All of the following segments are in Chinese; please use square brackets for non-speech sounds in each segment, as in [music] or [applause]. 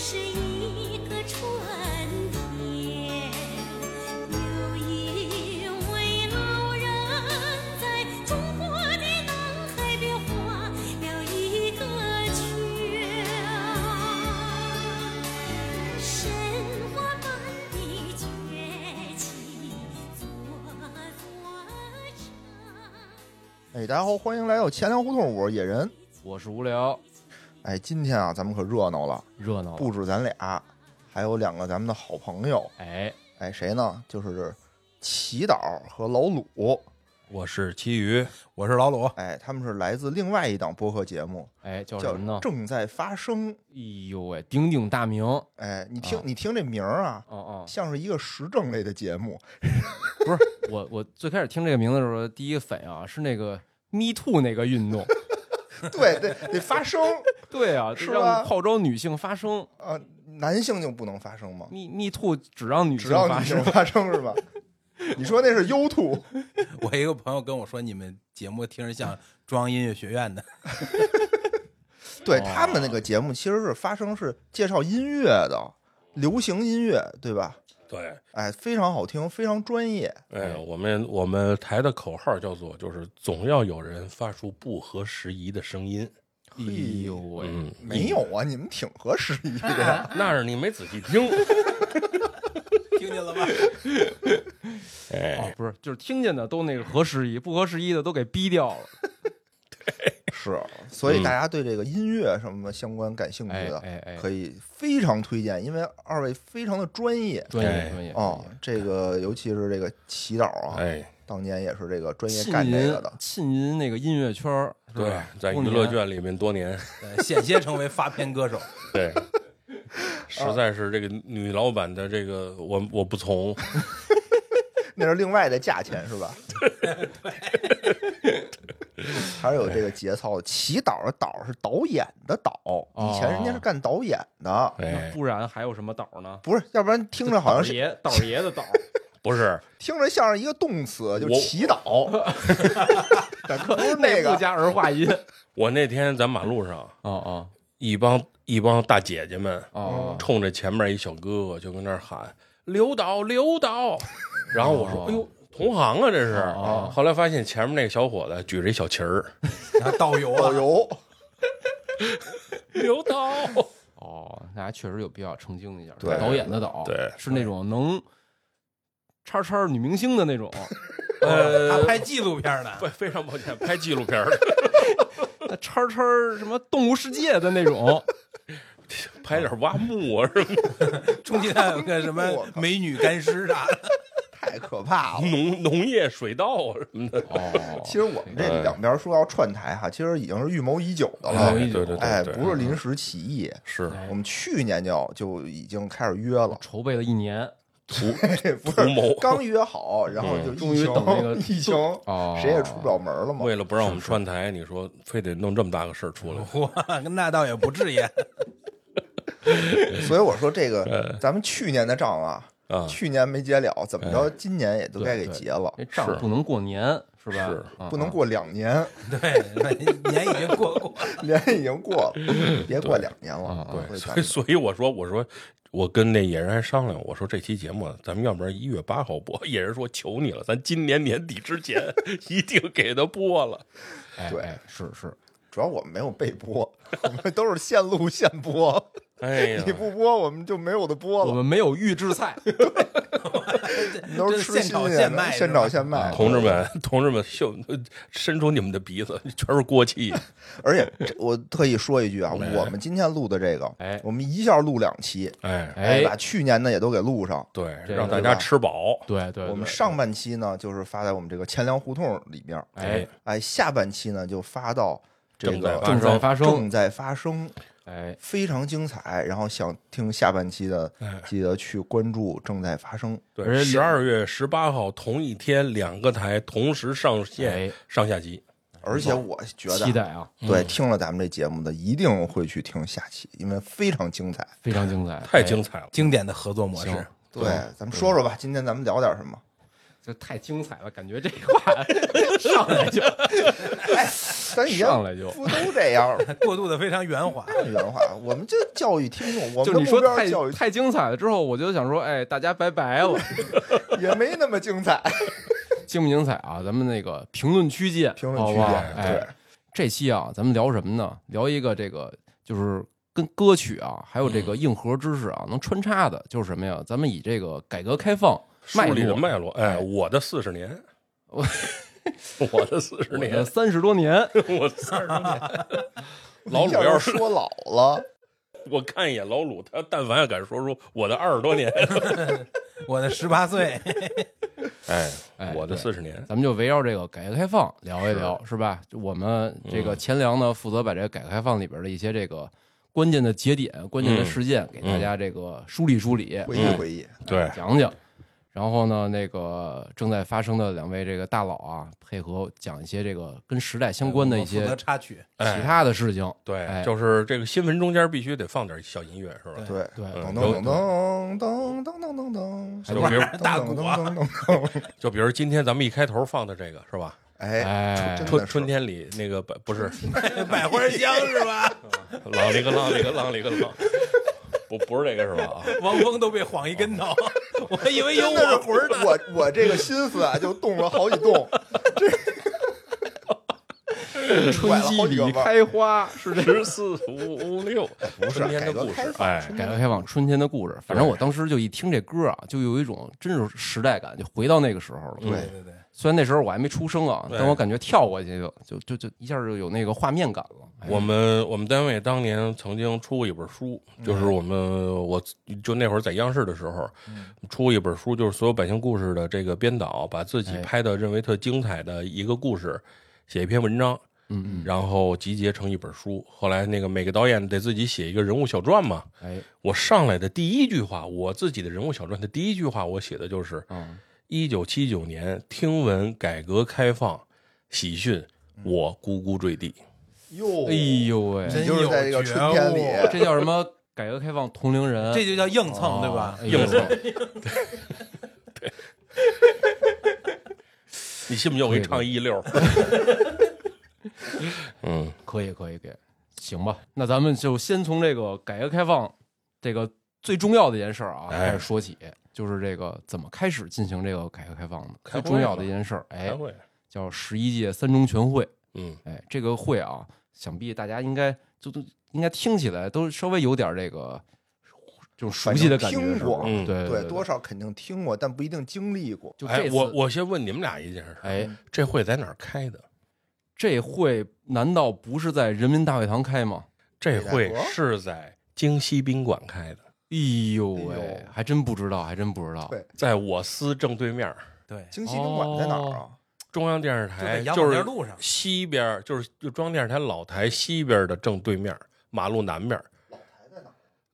是一个春天，有一位老人在中国的南海边画了一个圈，神话般的崛起，做做哎，大家好，欢迎来到钱粮胡同，我是野人。我是无聊，哎，今天啊，咱们可热闹了，热闹了不止咱俩，还有两个咱们的好朋友。哎，哎，谁呢？就是祈祷和老鲁。我是七鱼，我是老鲁。哎，他们是来自另外一档播客节目，哎，叫叫什么呢？《正在发生》。哎呦喂，鼎鼎大名，哦哎，你听，啊你听这名儿啊，哦，像是一个时政类的节目。不是我，我最开始听这个名字的时候，第一个反应啊是那个 Me Too 那个运动，对，得得发声 [laughs] 对 [laughs] 啊，是就吧让号召女性发声啊，男性就不能发声吗？ ，Me Me Too 只让女只性要发女性声，发声是吧？你说那是 U two [laughs] 我一个朋友跟我说，你们节目听着像中央音乐学院的。对哦他们那个节目其实是发声是介绍音乐的，流行音乐，对吧？对，哎，非常好听，非常专业。哎，我们我们台的口号叫做，就是总要有人发出不合时宜的声音。哎呦喂，嗯，没有啊，你们挺合时宜啊的。那是你没仔细听。 [laughs] 听见 [laughs] 了吗？哎，哦不是，就是听见的都那个合时宜，不合时宜的都给逼掉 [laughs] 了， [laughs] 是， [laughs] 所以嗯大家对这个音乐什么的相关感兴趣哎的，哎哎，可以非常推荐，因为二位非常的专业专业哎专业哎哦。这个尤其是这个祈祷啊，哎，当年也是这个专业浸干这淫个的。浸淫那个音乐圈儿，是对吧，在多娱年乐圈里面多年，哎险 [laughs] 些成为发片歌手。 [laughs] [laughs] 对，实在是这个女老板的这个，我我 [laughs] 不从。那是另外的价钱是吧？还是有这个节操。祈祷的祷是导演的导，哦以前人家是干导演的，那哎，不然还有什么岛呢？不是？要不然听着好岛像是爷岛爷的岛，不是， [laughs] 听着像是一个动词，就我祈祷，但不是那内部个。加儿化音。 [laughs] 我那天在马路上，哦哦一帮一帮大姐姐们哦冲着前面一小哥哥就跟那儿喊“刘导，刘导”，然后我说哦：“哎呦，同行啊，这是。哦后来发现前面那个小伙子举着一小旗儿，然后导游导啊， [laughs] 游，刘导，哦，那还确实有必要澄清一下。对导演的导，对是那种能叉叉女明星的那种，[laughs] 他呃，拍纪录片呢不，。 [laughs] 非常抱歉，拍纪录片儿的， [laughs] 那叉叉什么动物世界的那种。拍点挖墓啊什么的， [laughs] 中间还有个什么美女干尸啥的，啊 [laughs] 太可怕了。农农业水稻啊什么的。哦，其实我们呃这两边说要串台哈，其实已经是预谋已久的哎了。对对对哎，对，对嗯不是临时起意，是哎我们去年就就已经开始约了。筹备了一 [laughs] 年，图嘿不是图谋 [laughs] 嗯刚约好，哎然后就疫情终于等那个 [laughs] 疫情，哦谁也出不了门了嘛。为了不让我们串台，你说非得弄这么大个事儿哦出来，哇，那倒也不至于。所以我说这个，咱们去年的账啊，嗯啊嗯去年没结了，怎么着，今年也都该给对对结了，这账是不能过年，是吧？是嗯不能。过两 [laughs] 年，对，年已经过过， [laughs] 年已经过了， [laughs] 别过两年了。对所以咱嗯啊所以，们所以我说，我说，我跟那野人还商量，我说这期节目啊咱们要不然一月八号播。 [laughs] 野人说求你了，咱今年年底之 [laughs] 前一定给他播了。哎对哎是是，主要我们没有备播，我们都是现录现 [laughs] 播，哎呀你，不播我们就没有的播我了，们没有预制菜，你都是这吃现新炒鲜现的卖是吧现炒现卖。哎同志们，同志们，秀伸出你们的鼻子，全是锅气。 [laughs] 而且这我特意说一句啊，我们今天录的这个，哎我们一下录两期，哎，哎，把去年的也都给录上。对，这个让大家吃饱。对对对，我们上半期呢，就是发在我们这个钱粮胡同里面，哎哎，下半期呢就发到这正在个发正在发生，正在发生，哎，非常精彩。然后想听下半期的，记得去关注正在发生。而哎对，且十二月十八号同一天，两个台同时上哎线上下集。嗯而且我觉期得，待啊，对听了咱们这节目的，一定会去听下期，因为非常精彩。非常精彩，彩。太哎精彩了！经典的合作模式行。对，咱们说说吧，今天咱们聊点什么？ [laughs] 就太精彩了，感觉这话 [laughs] 上来就咱一样上来就不都这样吗？ [laughs] 过渡的非常圆滑。这原话，我们就教育听众，我就们的你说目标太是教育太精彩了之后，我就想说，哎，大家拜拜了， [laughs] 也没那么精彩。 [laughs] 精不精彩啊？咱们那个评论区见，评论区好不好见，哎对，，这期啊，咱们聊什么呢？聊一个这个就是跟歌曲啊，还有这嗯个硬核知识啊，能穿插的，就是什么呀？咱们以这个改革开放梳脉理的络，脉络，哎，哎我的四十年，我我的四十年，三十多 [laughs] 年， [laughs] 我四十年，老一鲁下要就是说老了，我看一眼老鲁，他但凡要敢说出我的二十多 [laughs] 年，我的十八岁，哎哎，我的对四十年，咱们就围绕这个改革开放聊一聊，是吧？就我们这嗯个钱粮呢，负责把这个改革开放里边的一些这个关键的节点、关嗯键的事件给大家这个梳理梳理、哎回忆回忆，对，讲讲。然后呢，那个正在发生的两位这个大佬啊，配合讲一些这个跟时代相关的一哎我负责些插曲，其他的事情。哎对，就是这个新闻中间必须得放点小音乐，是吧？对对噔嗯噔噔噔噔噔噔噔噔，哎就比如噔大噔鼓啊噔噔噔，就比如今天咱们一开头放的这个是吧？哎，哎真的春是春天里那个百不是 [laughs] 百花香是吧？ [laughs] 浪里个浪里个浪里个浪，不不是这个是吧？啊， [laughs] 王峰都被晃一跟头，我 [laughs] 还以为有真的我是魂儿呢。我我这个心思啊，就动了好几动，这春拐了季好几个里弯儿开花是这十四五五六，不是春天的改革故开事，放哎，改革开放春天的故事。反正我当时就一听这歌啊，就有一种真是时代感，就回到那个时候了。对对对对，虽然那时候我还没出生啊，对但我感觉跳过去就就就就一下就有那个画面感了。哎我们我们单位当年曾经出过一本书，嗯就是我们我就那会儿在央视的时候，嗯出过一本书，就是所有百姓故事的这个编导把自己哎拍的认为特精彩的一个故事，写一篇文章，嗯然后集结成一本书。后来那个每个导演得自己写一个人物小传嘛。嗯，哎，我上来的第一句话，我自己的人物小传的第一句话，我写的就是嗯，一九七九年听闻改革开放喜讯，嗯我咕咕坠地。哦哟，哎呦喂，真就是在这个春天里有这叫什么？改革开放同龄人，这就叫硬蹭，对吧啊？硬蹭， [laughs] 你信不信我给你唱一 [laughs] 溜？嗯，可以可以可以，行吧？那咱们就先从这个改革开放这个最重要的一件事儿啊哎开始说起，就是这个怎么开始进行这个改革开放的开最会重要的嘛一件事儿，哎开，会，叫十一届三中全会。嗯，哎，这个会啊，想必大家应该就都应该听起来都稍微有点这个就 [laughs] 熟悉的感觉反正听是吧，过嗯对对，对，多少肯定听过，但不一定经历过。就哎这，次我我先问你们俩一件事，哎，这会在哪儿开的？这会难道不是在人民大会堂开吗？这会北戴河是在京西宾馆开的，哎呦喂，哎呦还真不知道，还真不知道。对啊在我司正对面，哦对，京西宾馆在哪儿啊？中央电视就在台杨就柳是边路上，西边，就是就中央电视台老台西边的正对面，马路南边。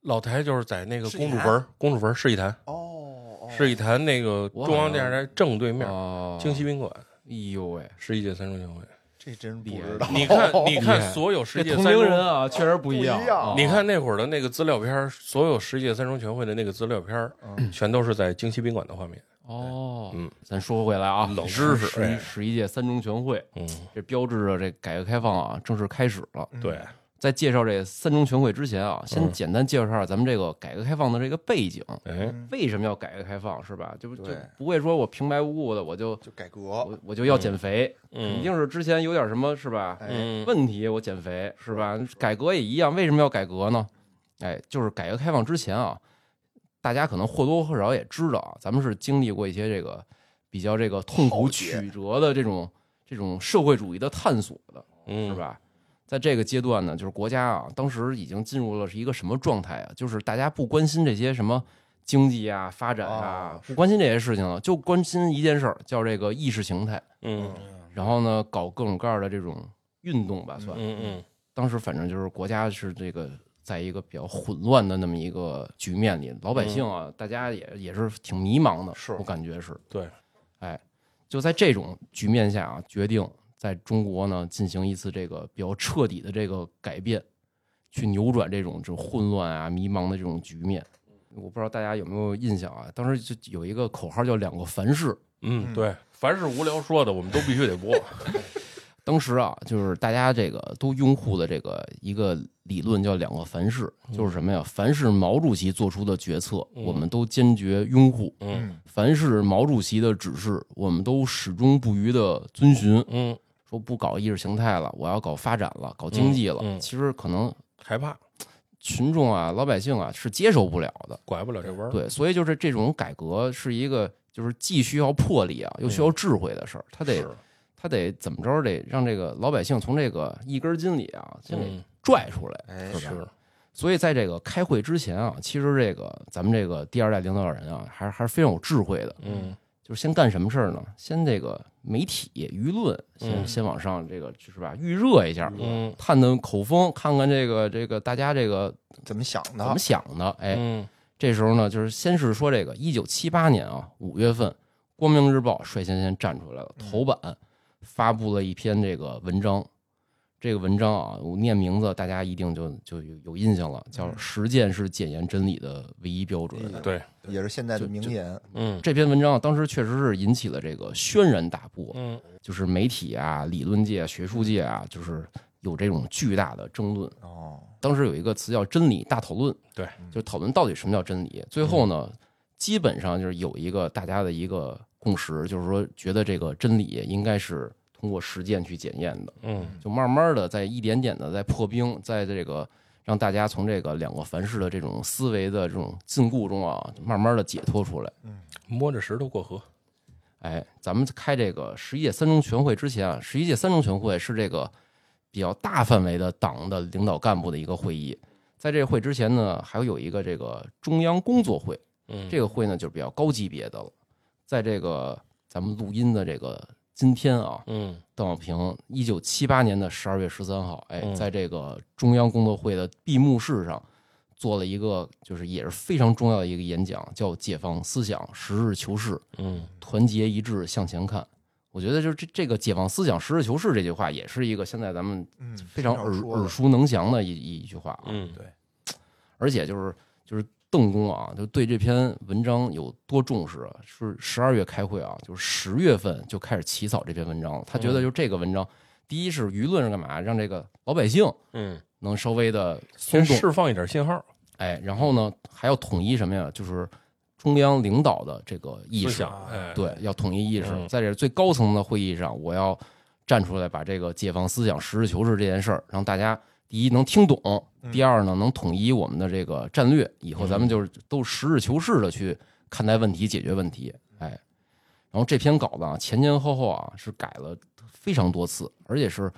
老台就是在那个世纪公主坛坟儿，公主坟儿世纪坛，哦，哦世纪坛那个我好中央电视像台正对面，哦，京西宾馆哎呦喂，十一届三中全会。这真不厉害知道。你看， [laughs] 你厉害看，所有世这界同三龄中人啊，确实不一样。不一样啊你看那会儿的那个资料片儿，所有十届三中全会的那个资料片儿，嗯全都是在京西宾馆的画面。哦，嗯，咱说回来啊，冷知识十一哎十一届三中全会，嗯，这标志着这改革开放啊正式开始了。嗯对，嗯在介绍这三中全会之前啊，先简单介绍一下咱们这个改革开放的这个背景，哎，为什么要改革开放，是吧？就不就嗯对不会说我平白无故的我就就改革，我我就要减肥，肯定是之前有点什么是吧？哎，嗯，问题我减肥是吧？改革也一样，为什么要改革呢？哎，就是改革开放之前啊，大家可能或多或少也知道啊，咱们是经历过一些这个比较这个痛苦浩劫曲折的这种这种社会主义的探索的，嗯，是？吧？在这个阶段呢，就是国家啊，当时已经进入了是一个什么状态啊？就是大家不关心这些什么经济啊、发展啊哦，不关心这些事情了，就关心一件事儿，叫这个意识形态。嗯然后呢，搞各种各样的这种运动吧，算。嗯嗯当时反正就是国家是这个在一个比较混乱的那么一个局面里，老嗯百姓啊，大家也也是挺迷茫的，是我感觉是对，哎，就在这种局面下啊，决定在中国呢进行一次这个比较彻底的这个改变，去扭转这种就混乱啊、迷茫的这种局面。我不知道大家有没有印象啊？当时就有一个口号叫“两个凡是”，嗯，嗯对，凡是无聊说的，我们都必须得播。当时啊，就是大家这个都拥护的这个一个理论叫“两个凡是”，就是什么呀？凡是毛主席做出的决策，嗯我们都坚决拥护；嗯嗯凡是毛主席的指示，我们都始终不渝的遵循。嗯，说不搞意识形态了，我要搞发展了，搞经济了。嗯嗯其实可能害怕群众啊、老百姓啊是接受不了的。拐不了这弯儿。对，所以就是这种改革是一个，就是既需要魄力啊，又需要智慧的事儿。他得嗯是，他得怎么着，得让这个老百姓从这个一根筋里啊，先给嗯，拽出来。哎，是，所以在这个开会之前啊，其实这个咱们这个第二代领导人啊，还是还是非常有智慧的。嗯就是先干什么事儿呢？先这个媒体舆论，先、嗯先往上这个就是吧，预热一下，嗯探探口风，看看这个这个大家这个怎么想怎的么？想的。哎，嗯这时候呢，就是先是说这个一九七八年啊五月份，《光明日报》率先先站出来了，头版嗯发布了一篇这个文章。这个文章啊，我念名字，大家一定就就有有印象了，叫“实践是检验真理的唯一标准”嗯对，也是现在的就名就言。嗯这篇文章啊当时确实是引起了这个轩然大波，嗯就是媒体啊、理论界、学术界啊，就是有这种巨大的争论。哦，当时有一个词叫“真理大讨论”，对，嗯就讨论到底什么叫真理。最后呢，基本上就是有一个大家的一个共识，就是说觉得这个真理应该是通过实践去检验的。嗯就慢慢的在一点点的在破冰，在这个让大家从这个两个凡是的这种思维的这种禁锢中啊，慢慢的解脱出来。嗯摸着石头过河。哎，咱们开这个十一届三中全会之前啊，十一届三中全会是这个比较大范围的党的领导干部的一个会议。在这个会之前呢，还有一个这个中央工作会，嗯，这个会呢就是比较高级别的了。在这个咱们录音的这个今天啊，嗯邓小平一九七八年的十二月十三号，哎，嗯在这个中央工作会的闭幕式上，做了一个就是也是非常重要的一个演讲，叫《解放思想，实事求是》。嗯团结一致向前看。我觉得就是这这个解放思想、实事求是这句话，也是一个现在咱们嗯，非常少耳说耳的熟能详的一一一句话啊。嗯，对，而且就是就是邓公啊，就对这篇文章有多重视啊，是十二月开会啊，就是十月份就开始起草这篇文章了。他觉嗯得就这个文章，第一是舆论是干嘛，让这个老百姓嗯，能稍微的松先动，释放一点信号，哎，然后呢还要统一什么呀？就是中央领导的这个意思识，想，哎，对，要统一意识，嗯在这最高层的会议上，我要站出来，把这个解放思想、实事求是这件事儿，让大家第一能听懂，第二呢能统一我们的这个战略，以后咱们就是都实事求是的去看待问题、解决问题。哎，然后这篇稿子啊，前前后后啊是改了非常多次，而且是。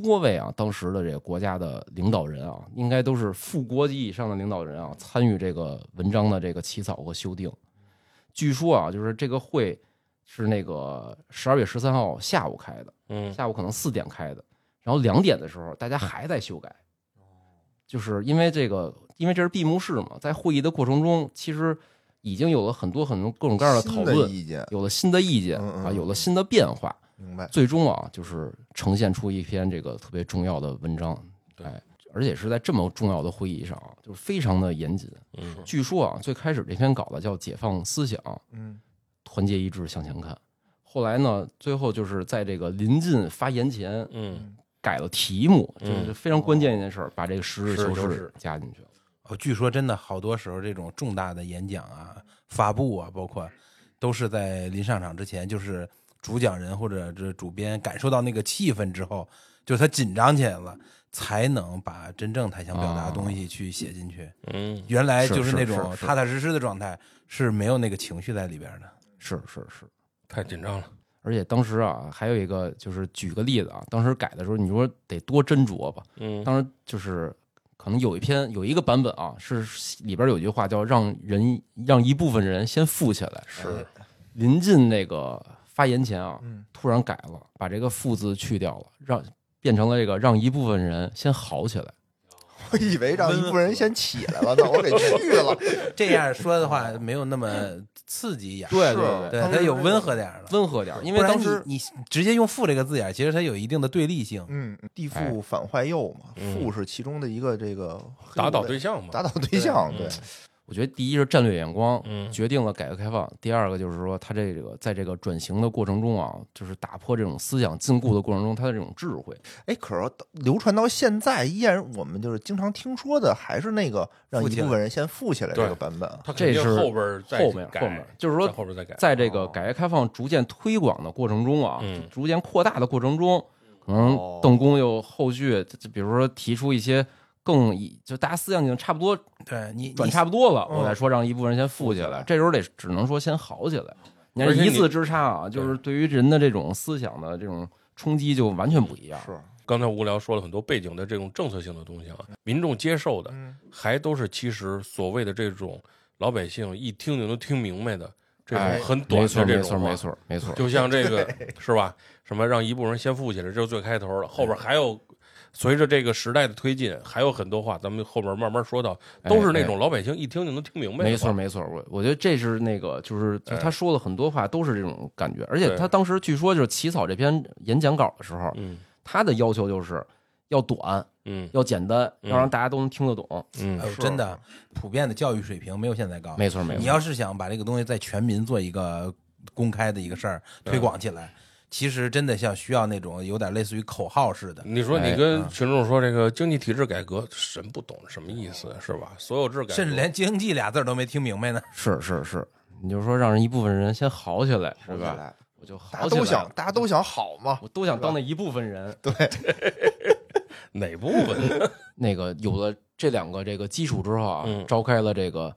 多位啊，当时的这个国家的领导人啊，应该都是副国级以上的领导人啊，参与这个文章的这个起草和修订。据说啊，就是这个会是那个十二月十三号下午开的，嗯下午可能四点开的，然后两点的时候大家还在修改，哦就是因为这个，因为这是闭幕式嘛，在会议的过程中，其实已经有了很多很多各种各样的新讨论，意见，有了新的意见嗯嗯啊，嗯哎有了新的变化，明白？最终啊，就是呈现出一篇这个特别重要的文章，哎，而且是在这么重要的会议上啊，就是非常的严谨。嗯据说啊，最开始这篇稿子叫《解放思想》，嗯，团结一致向前看。后来呢，最后就是在这个临近发言前嗯改了题目，嗯就是非常关键一件事儿，把这个实事求实事求是是加进去了。哦，据说真的好多时候这种重大的演讲啊、发布啊，包括都是在临上场之前，就是主讲人或者这主编感受到那个气氛之后，就是他紧张起来了，才能把真正他想表达的东西去写进去。嗯，原来哦是就是是那是种是踏踏实实的状态，是没有那个情绪在里边的。是是是，太紧张了，而且当时啊，还有一个就是举个例子啊，当时改的时候，你说得多斟酌吧。嗯当时就是可能有一篇有一个版本啊，是里边有一句话叫“让人让一部分人先富起来”，是，临近那个发言前啊，嗯突然改了，把这个“富”字去掉了，让变成了这个让一部分人先好起来。 [laughs] 我以为让一部分人先起来了呢，我给去了。 [laughs] 这样说的话，没有那么刺激一眼，对是对，当它时有那温个和点儿了。温和点儿，因为不然当时你你直接用“富”这个字眼儿，其实它有一定的对立性。嗯，地哎富反坏右嘛，嗯富是其中的一个这个打倒黑对象嘛，打倒对象，对，我觉得第一是战略眼光嗯决定了改革开放，第二个就是说他这个在这个转型的过程中啊，就是打破这种思想禁锢的过程中，他的这种智慧，哎，可是流传到现在，依然我们就是经常听说的，还是那个让富一起部来分人先富起来这对个版本啊。他肯这定是后边儿再后面改后面就是说在后边再改，哦在这个改革开放逐渐推广的过程中啊，嗯逐渐扩大的过程中，可能哦邓公又后续，就就比如说提出一些更以就大家思想已经差不多对你转你差不多了，嗯我再说让一部分人先富起来，这时候得只能说先好起来。你看而且一你字之差啊，就是对于人的这种思想的这种冲击就完全不一样。是，刚才无聊说了很多背景的这种政策性的东西啊，民众接受的嗯，还都是其实所谓的这种老百姓一听就能听明白的这哎种很短没的错，没这错，种没话，错，没错。就像这个是吧？什么让一部分人先富起来，这是最开头了，后边嗯还有。随着这个时代的推进，还有很多话，咱们后边慢慢说到，都是那种老百姓一听就能听明白的话。哎哎没错，没错，我我觉得这是那个，就是就他说了很多话，都是这种感觉。而且他当时据说就是起草这篇演讲稿的时候，嗯他的要求就是要短、嗯要简单，要让大家都能听得懂。嗯哎呦真的普遍的教育水平没有现在高，没错，没你错，要是想把这个东西在全民做一个公开的一个事儿推广起来，其实真的像需要那种有点类似于口号似的。你说哎你跟群众说这个经济体制改革，神不懂什么意思是吧？所有制改革，甚至连经济俩字儿都没听明白呢，是是是。你就说让人一部分人先好起来，是富起吧？来，我就大好家起来都了想，，大家都想好嘛。我都想当那一部分人。哪部分？ [laughs] 那个有了这两个这个基础之后啊，嗯召开了这个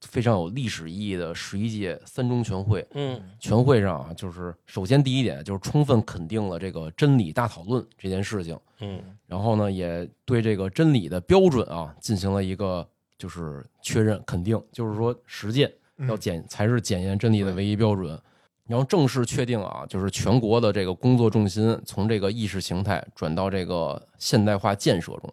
非常有历史意义的十一届三中全会。嗯全会上啊，就是首先第一点就是充分肯定了这个真理大讨论这件事情，嗯然后呢，也对这个真理的标准啊进行了一个就是确认肯定，就是说实践嗯要检才是检验真理的唯一标准。然后正式确定啊，就是全国的这个工作重心从这个意识形态转到这个现代化建设中，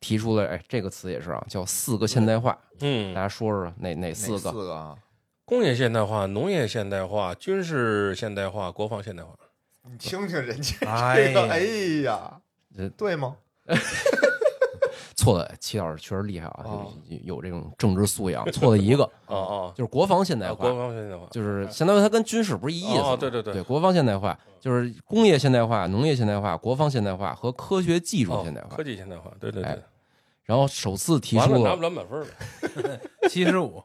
提出了哎这个词也是啊，叫四个现代化，大嗯，家说说哪哪哎四哪个？四个啊，工业现代化、农业现代化、军事现代化、国防现代化，你听听人家哎这呀个，哎呀这，对吗？呃错了，齐老师确实厉害啊，哦有有这种政治素养。错了一个， [laughs] 哦哦，就是国防现代啊化国，防现代化，就是相当于它跟军事不是一意思吗。哦对对对对，国防现代化就是工业现代化、农业现代化、国防现代化和科学技术哦现代化科。技现代化，对对哎对，然后首次提完了出拿了不了满分了。 [laughs] [laughs] 七十五，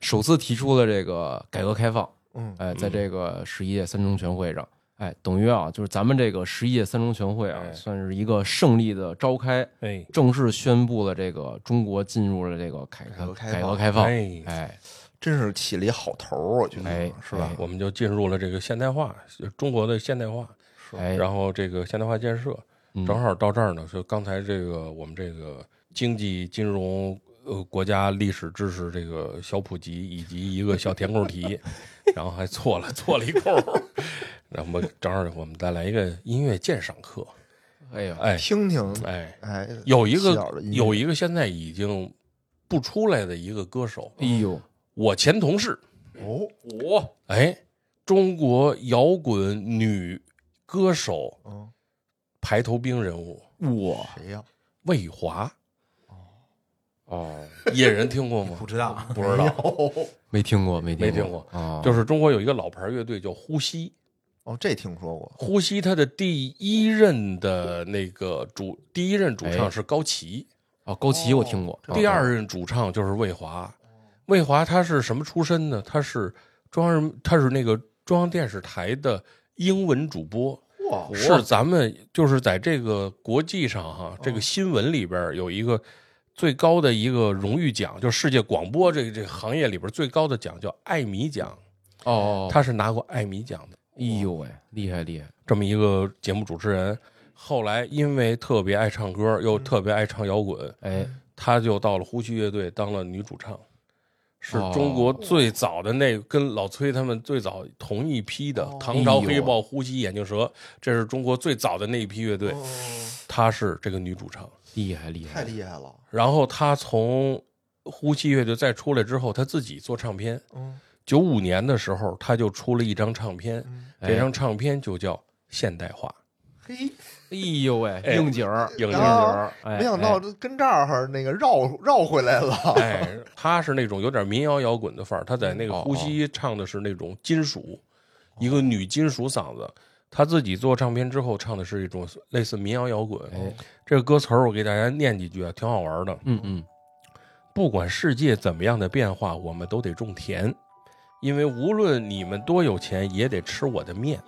首次提出了这个改革开放，嗯，哎，在这个十一届三中全会上，哎，等于啊，就是咱们这个十一届三中全会啊，哎算是一个胜利的召开，哎正式宣布了这个中国进入了这个改革改革开放改革开放。哎，哎，真是起了一好头儿，我觉得哎是吧哎？我们就进入了这个现代化，中国的现代化，哎，然后这个现代化建设，嗯正好到这儿呢，就刚才这个我们这个经济金融呃国家历史知识这个小普及以及一个小填空题，然后还错了错了一空，那么正好我们再来一个音乐鉴赏课，哎呀，哎听听，哎，哎，有一洗澡个的音乐有一个现在已经不出来的一个歌手，哎呦，我前同事，哦，我哎，中国摇滚女歌手嗯，排头兵人物我谁呀？魏华，哦，野人听过吗 [laughs] 不？知道不知道，没听过，没没听过过啊，就是中国有一个老牌乐队叫呼吸，哦，这听说过，呼吸它的第一任的那个主第一任主唱是高旗，哎哦，高旗我听过，哦第二任主唱就是魏华。魏华他是什么出身呢？他是中央人，他是那个中央电视台的英文主播，哇，是咱们就是在这个国际上哈，嗯这个新闻里边有一个最高的一个荣誉奖，就是世界广播这个这个行业里边最高的奖叫艾米奖，哦哦，他是拿过艾米奖的。哎呦喂，厉害厉害，这么一个节目主持人。后来因为特别爱唱歌，又特别爱唱摇滚，嗯哎，她就到了呼吸乐队当了女主唱，是哦中国最早的那个跟老崔他们最早同一批的哦唐哎朝黑豹、呼吸眼镜蛇，这是中国最早的那一批乐队，她是这个女主唱。厉害厉害，哦太厉害了，然后她从呼吸乐队再出来之后，她自己做唱片。嗯，九五年的时候，她就出了一张唱片，嗯这张唱片就叫《现代化》。嘿，哎呦喂，哎应景儿，应景儿儿，哎哦没想到哎这跟这儿那个绕绕回来了。 [laughs] 哎，他是那种有点民谣摇滚的范儿，他在那个哦呼吸唱的是那种金属，一个女金属嗓子。他自己做唱片之后唱的是一种类似民谣摇滚。哎这个歌词儿我给大家念几句啊，挺好玩的。嗯嗯，不管世界怎么样的变化，我们都得种田，因为无论你们多有钱，也得吃我的面。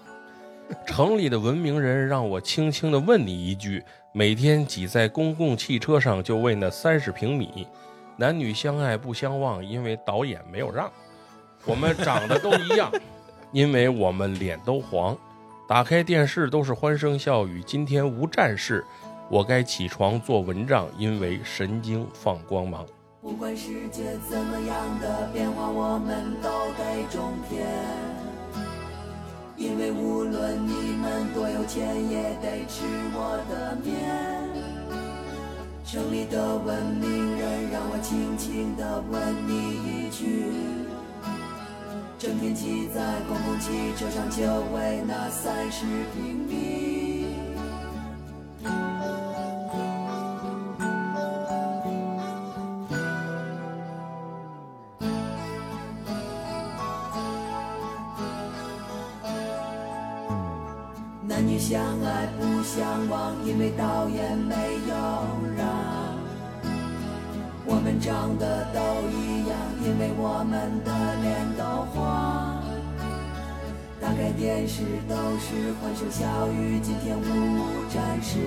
城里的文明人让我轻轻地问你一句：每天挤在公共汽车上就为那三十平米，男女相爱不相忘，因为导演没有让。我们长得都一样，因为我们脸都黄。打开电视都是欢声笑语，今天无战事，我该起床做文章，因为神经放光芒。不管世界怎么样的变化，我们都该种田，因为无论你们多有钱，也得吃我的面。城里的文明人，让我轻轻地问你一句：整天挤在公共汽车上，就为那三十平米。男女相爱不相忘，因为导演没有让。我们长得都一样，因为我们的脸都黄。打开电视都是欢声笑语，今天无战事。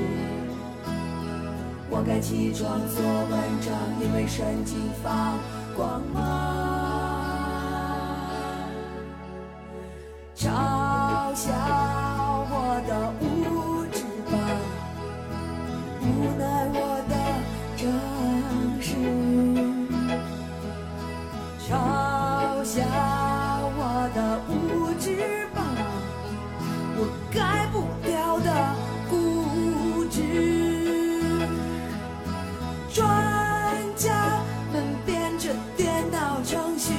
我该起床做文章，因为神经放光芒。嘲笑我的无知吧，无奈我的城市，嘲笑我的无知吧，我改不了的固执。专家们编着电脑程序。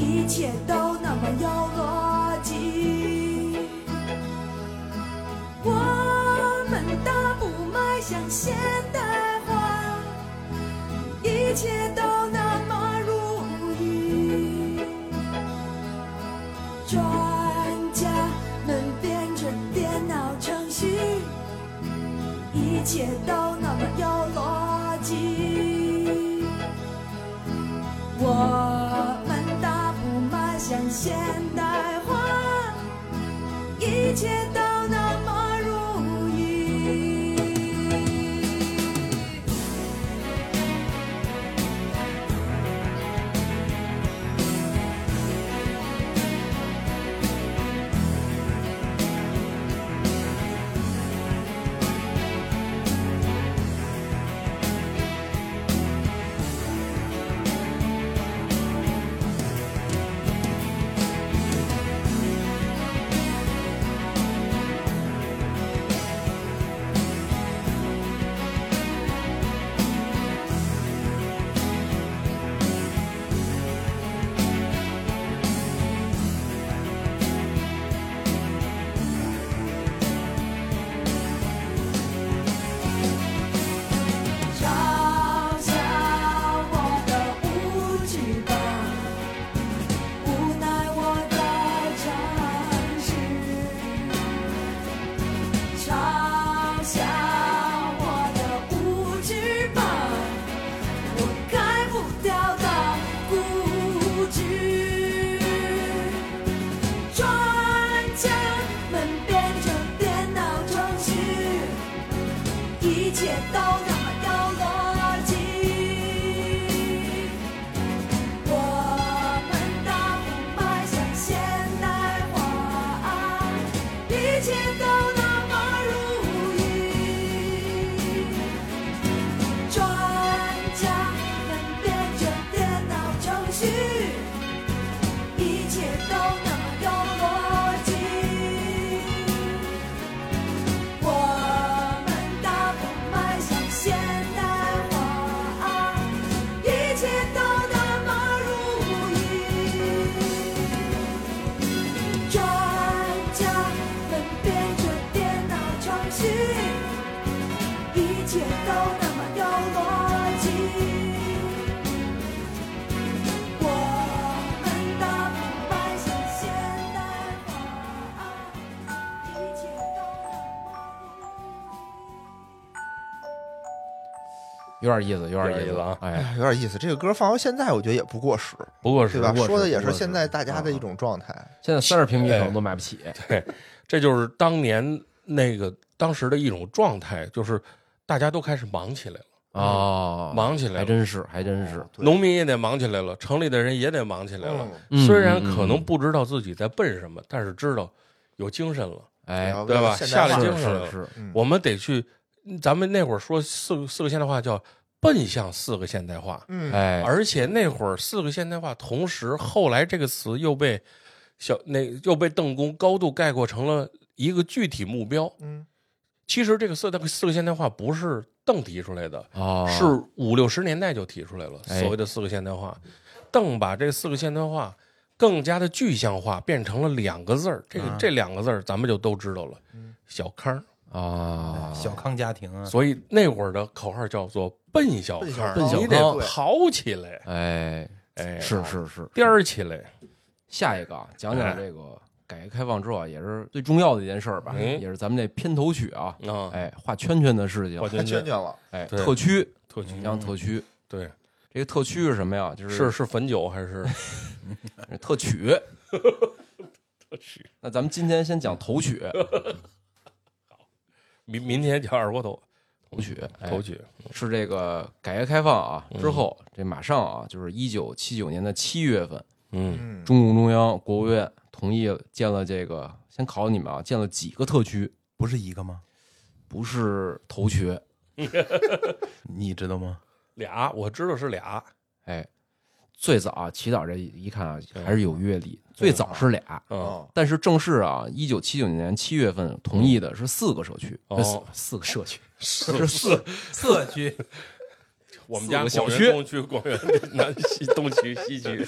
一切都那么有逻辑。我们大步迈向现代化，一切都那么如意。专家们编着电脑程序，一切都那么有逻辑。我们大步迈向现代化，一切都那么如意。嘲笑我的无知吧，无奈我的常识。嘲笑我的无知吧，我改不掉的固执。专家们编着电脑程序。一切都那么有逻辑。我们大步迈向现代化，一切都那么如意。专家们编着电脑程序，一切都那么有逻辑。我们大步迈向现代化，一切都那么如意。专家们编着电有点意思，有有点点意意思啊哎，哎有点意思。这个歌放到现在，我觉得也不过时，不过是 [laughs] 对吧？不过说的也不是过是现在大家的一种状态。现在三十平米可能都买不起，哎这就是当年那个当时的一种状态，就是大家都开始忙起来了，哦，忙起来还了，真是，还真是，对农民也得忙起来了，城里的人也得忙起来了。嗯虽然可嗯能嗯不知道自己在奔什么，但是知道有精神了。哎，要不对然吧现下来代化就是精神了是是，嗯我们得去，咱们那会儿说四个四个现代化叫奔向四个现代化，嗯，哎，而且那会儿四个现代化，同时后来这个词又被小那又被邓公高度概括成了一个具体目标。嗯，其实这个四那个四个现代化不是邓提出来的，哦，是五六十年代就提出来了，哎所谓的四个现代化。邓把这四个现代化更加的具象化，变成了两个字儿。这个、啊这两个字儿，咱们就都知道了，小康儿。啊，哎小康家庭啊，所以那会儿的口号叫做“奔小康儿”，奔小康你奔小得康跑起来，哎，哎，是是是，颠儿起来。下一个啊，讲哎讲这个改革开放之后啊，也是最重要的一件事儿吧，嗯也是咱们这片头曲啊，啊，哎，画圈圈的事情画，太圈圈了。哎，对特区，嗯特区讲特区，对，这个特区是什么呀？就是是是汾酒还是 [laughs] 特 [laughs] 曲。那咱们今天先讲头 [laughs] 曲，明明天叫二锅头头曲，哎头曲？是这个改革开放啊嗯之后，这马上啊，就是一九七九年的七月份，嗯，嗯，中共中央、国务院同意建了这个，先考你们啊，建了几个特区？不是一个吗？不是头区，你知道吗？ [laughs] 俩我知道是俩，哎，最早啊，祈祷这一看啊，对还是有阅历。最早是俩，嗯，哦但是正式啊，一九七九年七月份同意的是四个社区，哦呃四四个社区，是是，社区 [laughs] 我们家四个小广区元东区、广元南西、东区、西区，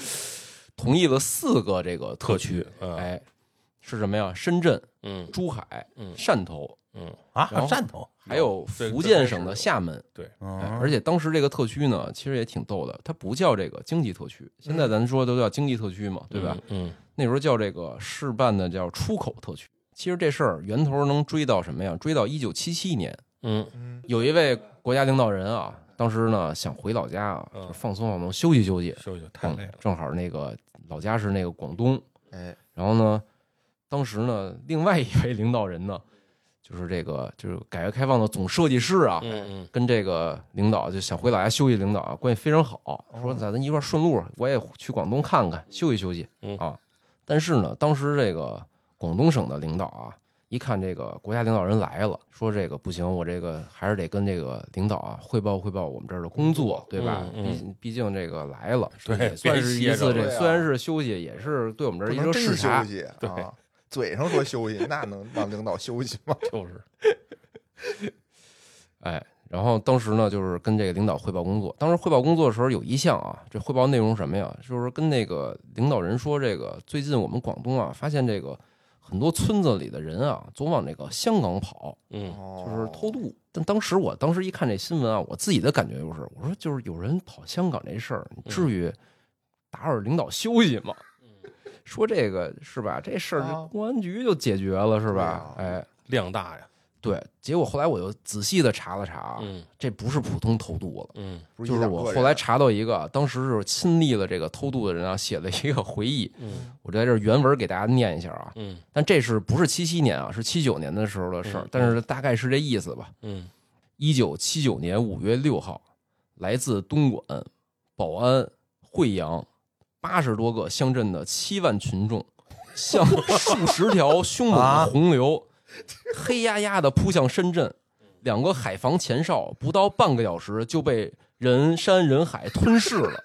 同意了四个这个特区特区，嗯哎，是什么呀？深圳、嗯珠海、嗯汕头，嗯，啊，然后汕头，还有对福建省的厦门。哎嗯，而且当时这个特区呢，其实也挺逗的，它不叫这个经济特区，现在咱说都叫经济特区嘛，对吧？？嗯，那时候叫这个市办的叫出口特区。其实这事儿源头能追到什么呀？追到一九七七年，嗯嗯，有一位国家领导人啊，当时呢想回老家啊，嗯就是放松放松，休息休息。休息太正累了。正好那个老家是那个广东，哎，然后呢，当时呢，另外一位领导人呢，就是这个就是改革开放的总设计师啊，嗯跟这个领导就想回老家休息，领导啊关系非常好，哦说咱一块儿顺路，啊我也去广东看看，休息休息嗯啊。但是呢，当时这个广东省的领导啊，一看这个国家领导人来了，说这个不行，我这个还是得跟这个领导啊汇报汇报我们这儿的工作，对吧？嗯嗯毕竟毕竟这个来了，对也算是一次别歇着这对啊虽然是休息，也是对我们这不儿一能个真视休察。息对啊。嘴上说休息，那能让领导休息吗？嗯，就是哎，然后当时呢，就是跟这个领导汇报工作。当时汇报工作的时候，有一项啊，这汇报内容什么呀？就是跟那个领导人说，这个最近我们广东啊，发现这个很多村子里的人啊，总往这个香港跑，嗯哦就是偷渡。但当时我当时一看这新闻啊，我自己的感觉就是，我说就是有人跑香港这事儿，你至嗯于打扰领导休息吗？说这个是吧？这事儿啊就公安局就解决了是吧？对啊哎，量大呀。对。结果后来我又仔细的查了查啊，嗯这不是普通偷渡了，嗯不就是一两我个后来人查到一个，当时是亲历了这个偷渡的人啊，写了一个回忆，嗯我在这儿原文给大家念一下啊。嗯但这是不是七七年啊？是七九年的时候的事儿嗯，但是大概是这意思吧。嗯一九七九年五月六号，来自东莞、宝安、惠阳八十多个乡镇的七万群众， [laughs] 像数十条凶猛啊的洪流，黑压压的扑向深圳。两个海防前哨不到半个小时就被人山人海吞噬了。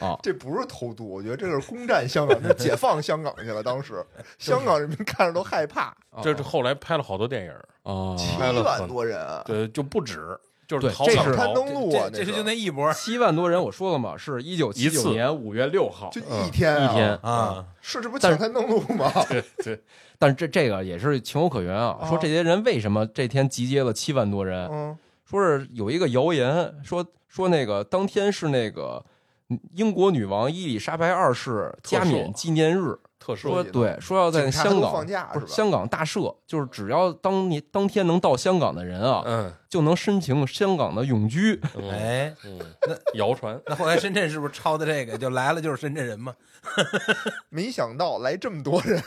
啊， [laughs] 这不是偷渡，我觉得这是攻占香港，这解放香港去了。当时香港人民看着都害怕， [laughs] 这是后来拍了好多电影，啊，七拍了万很多人啊，对，就不止，就是对逃这港是滩逃 [laughs] 东路啊，这是是就那一波七万多人，我说了嘛，是一九七一次九年五月六号就一天啊一天，啊，是这不抢滩登陆 [laughs] 吗？对对，但是这这个也是情有可原啊。啊说这些人为什么这天集结了七万多人？嗯，说是有一个谣言，说说那个当天是那个英国女王伊丽莎白二世加冕纪念日，特赦说对，说要在警察香都港放假不是吧香港大赦，就是只要当年当天能到香港的人啊，嗯，就能申请香港的永居。 [laughs] 嗯哎，嗯，那谣传那后来深圳是不是抄的这个？就来了就是深圳人嘛？没想到来这么多人，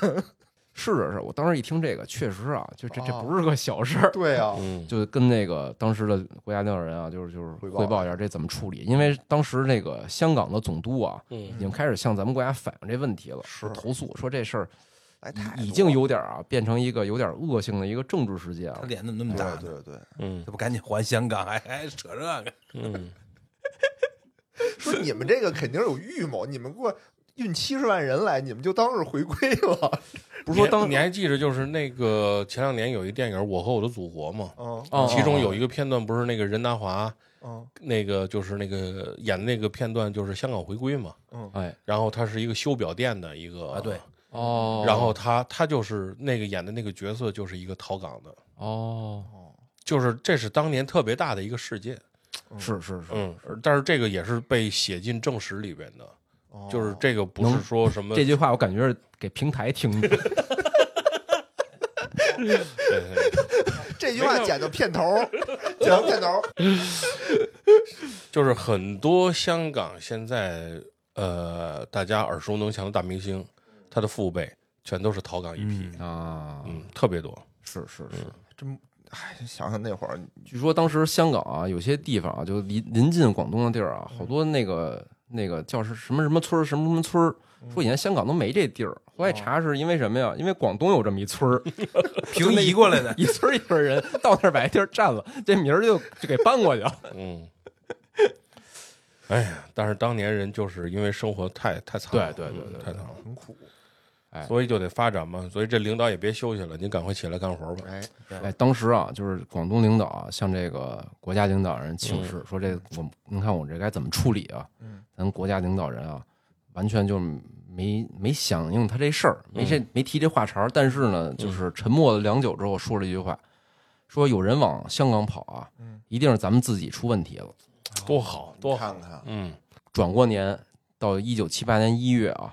是是是，我当时一听这个，确实啊，就这这哦不是个小事儿。对啊，嗯就跟那个当时的国家领导人啊，就是就是汇报汇报一下这怎么处理，因为当时那个香港的总督啊，已嗯经开始向咱们国家反映这问题了，是投诉说这事儿来太已多经了有点儿啊，变成一个有点儿恶性的一个政治事件他了。脸怎么那么大对呢？对对， [laughs] 嗯这不赶紧还香港，啊还还扯这个？ [laughs] 嗯，说你们这个肯定是有预谋，你们过运七十万人来，你们就当是回归了。不是说当你还记着就是那个前两年有一电影《我和我的祖国》吗？嗯哦其中有一个片段不是那个任达华嗯那个就是那个演的那个片段就是香港回归嘛，嗯，哎然后他是一个修表店的一个啊对，哦，然后他他就是那个演的那个角色就是一个逃港的，哦就是这是当年特别大的一个事件，是是是，嗯，而但是这个也是被写进正史里边的，哦就是这个不是能说什么这句话我感觉是给平台听 [laughs] 的。对对对 [laughs] 这句话剪到片头，剪到片头。 [laughs] 就是很多香港现在呃大家耳熟能详的大明星，他的父辈全都是逃港一批，啊，嗯，特别多，是是是。真，哎，想想那会儿，据说当时香港啊，有些地方啊，就临临近广东的地儿啊，嗯好多那个那个叫是什么什么村儿，什么什么村儿，嗯说以前香港都没这地儿，后哦来查是因为什么呀？因为广东有这么一村儿，。[laughs] 平移过来的一村儿一村儿人到那儿把这地儿占了，这名儿就就给搬过去了。 [laughs] 嗯。哎呀，但是当年人就是因为生活太太惨了，对对对嗯对太惨了，很苦。哎所以就得发展嘛。所以这领导也别休息了，您赶快起来干活吧。哎，哎，当时啊，就是广东领导啊，向这个国家领导人请示，说这我您看我这该怎么处理啊？嗯，咱国家领导人啊，完全就没没响应他这事儿，没嗯这没提这话茬儿。但是呢，就是沉默了良久之后，说了一句话，说有人往香港跑啊嗯，一定是咱们自己出问题了。 [laughs] 多好多好，看看，嗯转过年到一九七八年一月啊，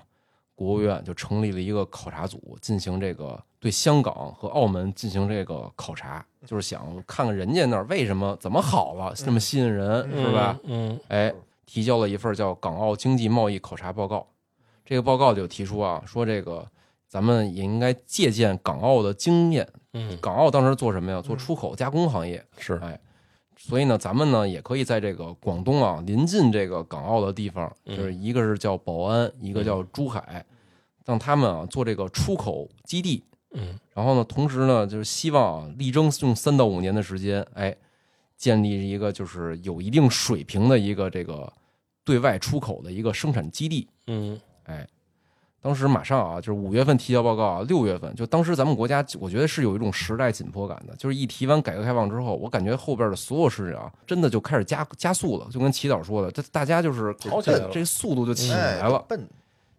国务院就成立了一个考察组，进行这个对香港和澳门进行这个考察，就是想看看人家那儿为什么怎么好了，这么吸引人，是吧？？嗯哎，提交了一份叫《港澳经济贸易考察报告》，这个报告就提出啊，说这个咱们也应该借鉴港澳的经验。嗯，港澳当时做什么呀？做出口加工行业，是哎，所以呢，咱们呢也可以在这个广东啊临近这个港澳的地方，就嗯是一个是叫宝安，一个叫珠海，让他们啊做这个出口基地。嗯然后呢，同时呢，就是希望啊，力争用三到五年的时间，哎，建立一个就是有一定水平的一个这个对外出口的一个生产基地。嗯哎，当时马上啊，就是五月份提交报告啊，六月份就当时咱们国家，我觉得是有一种时代紧迫感的，就是一提完改革开放之后，我感觉后边的所有事情啊，真的就开始加加速了，就跟祈祷说的，这大家就是跑起来了这速度就起哎来了，笨，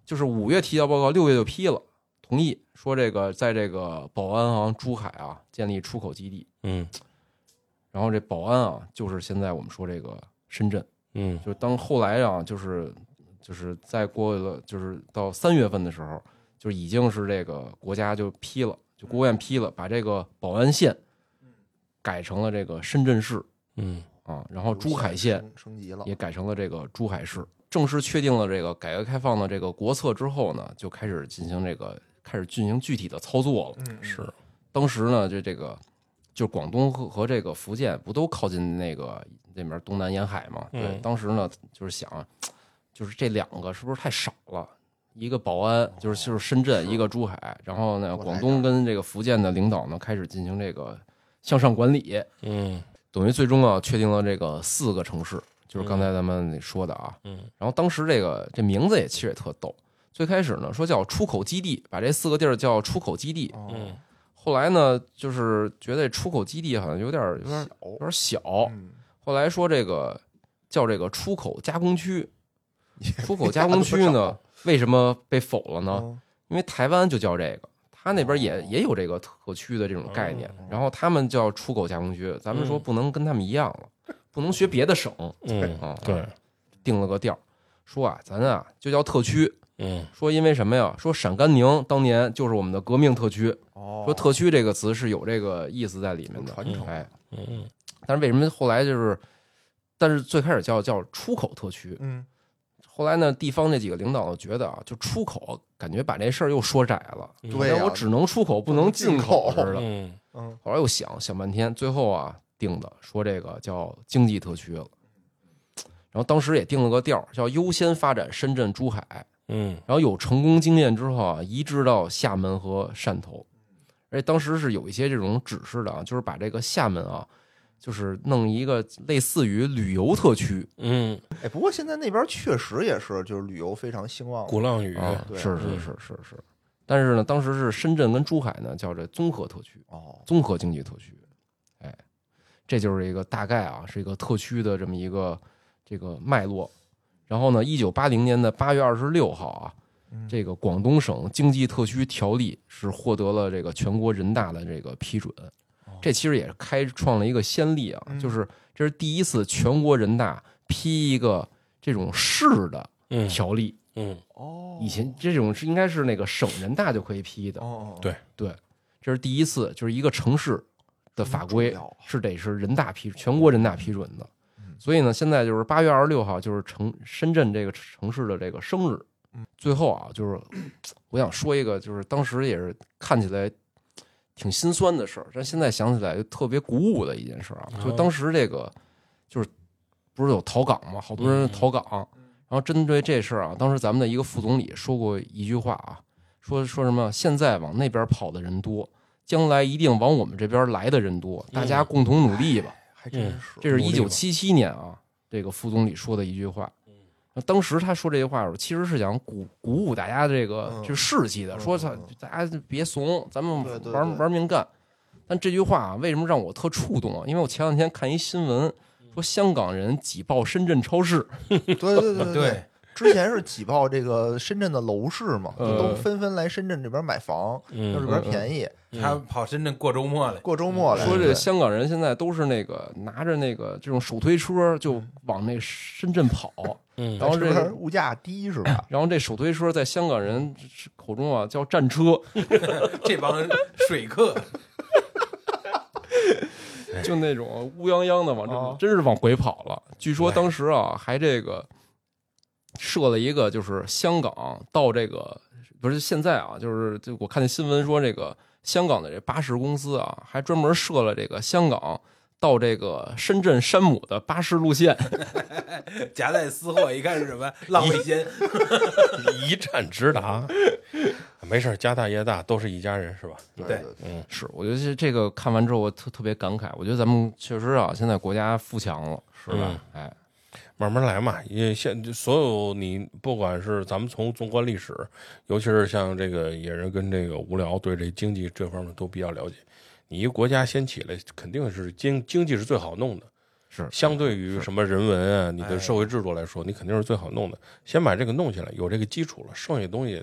就是五月提交报告，六月就批了，同意说这个在这个宝安行珠海啊建立出口基地，嗯然后这宝安啊就是现在我们说这个深圳。嗯就是当后来啊，就是就是再过了，就是到三月份的时候，就已经是这个国家就批了，就国务院批了，把这个宝安县改成了这个深圳市嗯啊，然后珠海县升升级了，也改成了这个珠海市。正式确定了这个改革开放的这个国策之后呢，就开始进行这个开始进行具体的操作了。嗯是当时呢，就这个就广东和和这个福建不都靠近那个那边东南沿海嘛？对，嗯当时呢就是想，就是这两个是不是太少了？一个宝安哦就是就是深圳，一个珠海，然后呢，多来广东跟这个福建的领导呢开始进行这个向上管理，嗯等于最终啊确定了这个四个城市，就是刚才咱们说的啊。嗯然后当时这个这名字也其实也特逗，最开始呢说叫出口基地，把这四个地儿叫出口基地，哦嗯嗯后来呢，就是觉得出口基地好像有点儿有点儿有小，点儿小。嗯后来说这个叫这个出口加工区，出 [laughs] 口加工区也没呢为什么被否了呢？嗯哦因为台湾就叫这个，它那边也也有这个特区的这种概念，嗯然后他们叫出口加工区，咱们说不能跟他们一样了，不能学别的省，嗯，对，啊定了个调儿，说啊，咱啊就叫特区，嗯说因为什么呀？说陕甘宁当年就是我们的革命特区，哦，说“特区”这个词是有这个意思在里面的有传。承哎， [laughs] 嗯但是为什么后来就是，但是最开始叫叫出口特区，嗯，后来呢，地方这几个领导觉得啊，就出口感觉把这事儿又缩窄了，嗯对好呀像我只能出啊口不能进口似的。嗯嗯，后来又想想半天，最后啊定的说这个叫经济特区了。然后当时也定了个调儿，叫优先发展深圳、珠海。嗯然后有成功经验之后啊，移植到厦门和汕头。而且当时是有一些这种指示的啊，就是把这个厦门啊，就是弄一个类似于旅游特区嗯，哎，不过现在那边确实也是，就是旅游非常兴旺。鼓浪屿啊，对是是嗯是是是。但是呢，当时是深圳跟珠海呢叫这综合特区，哦，综合经济特区。哎，这就是一个大概啊，是一个特区的这么一个这个脉络。然后呢，一九八零年的八月二十六号啊，这个广东省经济特区条例是获得了这个全国人大的这个批准。这其实也是开创了一个先例啊，就是这是第一次全国人大批一个这种市的嗯条例。嗯哦，以前这种是应该是那个省人大就可以批的，哦，对对，这是第一次，就是一个城市的法规这么重要嗯是得是人大批，全国人大批准的。所以呢，现在就是八月二十六号，就是城深圳这个城市的这个生日。嗯最后啊，就是 [coughs] 我想说一个，就是当时也是看起来挺心酸的事儿，但现在想起来就特别鼓舞的一件事儿啊。哦就当时这个就是不是有逃港嘛，好多人逃港，然后针对这事儿啊，当时咱们的一个副总理说过一句话啊，说说什么现在往那边跑的人多，将来一定往我们这边来的人多，大家共同努力吧。还真嗯是。这是努一力九吧七七年啊，这个副总理说的一句话。那当时他说这句话的时候，其实是想鼓鼓舞大家这个嗯这士气的，嗯说操嗯嗯，大家就别怂，咱们对对对玩玩命干。但这句话啊，为什么让我特触动啊？因为我前两天看一新闻，说香港人挤爆深圳超市， [laughs] 对对对对，之前是挤爆这个深圳的楼市嘛，呃就都纷纷来深圳这边买房，嗯到这边便宜，他跑深圳过周末了，过周末来。说这对香港人现在都是那个拿着那个这种手推车就往那深圳跑，嗯然后这哎是不是物价低是吧？然后这手推车在香港人口中啊叫战车， [laughs] 这帮水客， [laughs] 就那种乌泱泱的往这，哦真是往回跑了。据说当时啊，还这个设了一个，就是香港到这个不是现在啊，就是就我看那新闻说，这个香港的这巴士公司啊，还专门设了这个香港到这个深圳山姆的巴士路线。夹带私货，一看是什 [laughs] 么浪费仙，一站直啊达， [laughs] 没事儿，家大业大，都是一家人，是吧？嗯对对对，是，我觉得这这个看完之后，我特特别感慨。我觉得咱们确实啊，现在国家富强了，是嗯吧？哎，慢慢来嘛，也现所有你不管是咱们从纵观历史，尤其是像这个野人跟这个无聊对这经济这方面都比较了解。你一个国家先起来，肯定是经经济是最好弄的，是相对于什么人文啊，你的社会制度来说，你肯定是最好弄的。先把这个弄起来，有这个基础了，剩下东西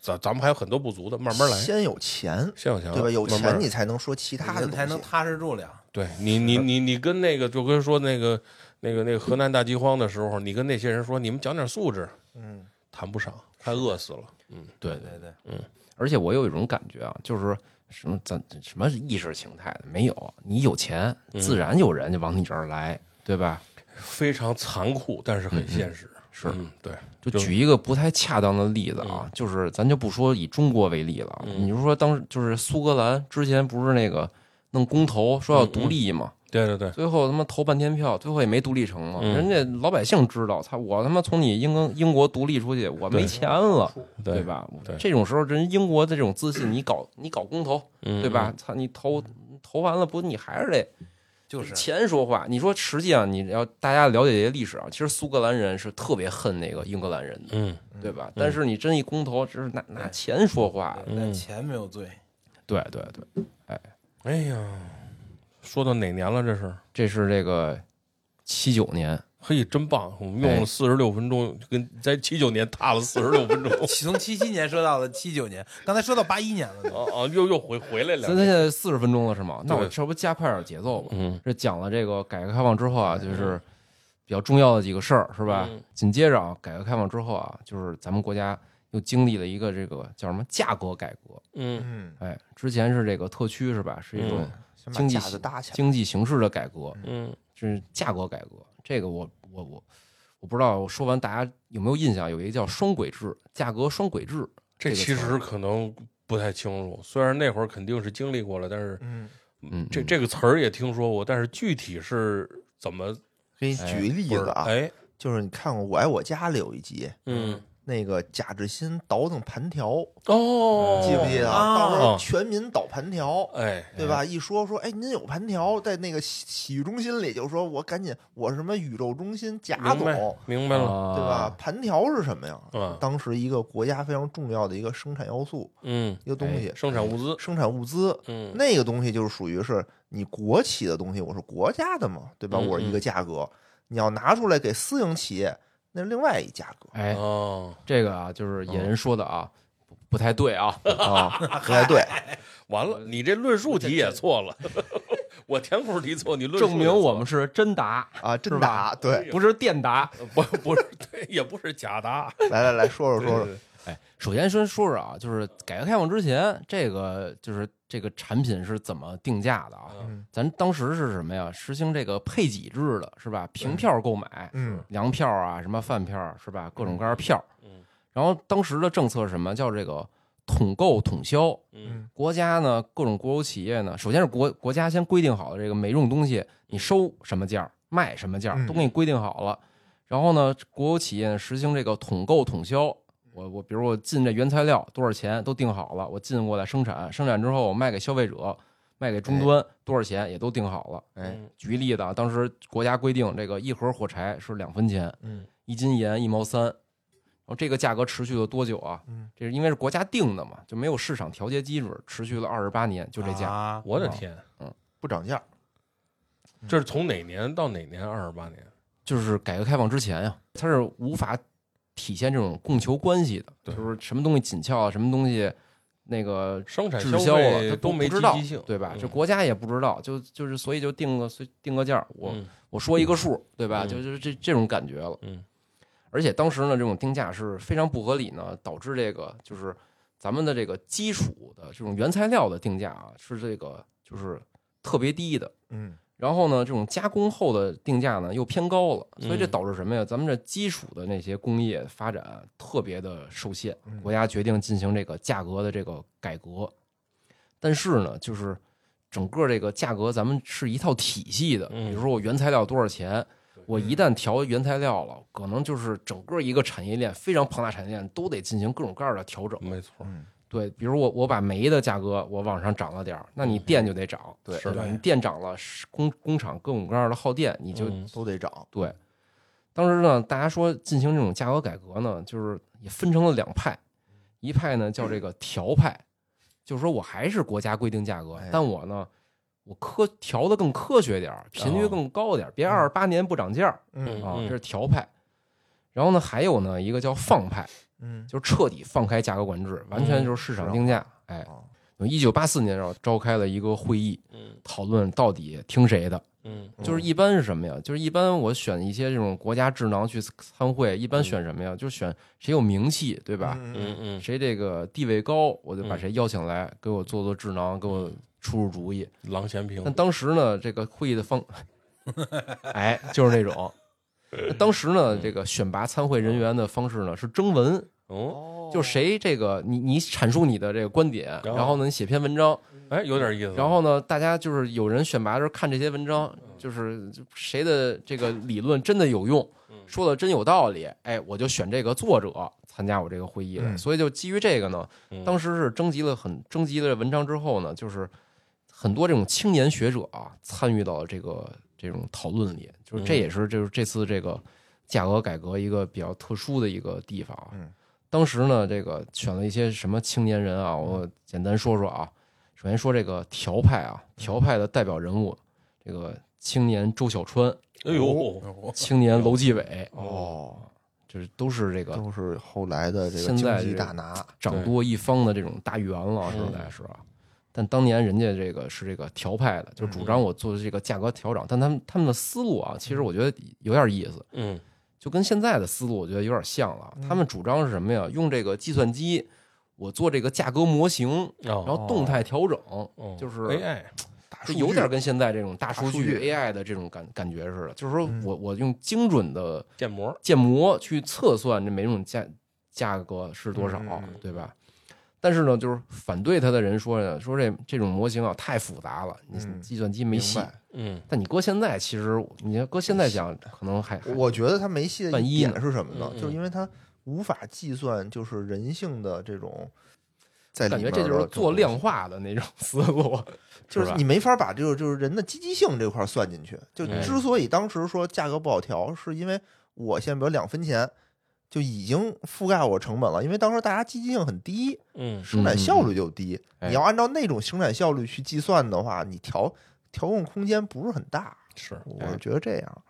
咱咱们还有很多不足的，慢慢来。先有钱，先有钱，对吧？有慢钱慢你才能说其他的人才东能西。踏实住了。对你，你你你跟那个就跟说那个那个那个河南大饥荒的时候，你跟那些人说，你们讲点素质，嗯，谈不上，嗯快饿死了。对对对对，嗯而且我有一种感觉啊，就是什么咱什么意识形态的没有，你有钱，自然有人就往你这儿来，对吧？嗯非常残酷，但是很现实。是嗯，对，嗯就就举一个不太恰当的例子啊，就是咱就不说以中国为例了啊，嗯你就说当时就是苏格兰之前不是那个弄公投说要独立嘛，嗯对对对，最后他妈投半天票，最后也没独立成嘛，嗯人家老百姓知道，操，我他妈从你英国英国独立出去，我没钱了。对对？吧？对这种时候，人英国的这种自信，你 [clears throat] 搞你搞公投，嗯对吧？操，你投投完了不，你还是得就是钱说话。你说实际上，你要大家了解这些历史啊，其实苏格兰人是特别恨那个英格兰人的，嗯，对吧？但是你真一公投，只是拿拿钱说话。嗯但钱没有罪，。对对对，哎呀，说到哪年了？这是？这是这个七九年，嘿，真棒！我们用哎了四十六分钟，就跟在七九年踏了 [laughs] 四十六分钟 [laughs] 从七七年说到了七九年，刚才说到八一年了呢。哦哦，又又回回来咱现了。在四十分钟了是吗？那我对这不加快点节奏吧？嗯这讲了这个改革开放之后啊，就是比较重要的几个事儿，是吧？嗯紧接着啊，改革开放之后啊，就是咱们国家又经历了一个这个叫什么价格改革。嗯嗯，哎，之前是这个特区是吧？是一种嗯先把经济架形、子搭起来。经济形势的改革，嗯是价格改革。这个我我我我不知道，我说完大家有没有印象？有一个叫双轨制，价格双轨制。这个其词实儿可能不太清楚，虽然那会儿肯定是经历过了，但是嗯，嗯，这嗯这个词儿也听说过，但是具体是怎么哎可以举例不知子道啊，哎，就是你看过《我爱我家》里有一集，嗯，那个贾志新倒腾盘条，哦，记不记得？啊到时候全民倒盘条。哎，对吧？一说说，哎，您有盘条，在那个洗洗浴中心里，就说我赶紧，我什么宇宙中心贾明白总，明白了，啊对吧？盘条是什么呀？嗯当时一个国家非常重要的一个生产要素，嗯，一个东哎西，哎生产物资，生产物资。嗯，那个东西就是属于是你国企的东西，我是国家的嘛，对吧？嗯我是一个价格，你要拿出来给私营企业，那是另外一价格哎，哦，这个啊，就是野人说的 [laughs] 啊，不不太对啊。嗯啊， [laughs] 不太对。完了，你这论述题也错了， [laughs] 我填空题错，你论述也证错明我们是真答，啊，真是打吧对，不是电答。不不是 [laughs] 对，也不是假答，来来来说说说说，哎，首先先说说啊，就是改革开放之前，这个就是这个产品是怎么定价的啊？嗯咱当时是什么呀？实行这个配给制的，是吧？凭票购买，嗯粮票啊，什么饭票是吧？各种各样的票。嗯然后当时的政策是什么叫这个统购统销？嗯国家呢，各种国有企业呢，首先是国国家先规定好的这个每种东西你收什么价儿，卖什么价儿，嗯都给你规定好了。然后呢，国有企业呢实行这个统购统销。我我比如我进这原材料多少钱都定好了，我进过来生产，生产之后我卖给消费者，卖给终端多少钱也都定好了。哎，举例子啊，当时国家规定这个一盒火柴是两分钱，嗯，一斤盐一毛三，然后这个价格持续了多久啊？嗯，这是因为是国家定的嘛，就没有市场调节机制，持续了二十八年，就这价。嗯啊我的天，嗯不涨价，这是从哪年到哪年？二十八年，就是改革开放之前呀、它是无法体现这种供求关系的，对就是什么东西紧俏啊，什么东西那个生产滞消销啊费了，它都没不积知道极性，，对吧？嗯这国家也不知道，就就是所以就定个随定个价儿，我、嗯我说一个数，对吧？嗯就就是这这种感觉了。嗯，而且当时呢，这种定价是非常不合理呢，导致这个就是咱们的这个基础的这种原材料的定价啊，是这个就是特别低的。嗯然后呢，这种加工后的定价呢又偏高了，所以这嗯导致什么呀？咱们这基础的那些工业发展特别的受限嗯，国家决定进行这个价格的这个改革。但是呢，就是整个这个价格咱们是一套体系的，嗯比如说我原材料多少钱，我一旦调原材料了，可能就是整个一个产业链非常庞大，产业链都得进行各种各样的调整。没错，嗯，对，比如我我把煤的价格我往上涨了点儿，那嗯你电就得涨，对是吧？对你电涨了，是工工厂各种各样的耗电，你就、嗯都得涨，对。当时呢，大家说进行这种价格改革呢，就是也分成了两派，一派呢叫这个调派，就是说我还是国家规定价格哎，但我呢，我科调的更科学点儿，频率更高点儿，别二十八年不涨价儿嗯啊，这是调派。然后呢，还有呢一个叫放派， [laughs] 嗯就是彻底放开价格管制，完全就是市场定价。哎，啊，一九八四年的时候召开了一个会议，嗯讨论到底听谁的。嗯就是一般是什么呀？就是一般我选一些这种国家智囊去参会，一般选什么呀？就选谁有名气，对吧？嗯嗯嗯，谁这个地位高，我就把嗯谁邀请来，给我做做智囊，给我出出主意。郎咸平但，当时呢，这个会议的 [laughs] 方，嗯哎，就是那种。那当时呢，这个选拔参会人员的方式呢是征文，嗯，哦就谁这个你你阐述你的这个观点，然后然后呢你写篇文章，哦哎，有点意思，然后呢大家就是有人选拔的时候看这些文章，就是就谁的这个理论真的有用，说的真有道理，哎，我就选这个作者参加我这个会议了。嗯所以就基于这个呢，嗯当时是征集了很征集了文章之后呢，就是很多这种青年学者啊参与到这个这种讨论里，就是这嗯也是就是这次这个价格改革一个比较特殊的一个地方啊。嗯当时呢，这个选了一些什么青年人啊，我简单说说啊。首先说这个调派啊，调派的代表人物，这个青年周小川，哎呦，青年楼继伟，哦，就是都是这个都是后来的这个现在经济这大拿，嗯掌舵一方的这种大员了啊，现在是啊。但当年人家这个是这个调派的，就嗯主张我做这个价格调整，但他们他们的思路啊，其实我觉得有点意思。嗯就跟现在的思路我觉得有点像了嗯。他们主张是什么呀？用这个计算机，我做这个价格模型，哦然然后动态调整，哦就是 AI 这有点跟现在这种大数大数据据 AI 的这种感感觉似的。就是说嗯我我用精准的建模，建模去测算这每种价价格是多少嗯嗯嗯，对吧？但是呢，就是反对他的人说呢，说这这种模型啊太复杂了，你嗯计算机没戏明。白嗯，但你搁现在，其实你要搁现在讲，可能还还我觉得他没戏的万一一呢啊点是什么呢？嗯嗯就是因为他无法计算，就是人性的这种在里感觉面这就是的做种量化的那种思路，就是是吧你没法把这个就是人的积极性这块儿算进去。就哎嗯之所以当时说价格不好调，是因为我现在比如两分钱就已经覆盖我成本了，因为当时大家积极性很低，嗯生产效率就低。哎你要按照那种生产效率去计算的话，你调调控空间不是很大。是，哎我觉得这样，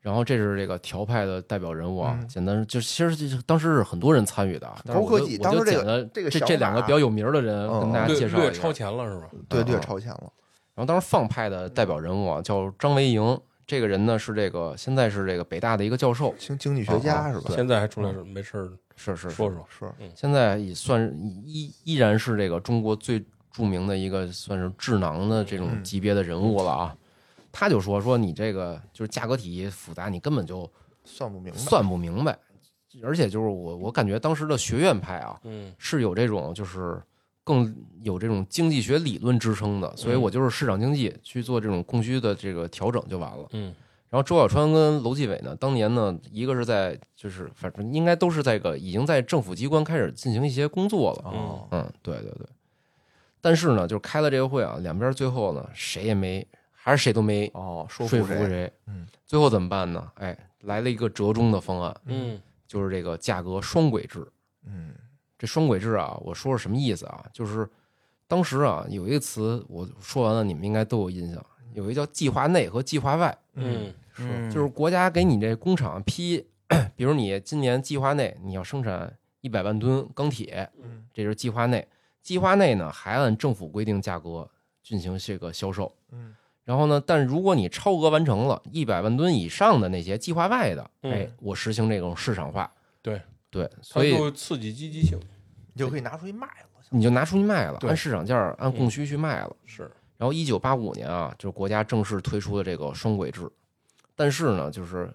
然后这是这个调派的代表人物啊，嗯简单就其实就是当时是很多人参与的啊，但是高科我就技我当就时这捡个了这个这想这两个法比较有名儿的人嗯跟大家略介绍略一下超。前了是吧？对嗯略嗯超前了。然后当时放派的代表人物啊叫张维迎，这个人呢是这个现在是这个北大的一个教授，经经济学哦家哦是吧？嗯现在还出来是没事儿是是是，说嗯说，是现在也算是依依然是这个中国最著名的一个算是智囊的这种嗯级别的人物了啊。他就说说你这个就是价格体复杂，你根本就算不明白。算不明白。而且就是我，我感觉当时的学院派啊，嗯是有这种就是更有这种经济学理论支撑的，所以嗯我就是市场经济去做这种供需的这个调整就完了。嗯然后周小川跟楼继伟呢，当年呢，一个是在就是反正应该都是在个已经在政府机关开始进行一些工作了，哦，嗯，对对对。但是呢，就是开了这个会啊，两边最后呢，谁也没，还是谁都没哦，说说服服谁，谁？嗯最后怎么办呢？哎，来了一个折中的方案，嗯就是这个价格双轨制。嗯这双轨制啊，我说是什么意思啊？就是当时啊，有一个词我说完了，你们应该都有印象，有一个叫计划内和计划外，嗯嗯就是国家给你这工厂批，比如你今年计划内你要生产一百万吨钢铁，嗯这是计划内。计划内呢，还按政府规定价格进行这个销售。嗯然后呢，但如果你超额完成了一百万吨以上的那些计划外的，嗯哎，我实行这种市场化。对对，它所以就刺激积极性，你就可以拿出去卖了。你就拿出去卖了，对按市场价儿、按供需去卖了。是，然后一九八五年啊，就是国家正式推出的这个双轨制，但是呢，就是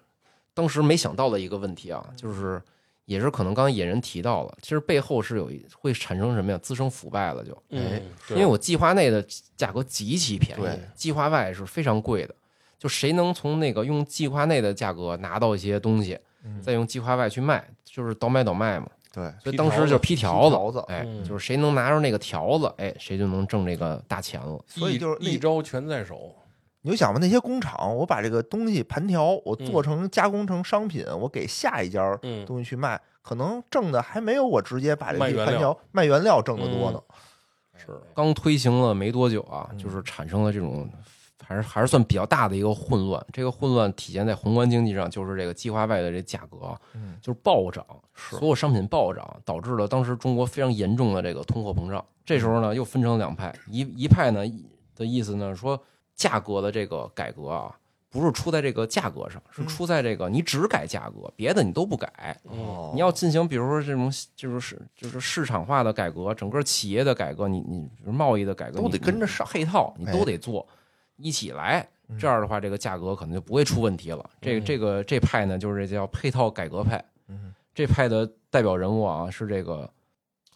当时没想到的一个问题啊，就是也是可能刚刚野人提到了，其实背后是有一会产生什么呀，滋生腐败了就，哎，嗯，因对为我计划内的价格极其便宜对，计划外是非常贵的，就谁能从那个用计划内的价格拿到一些东西，嗯再用计划外去卖，就是倒买倒卖嘛。对，所以批当条时子就批条子，条子哎，嗯就是谁能拿着那个条子，哎，谁就能挣这个大钱了。所以一就是那一招全在手，你就想吧，那些工厂，我把这个东西盘条，我嗯做成加工成商品，我给下一家嗯东西去卖，可能挣的还没有我直接把这卖个原盘料条卖原料挣嗯的多呢。是，刚推行了没多久啊，嗯就是产生了这种，还是还是算比较大的一个混乱。这个混乱体现在宏观经济上，就是这个计划外的这价格啊嗯，就是暴涨，是所有商品暴涨，导致了当时中国非常严重的这个通货膨胀。这时候嗯呢，又分成两派，一一派呢的意思呢说，价格的这个改革啊，不是出在这个价格上，是嗯出在这个你只改价格，别的你都不改。嗯哦你要进行，比如说这种就是市就是市场化的改革，整个企业的改革，你你比如贸易的改革，都你得跟着上你配套，你哎都得做，一起来。嗯这样的话，这个价格可能就不会出问题了。这个嗯这个这派呢，就是这叫配套改革派。嗯这派的代表人物啊，是这个，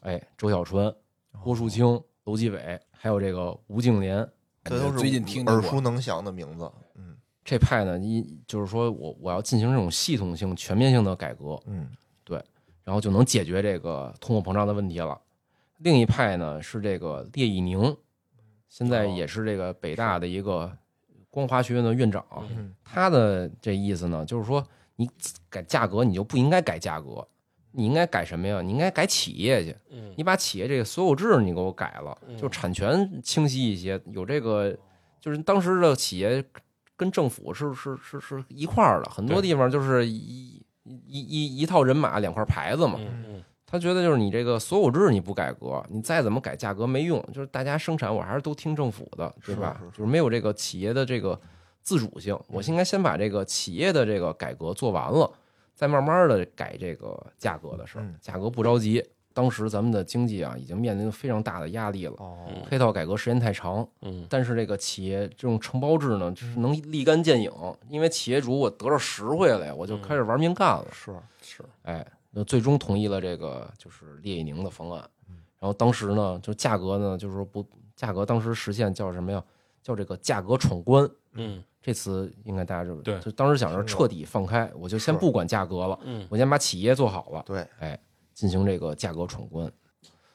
哎，周小川、哦郭树清、楼继伟，还有这个吴敬琏。这都是最近听哎耳着熟过，能详的名字。嗯这派呢，一就是说我我要进行这种系统性、全面性的改革，嗯然后就能解决这个通货膨胀的问题了。另一派呢是这个列以宁，现在也是这个北大的一个光华学院的院长，嗯他的这意思呢就是说，你改价格你就不应该改价格，你应该改什么呀？你应该改企业去，嗯你把企业这个所有制你给我改了，就嗯产权清晰一些，有这个就是当时的企业跟政府是是是是一块儿的，很多对地方就是一一一一套人马两块牌子嘛，嗯嗯他觉得就是你这个所有制你不改革，你再怎么改价格没用，就是大家生产我还是都听政府的，对吧？是是是就是没有这个企业的这个自主性，嗯我应该先把这个企业的这个改革做完了，再慢慢的改这个价格的事儿嗯。价格不着急，当时咱们的经济啊已经面临非常大的压力了。哦，配套改革时间太长，嗯，但是这个企业这种承包制呢，嗯就是能立竿见影，因为企业主我得着实惠了呀，我就开始玩命干了。是是哎，那最终同意了这个就是列一宁的方案。嗯然后当时呢，就价格呢，就是说不价格当时实现叫什么呀？叫这个价格闯关嗯这词，应该大家就对就当时想着听彻过底放开，我就先是不管价格了，嗯，我先把企业做好了，对，哎，进行这个价格闯关。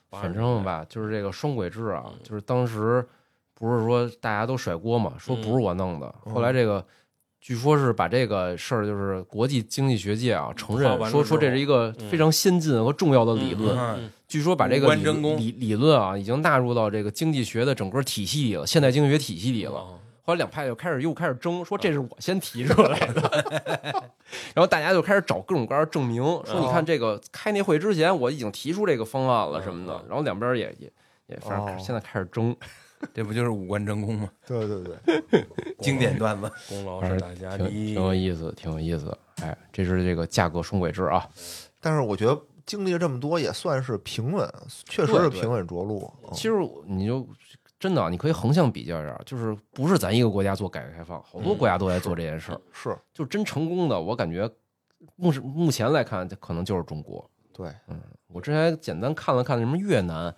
八反十正年代吧，就是这个双轨制啊嗯，就是当时不是说大家都甩锅嘛，说不是我弄的。嗯后来这个据说是把这个事儿，就是国际经济学界啊承认好嗯完了说之说后这是一个嗯非常先进和重要的理论。嗯嗯据说把这无个关理真功理理论啊，已经纳入到这个经济学的整个体系里了，现代经济学体系里了。啊后来两派就开始又开始争，说这是嗯我先提出来的， [laughs] 然后大家就开始找各种各样的证明，说你看这个开那会之前我已经提出这个方案了什么的嗯，然后两边也也也反正哦现在开始争， [laughs] 这不就是五官争功吗？对对对， [laughs] 经典 [laughs] 段子。功劳哎是大家挺第挺一，有意思，挺有意思。哎，这是这个价格双轨制啊，但是我觉得经历了这么多，也算是平稳， [laughs] 确实对是对平稳着陆。嗯其实你就真的啊你可以横向比较一下，就是不是咱一个国家做改革开放，好多国家都在做这件事儿，是就真成功的，我感觉目是目前来看，可能就是中国。嗯对，我之前简单看了看什么越南、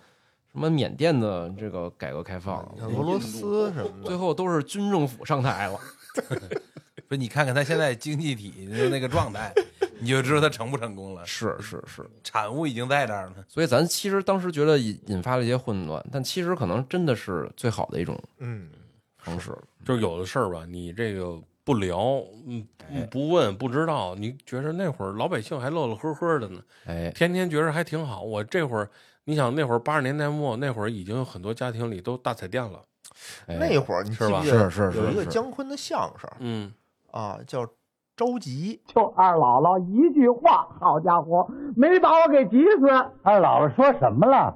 什么缅甸的这个改革开放，你看俄罗斯什么最的，后都是军政府上台了。 [laughs] 不是你看看他现在经济体的那个状态，你就知道他成不成功了。是是是，产物已经在这儿了。 [laughs] 所以咱其实当时觉得引引发了一些混乱，但其实可能真的是最好的一种嗯，方式了。就是有的事儿吧，你这个不聊，嗯，不问不知道，你觉着那会儿老百姓还乐乐呵呵的呢，哎，天天觉着还挺好。我这会儿，你想那会儿八十年代末，那会儿已经有很多家庭里都大彩电了，哎那会儿你记是不吧记得是是是有一个是姜昆的相声嗯，啊，叫《着急就二姥姥一句话，好家伙，没把我给急死。二姥姥说什么了？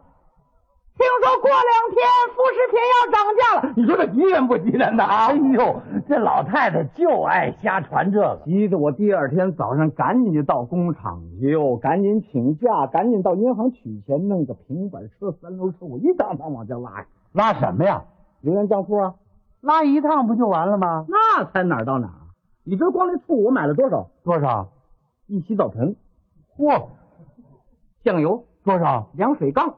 听说过两天副食品要涨价了，你说这急人不急人呐？哎呦，这老太太就爱瞎传这个，急得我第二天早上赶紧就到工厂去哟，赶紧请假，赶紧到银行取钱，弄个平板车、三轮车，我一趟趟往家拉。拉什么呀？刘源账户啊，拉一趟不就完了吗？那才哪儿啊到哪儿？你知道光那醋我买了多少？多少？一洗澡盆。嚯！酱油多少？两水缸。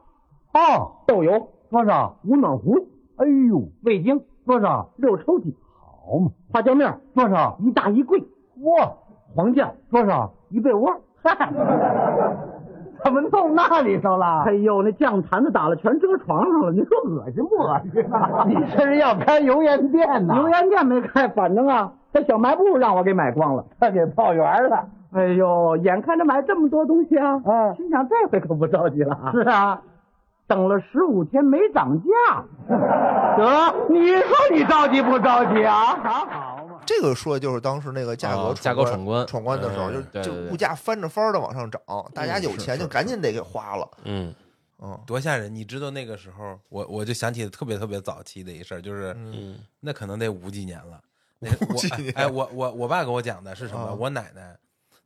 哦，豆油多少？五暖壶。哎呦，味精多少？六抽屉。好嘛，花椒面多少？一大衣柜。嚯，黄酱多少？一被 [laughs] 窝。嗨，怎么弄那里头了？哎呦，那酱坛子打了，全遮床上了。你说恶心不恶心啊？ [laughs] 你这是要开油盐店呐？油盐店没开，反正啊，这小卖部让我给买光了，他给泡圆了。哎呦，眼看着买这么多东西啊，嗯，心想这回可不着急了。是啊，等了十五天没涨价，得，你说你着急不着急啊？好嘛。这个说的就是当时那个价格啊价格闯闯关哎闯关的时候，嗯就对对嗯就对物价翻着番儿的往上涨，大家有钱就赶紧得给花了。嗯，嗯，多吓人！你知道那个时候，我我就想起特别特别早期的一事儿，就是、嗯那可能得五几年了。那五几年我哎，我我我爸给我讲的是什么？啊我奶奶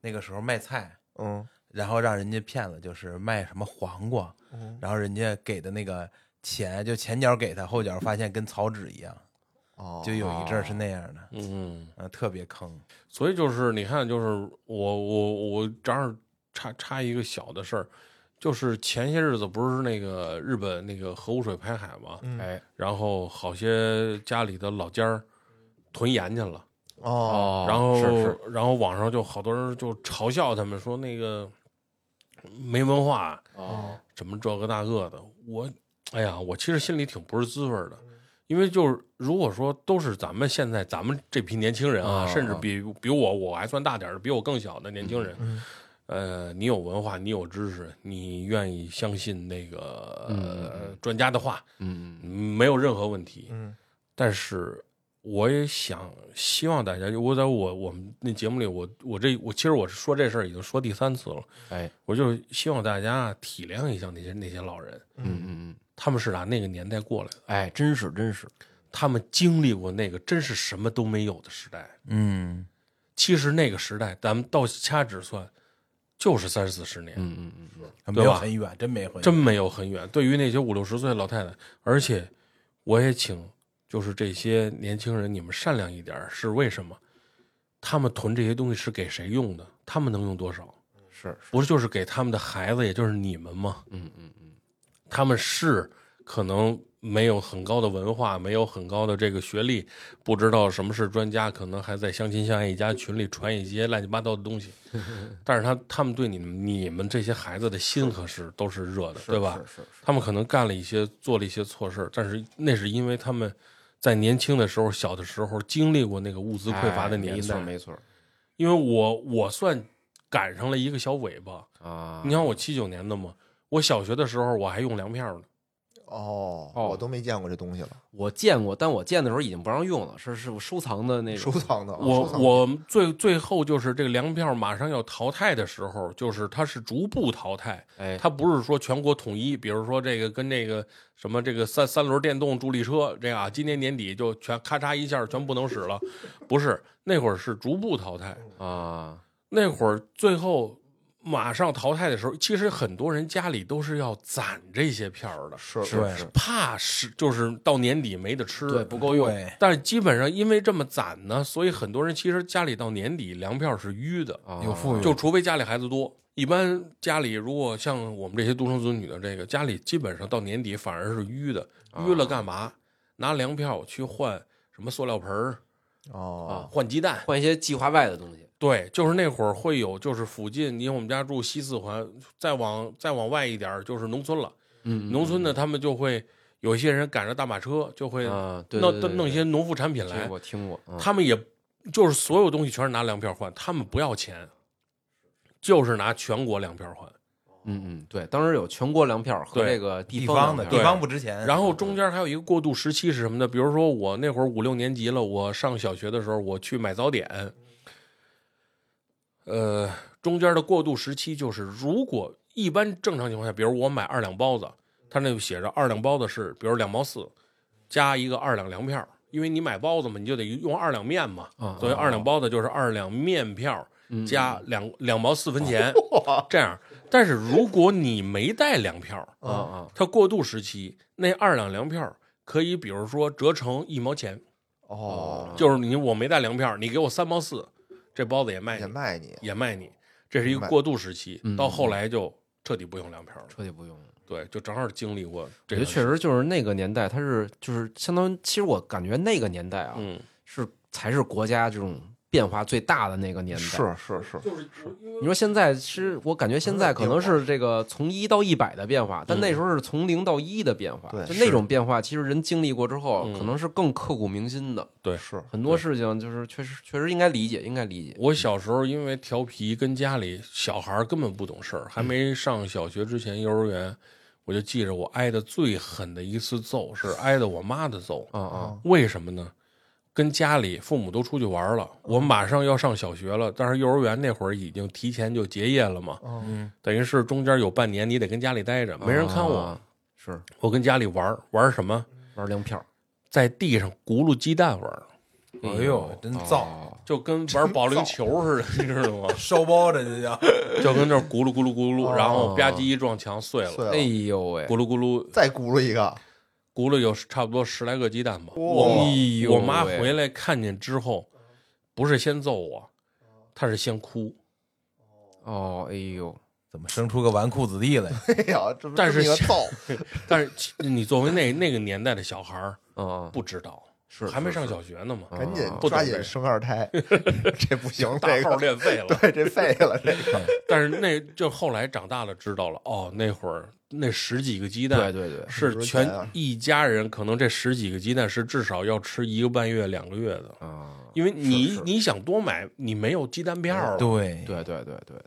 那个时候卖菜，嗯然后让人家骗了，就是卖什么黄瓜，嗯然后人家给的那个钱，就前脚给他，后脚发现跟草纸一样，哦，就有一阵儿是那样的，嗯。啊，特别坑。所以就是你看，就是我我我这儿插插一个小的事儿，就是前些日子不是那个日本那个核污水排海嘛，嗯哎然后好些家里的老家儿囤盐去了，哦，然后是是然后网上就好多人就嘲笑他们说那个没文化，哦，怎么这个那个的，我哎呀，我其实心里挺不是滋味儿的。因为就是，如果说都是咱们现在咱们这批年轻人啊，啊甚至啊嗯比比我我还算大点儿的，比我更小的年轻人，呃，你有文化，你有知识，你愿意相信那个、呃、专家的话，嗯，没有任何问题。嗯但是我也想希望大家，我在我我们那节目里，我我这我其实我是说这事儿已经说第三次了，哎，我就希望大家体谅一下那些那些老人，嗯嗯嗯，他们是打那个年代过来的，哎，真是真是，他们经历过那个真是什么都没有的时代。嗯，其实那个时代，咱们到掐指算，就是三四十年，嗯嗯嗯，没有吧很远，真没很远，真没有很远。对于那些五六十岁的老太太，而且我也请，就是这些年轻人，你们善良一点儿，是为什么？他们囤这些东西是给谁用的？他们能用多少？是是，不是就是给他们的孩子，也就是你们吗？嗯嗯嗯，他们是可能没有很高的文化，没有很高的这个学历，不知道什么是专家，可能还在相亲相爱一家群里传一些乱七八糟的 [laughs] 东西。但是他他们对你们你们这些孩子的心可是都是热的，对吧？是是是，他们可能干了一些做了一些错事儿，但是那是因为他们在年轻的时候、小的时候经历过那个物资匮乏的哎年没代。错没错因为我我算赶上了一个小尾巴。啊，你看我七九年的嘛，我小学的时候我还用粮票呢。哦，哦我都没见过这东西了，我见过，但我见的时候已经不让用了，是是我收藏的那收种。藏的，哦我收藏的我最最后就是这个粮票马上要淘汰的时候，就是它是逐步淘汰，哎，它不是说全国统一。比如说这个跟这个什么这个三三轮电动助力车这样啊，今年年底就全咔嚓一下全不能使了，不是那会儿是逐步淘汰。啊，那会儿最后马上淘汰的时候，其实很多人家里都是要攒这些票的，是是对是怕是就是到年底没得吃，对，不够用。对但是基本上因为这么攒呢，所以很多人其实家里到年底粮票是淤的，啊有富裕就除非家里孩子多。一般家里如果像我们这些独生子女的这个家里，基本上到年底反而是淤的，淤了干嘛？拿粮票去换什么塑料盆儿，啊哦，换鸡蛋，换一些计划外的东西。对，就是那会儿会有，就是附近，因为我们家住西四环，再往再往外一点儿就是农村了。嗯农村呢，他们就会有一些人赶着大马车，就会弄、啊，对，对弄一些农副产品来。我听过，嗯他们也就是所有东西全是拿粮票换，他们不要钱，就是拿全国粮票换。嗯嗯，对，当时有全国粮票和对这个地方方的粮地票对方不值钱，嗯然后中间还有一个过渡时期是什么呢？比如说我那会儿五六年级了，我上小学的时候，我去买早点。呃，中间的过渡时期就是，如果一般正常情况下，比如我买二两包子，他那就写着二两包子是，比如两毛四，加一个二两粮票，因为你买包子嘛，你就得用二两面嘛，啊所以二两包子就是二两面票嗯加两两毛四分 [laughs] 钱，这样。但是如果你没带粮票，啊啊它过渡时期那二两粮票可以，比如说折成一毛钱，哦，就是你我没带粮票，你给我三毛四，这包子也卖也你，卖你，也卖你，这是一个明白过渡时期嗯，到后来就彻底不用粮票了。彻底不用了。对，就正好经历过我这觉个，得确，实就是那个年代，它是就是相当于，其实我感觉那个年代啊，嗯，是才是国家这种变化最大的那个年代。是是是，你说现在是我感觉现在可能是这个从一到一百的变化，但那时候是从零到一的变化，对就是那种变化，其实人经历过之后，嗯可能是更刻骨铭心的。对，是很多事情就是确实确实应该理解，应该理解。我小时候因为调皮，跟家里小孩儿根本不懂事儿，嗯还没上小学之前，幼儿园我就记着我挨的最狠的一次揍是挨的我妈的揍。啊啊为什么呢？跟家里父母都出去玩了，我嗯马上要上小学了，但是幼儿园那会儿已经提前就结业了嘛，哦嗯等于是中间有半年你得跟家里待着，没人看我，啊是我跟家里玩儿玩儿什么，玩粮票，在地上轱辘鸡蛋玩儿，哎呦，真造，哦就跟玩保龄球似的，你知道吗？烧包这就叫，哦就跟这儿咕噜咕噜咕噜，然后吧唧一撞墙碎了，哦碎哎了，呦喂，咕噜咕噜再咕噜一个，轱辘有差不多十来个鸡蛋吧。哇哎呦我妈喂回来看见之后，不是先揍我，她是先哭。哦，哎呦，怎么生出个纨绔子弟 [laughs] 来？哎呀，这么但是这么一个揍， [laughs] 但是其你作为那那个年代的小孩儿，啊，不知道，是还没是上是小学呢嘛，嗯赶紧啊不抓懂这紧个生 [laughs] 二胎，这不行，大这号个练废了。对这废了，这个 [laughs] 但是那就后来长大了知道了，哦，那会儿那十几个鸡对蛋，对对，是多钱全啊一家人，可能这十几个鸡蛋是至少要吃一个半月、两个月的，啊，因为你是你想多买，你没有鸡蛋票了，对，对对对对，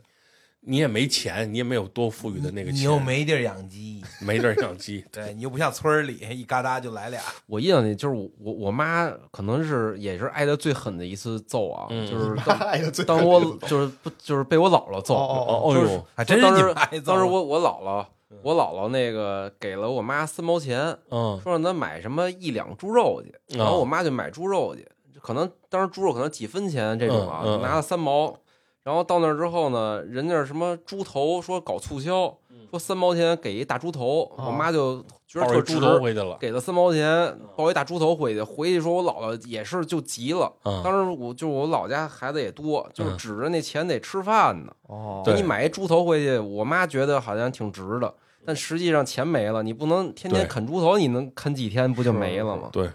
你也没钱，你也没有多富裕的那个你钱，又没地儿养鸡，，没地儿养鸡 [laughs] 对你又不像村儿里一嘎达就来俩，我印象里就是我我我妈可能是也是挨的最狠的一次揍啊，嗯就是当哎呀，最当狠我的揍就是不就是被我姥姥揍，哦哦哦就是哦还真是当你时们挨揍啊当时我我姥姥我姥姥那个给了我妈三毛钱，嗯说让她买什么一两猪肉去，然后我妈就买猪肉去，可能当时猪肉可能几分钱这种啊，嗯嗯嗯拿了三毛，然后到那儿之后呢，人家什么猪头说搞促销，说三毛钱给一大猪头，嗯啊我妈就觉得抱特着猪猪头回去了，给了三毛钱抱一大猪头回去，回去说我姥姥也是就急了，嗯当时我就我老家孩子也多，就是嗯指着那钱得吃饭呢。哦，对你买一猪头回去，我妈觉得好像挺值的，但实际上钱没了，你不能天天对啃猪头，你能啃几天不就没了吗？对，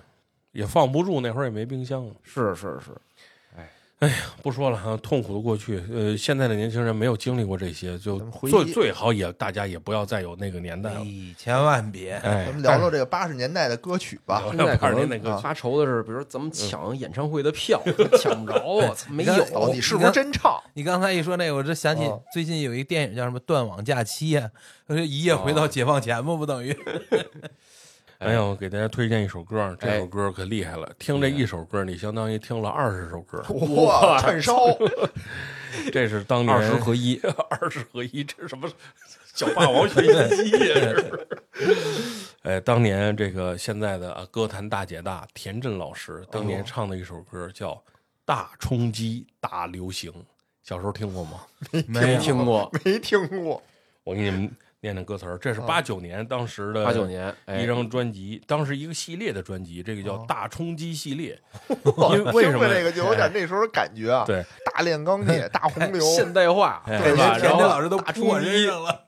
也放不住，那会儿也没冰箱。是是是，哎不说了啊，痛苦的过去。呃，现在的年轻人没有经历过这些，就咱们回忆最最好也大家也不要再有那个年代了。你千万别，哎，咱们聊聊这个八十年代的歌曲吧。聊现聊在可二零那个嗯能发愁的是，比如咱们抢演唱会的票，抢不着，哦我 [laughs] 操，没你有看到底是不是真唱？你刚才一说那个，我这想起哦。最近有一电影叫什么《断网假期》呀，就是一夜回到解放前嘛，不等于？哎呦，给大家推荐一首歌，这首歌可厉害了。听这一首歌，你相当于听了二十首歌 [laughs] 哇，串烧！这是当年二十合一， [laughs] 二十合一，这是什么小霸王学习机呀？这是。哎，当年这个现在的啊歌坛大姐大田震老师，当年唱的一首歌叫《大冲击大流行》，小时候听过吗？没听过 [laughs] 没听过，我给你们念念歌词儿，这啊是八九年当时的八九年，哎一，张专辑，当时一个系列的专辑，这个叫《大冲击》系 [laughs] 列。因为为啊听什么哎着这个就有点那时候感觉啊，对，大炼钢铁、大洪 [laughs] 流，现代化，哎对对田吧？然田震后老师都扑我身上了。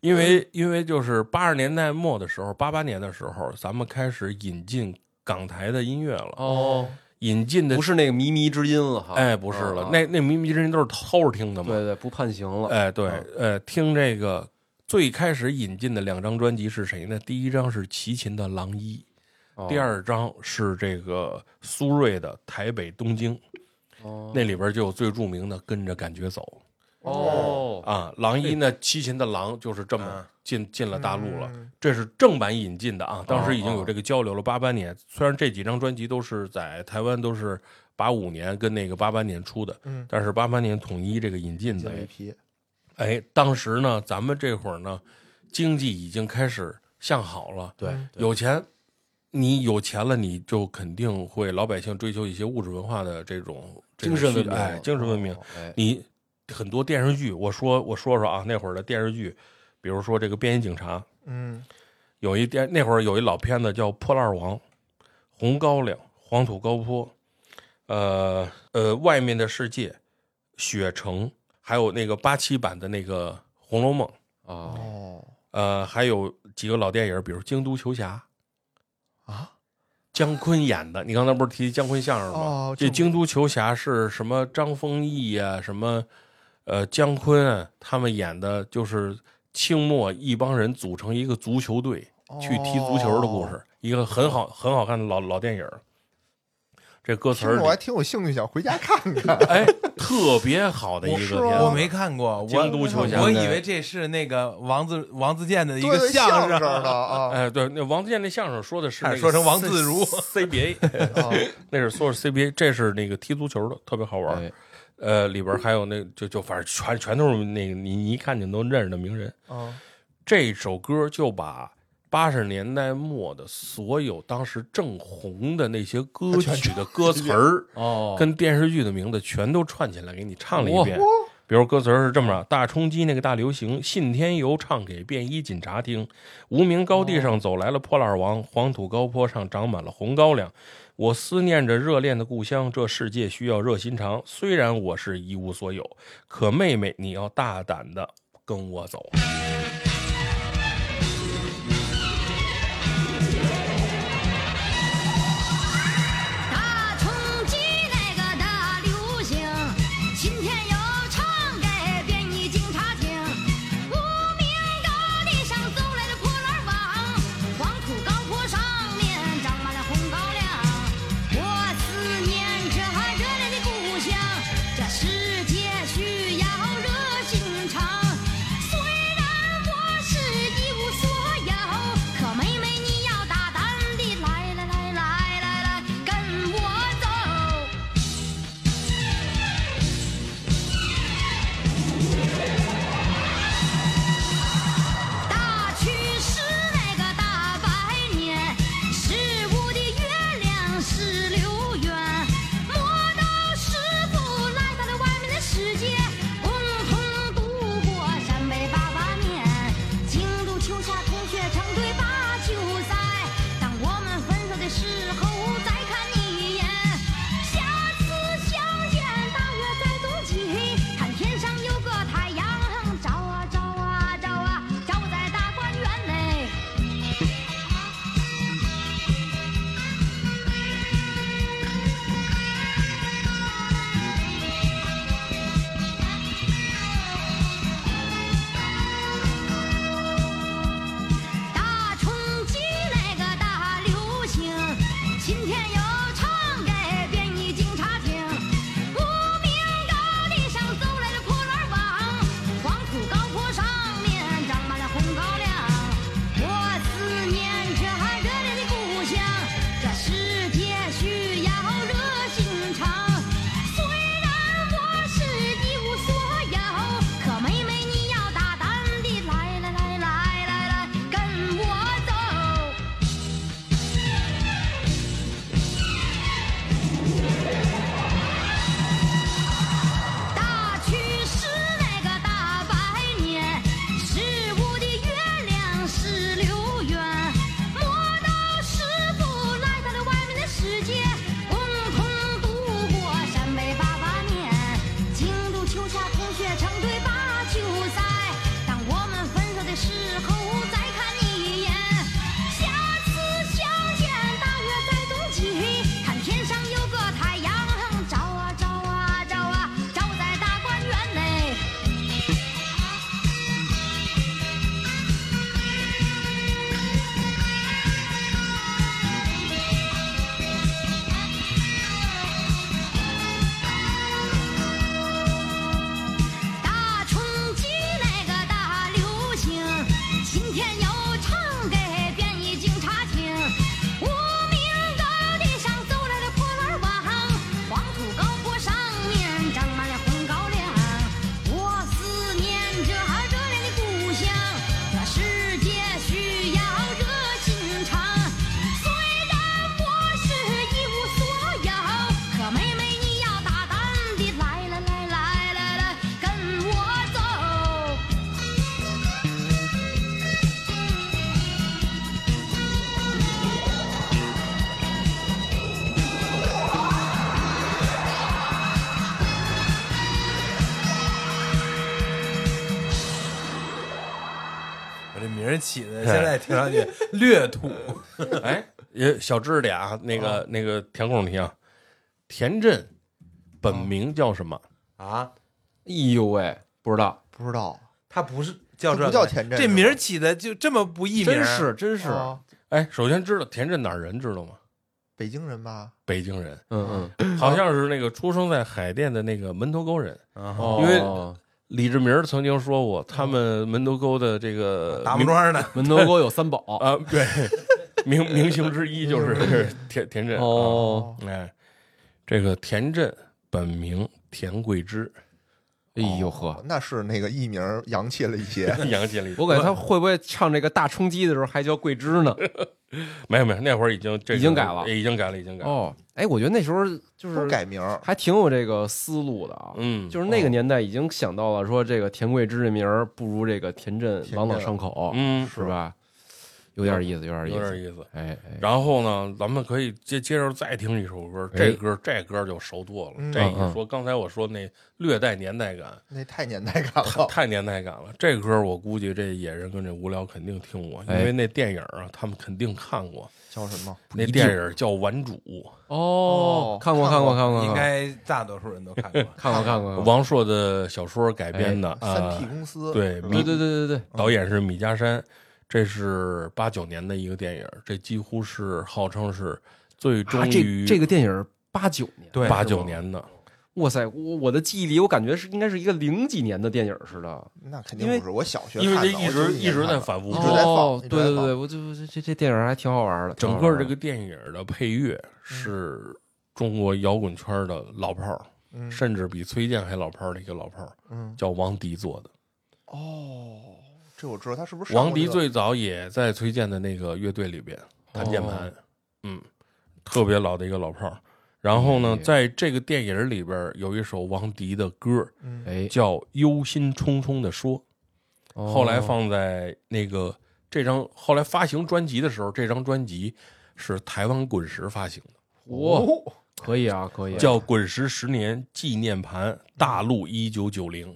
因为因为就是八十年代末的时候，八八年的时候，咱们开始引进港台的音乐了。哦，引进的不是那个靡靡之音了哈，哎，不是了，啊那那靡靡之音都是偷着听的嘛。对对不判刑了，哎，对啊，呃，听这个最开始引进的两张专辑是谁呢？第一张是齐秦的《狼一》，哦第二张是这个苏芮的《台北东京》，哦那里边就有最著名的《跟着感觉走哦》啊。狼一呢，齐秦的《狼》就是这么啊进进了大陆了嗯，这是正版引进的啊。当时已经哦有这个交流了，八八哦年。虽然这几张专辑都是在台湾都是八五年跟那个八八年出的，嗯，但是八八年统一这个引进进的了，一批，哎，当时呢，咱们这会儿呢，经济已经开始向好了，对嗯有钱，你有钱了，你就肯定会老百姓追求一些物质文化的这种这精种神需文明哎，精神文明。哎你很多电视剧，我说我说说啊，那会儿的电视剧，比如说这个《便衣警察》，嗯，有一电那会儿有一老片子叫《破烂王》，《红高粱》《黄土高坡》，呃呃，《外面的世界》《雪城》，还有那个八七版的那个《红楼梦》，哦，哦呃，还有几个老电影，比如《京都球侠》啊，姜昆演的。你刚才不是提姜昆相声吗？哦这《这京都球侠》是什么？张丰毅呀、什么呃姜昆啊，他们演的就是清末一帮人组成一个足球队。哦去踢足球的故事，一个很好很好看的老老电影儿。这歌词听儿着我还里，挺有兴趣，想回家看看。 [laughs] 哎，特别好的一个我是片吗子，我没看过，我京都球侠我以为这是那个王自王自健的一对个对相声声。的啊，哎， [laughs] 对，那王自健那相声说的是那差个点说成王自 [laughs] C- 如 [laughs] [laughs] 哦 CBA，啊 [laughs] 那是说是 CBA，这是那个踢足球的，特别好玩儿。哎呃，里边儿还有那就就反正全全都是那个你你一看就能认识的名人。啊，这首歌就把八十年代末的所有当时正红的那些歌曲的歌词儿，哦，跟电视剧的名字全都串起来给你唱了一遍哇。比如歌词儿是这么着：大冲击那个大流行，信天游唱给便衣警察听，无名高地上走来了破烂王，黄土高坡上长满了红高粱。我思念着热恋的故乡，这世界需要热心肠。虽然我是一无所有，可妹妹你要大胆的跟我走。大冲击那个大流行，今天要唱给便衣警察听。无名高地上走来了破烂王，黄土高坡上面长满了红高粱。我思念着热烈的故乡，这世界需要热心肠。虽然啊名儿起的，现在听上去略土。 [laughs] 哎，也小知识点啊，那个、那个填空题啊，田震本名叫什么？啊，哎呦喂，不知道，不知道，他不是叫这他个，不叫田震这名儿起的就这么不易名真儿，是真是，啊哎，首先知道田震哪儿人知道吗？北京人吧？北京人，嗯嗯，好像是那个出生在海淀的那个门头沟人。哦，哦因为李志明曾经说过，他们门头沟的这个打木明桩的门头沟有三宝， [laughs] 啊，对，明明星之一就是田田震。哦，啊，哎，这个田震本名田桂枝，哦哎呦呵，那是那个艺名儿洋气了 [laughs] 一些。杨建立。我感觉他会不会唱这个大冲击的时候还叫桂枝 [laughs] 呢？啊没有没有，那会儿已经这个已经改了已经改了，已经改了。哦，哎，我觉得那时候就都是改名儿，还挺有这个思路的啊，嗯，就是那个年代已经想到了说这个田桂枝这名儿不如这个田震朗朗上口，嗯，是吧？有点意思，有点意有点思，意思。哎哎，然后呢，咱们可以接接着再听一首歌，哎这歌这歌就熟多了。嗯这一说，刚才我说那略带年代感，那太年代感了。太年代感了。这歌我估计这野人跟这无聊肯定听过，因哎为那电影啊，他们肯定看过。叫什么？那电影叫《顽主》，哦哦，看过看过过看过，应该大多数人都看过。 [laughs] 看过看过，看过王朔的小说改编的哎三 P 啊，公司对是吧迷对对对对对，导演是米家山。这是八九年的一个电影，这几乎是号称是最啊终于这这个电影八九年，对八九年的，哇塞，我我的记忆里我感觉是应该是一个零几年的电影似的，那肯定因为不是。我小学因为看这的一我直就是一直看在的反复一播直在放哦一直对在对放对，我就这这这电影还挺好玩的，整挺好个玩这的嗯个电影的配乐是中国摇滚圈的老炮儿，嗯甚至比崔健还老炮儿的一个老炮儿，嗯叫王迪做的。哦，这我知道，他是不是上王过迪这个最早也在崔健的那个乐队里边哦弹键盘，嗯，特别老的一个老炮儿。然后呢哎，在这个电影里边有一首王迪的歌嗯哎，叫《忧心忡忡的说》，哦后来放在那个这张后来发行专辑的时候，这张专辑是台湾滚石发行的。哇，哦可以啊，可以啊，叫《滚石十年纪念盘大陆一九九零》，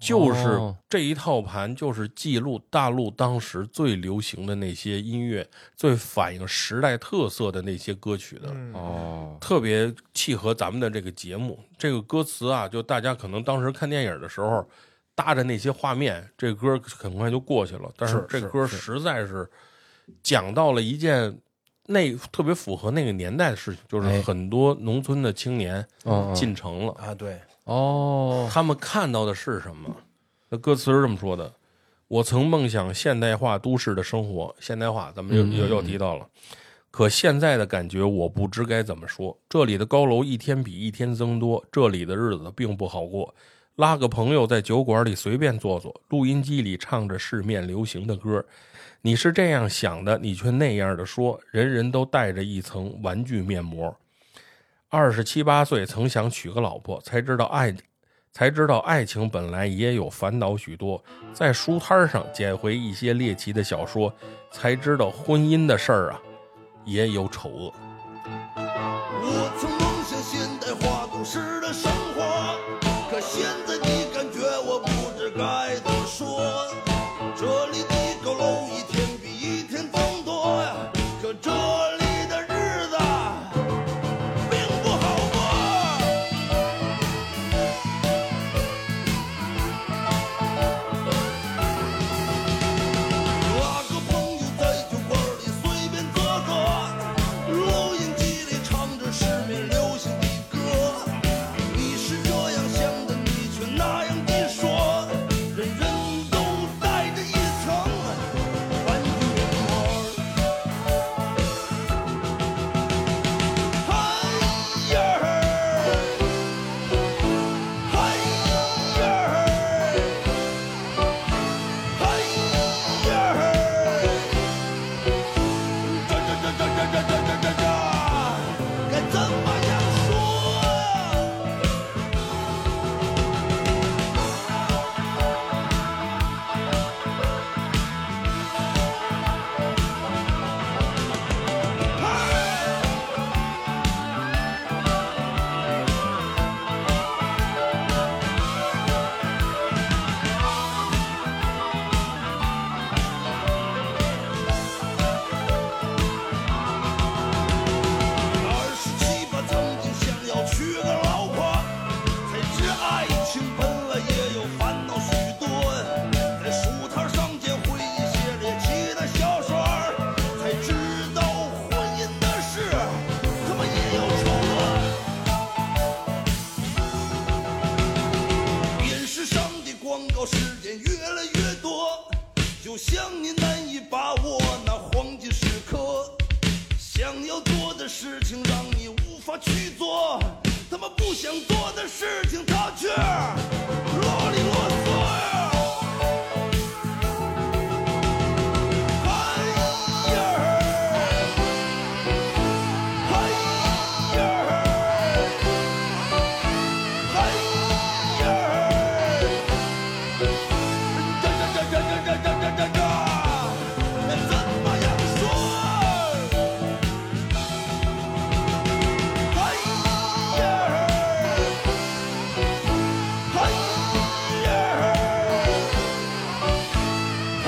就是哦这一套盘，就是记录大陆当时最流行的那些音乐，最反映时代特色的那些歌曲的。嗯哦，特别契合咱们的这个节目，这个歌词啊，就大家可能当时看电影的时候搭着那些画面，这歌很快就过去了。但是是这是歌是实在是讲到了一件那特别符合那个年代的事情，就是哎很多农村的青年嗯嗯进城了，啊，对，哦，他们看到的是什么？那歌词是这么说的：“我曾梦想现代化都市的生活，现代化咱们又嗯又又提到了。可现在的感觉，我不知该怎么说。这里的高楼一天比一天增多，这里的日子并不好过。拉个朋友在酒馆里随便坐坐，录音机里唱着市面流行的歌。你是这样想的，你却那样的说。人人都带着一层玩具面膜。二十七八岁曾想娶个老婆，才知道爱才知道爱情本来也有烦恼许多，在书摊上捡回一些猎奇的小说，才知道婚姻的事儿啊，也有丑恶。我曾梦想现代化都市的生活，可现在你感觉我不知该怎么说。这里的高楼一天比一天增多呀，可这里的日子并不好过。拉个朋友在酒馆里随便坐坐，录音机里唱着市面流行的歌。你是这样想的，你却那样的说，人人都广告时间越来越多，就像你难以把握那黄金时刻。想要做的事情让你无法去做，他们不想做的事情他却啰里啰嗦呀。哎呀哎呀哎呀这这这这这这这这这，怎么样说？哎呀，哎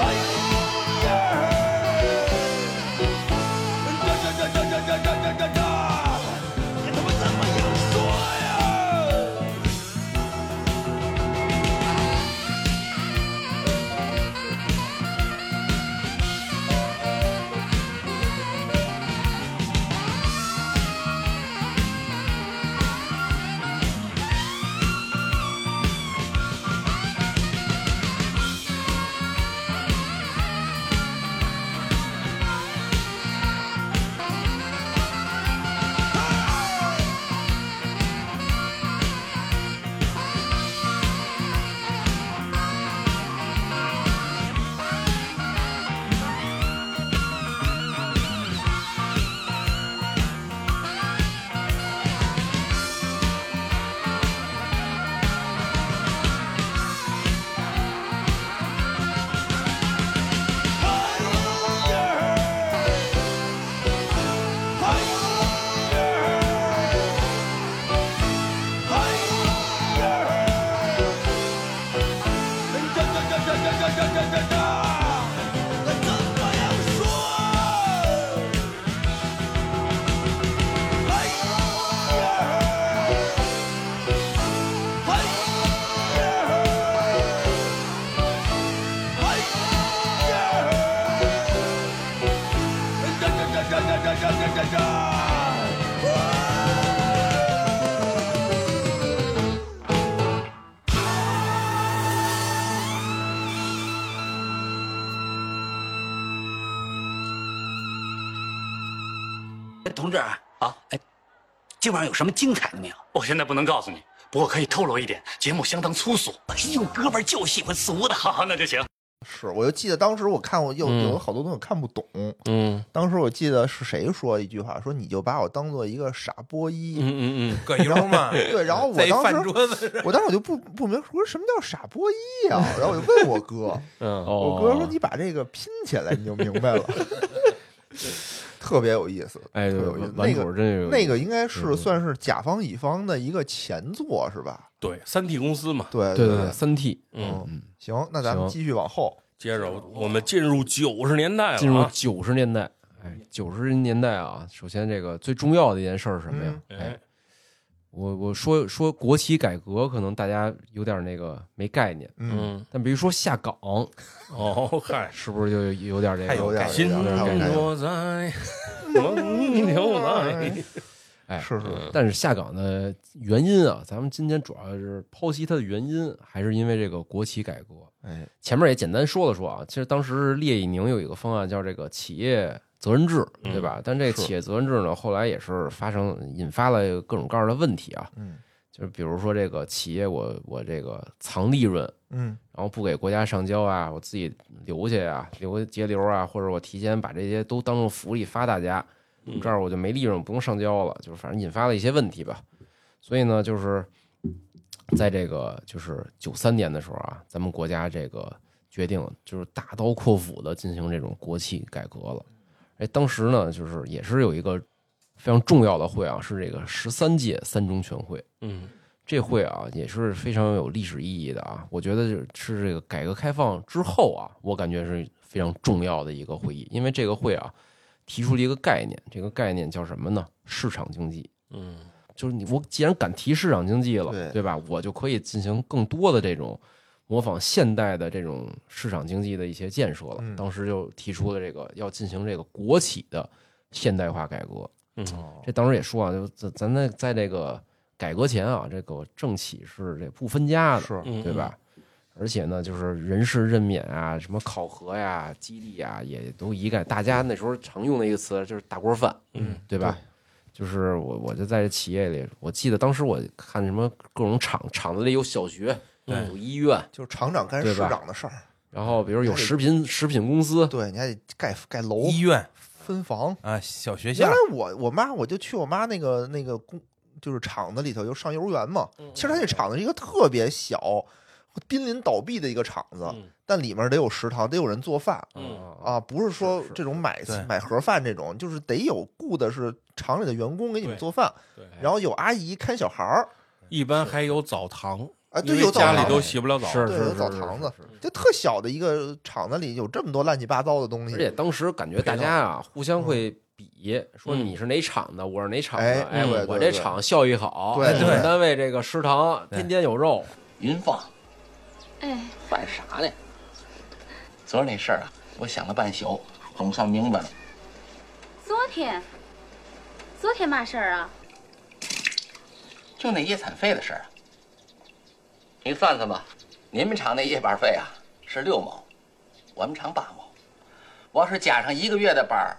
呀，哎呀，这这这这这这这这这，你他妈怎么样说呀？同志啊，啊，哎，今晚有什么精彩的没有？我现在不能告诉你，不过可以透露一点，节目相当粗俗。哎呦，哥们儿就喜欢俗的。 [laughs] 好，那就行。是，我就记得当时我看我有嗯有好多东西我看不懂，嗯当时我记得是谁说一句话，说你就把我当做一个傻波嗯一，嗯 [laughs] 葛优嘛， [laughs] 对，然后我在一当饭时桌子上，我当时我就不不明白，我说什么叫傻波一啊？然后我就问 [laughs] 我哥，嗯，哦我哥说你把这个拼起来，你就明白 [laughs] 了，特别有意思，哎，特对别有意思。顽那土个真是有那个应该是嗯算是甲方乙方的一个前作是吧？对，三 T 公司嘛，对对对对，三 T 嗯，嗯，行，那咱们行继续往后，接着我们进入九十年代了、啊，进入九十年代。哎，九十年代啊，首先这个最重要的一件事儿是什么呀？嗯哎哎，，我我说说国企改革，可能大家有点那个没概念，嗯，嗯，但比如说下岗，哦，嗨，是不是就有点这太个有点儿心有点儿有点中儿国在，梦流来，哎，是是嗯但是下岗的原因啊，咱们今天主要是剖析它的原因，还是因为这个国企改革。哎，前面也简单说了说啊，其实当时列以宁有一个方案叫这个企业责任制，嗯对吧？但这个是企业责任制呢，后来也是发生引发了各种各样的问题啊，嗯就是比如说这个企业我我这个藏利润，嗯然后不给国家上交啊，我自己留下呀、留节流啊，或者我提前把这些都当做福利发大家，这样我就没利润，不用上交了，就是反正引发了一些问题吧。所以呢，就是在这个就是九三年的时候啊，咱们国家这个决定就是大刀阔斧的进行这种国企改革了。哎，当时呢，就是也是有一个非常重要的会啊，是这个十三届三中全会。嗯这会啊也是非常有历史意义的啊，我觉得是是这个改革开放之后啊，我感觉是非常重要的一个会议，因为这个会啊提出了一个概念，这个概念叫什么呢？市场经济。嗯就是你我既然敢提市场经济了，对对吧？我就可以进行更多的这种模仿现代的这种市场经济的一些建设了。嗯当时就提出了这个要进行这个国企的现代化改革。嗯，这当时也说啊，就咱咱在在这个改革前啊，这个政企是这不分家的，是嗯对吧？而且呢，就是人事任免啊，什么考核呀、激励啊，也都一概。大家那时候常用的一个词就是“大锅饭”，嗯，对吧？就是我，我就在这企业里，我记得当时我看什么各种厂，厂子里有小学，有医院，就是厂长干对市吧长的事儿，然后比如有还得食品食品公司，对，你还得盖盖楼、医院分房。啊，小学原校来我我妈我就去我妈那个那个工就是厂子里头，就上幼儿园嘛。嗯其实她那厂子是一个特别小、濒临倒闭的一个厂子，嗯但里面得有食堂，得有人做饭嗯，啊，不是说是这种买对买盒饭这种，就是得有雇的是厂里的员工给你们对做饭，对，然后有阿姨看小孩儿，一般还有澡堂，啊，因对，为有澡家里堂都子，洗不了澡，是对，是有是澡是堂子是是，就特小的一个厂子里有这么多乱七八糟的东而且西，当时感觉大家啊互相会比，说你是哪厂的，我是哪厂的，嗯哎哎，对我对我对这厂效益好，对哎我对们单位这个食堂天天有肉，云放，哎，犯啥呢？昨儿那事儿啊，我想了半宿，总算明白了。昨天，昨天嘛事儿啊？就那夜产费的事儿啊。您算算吧，你们厂那夜班费啊是六毛，我们厂八毛。我要是加上一个月的班儿，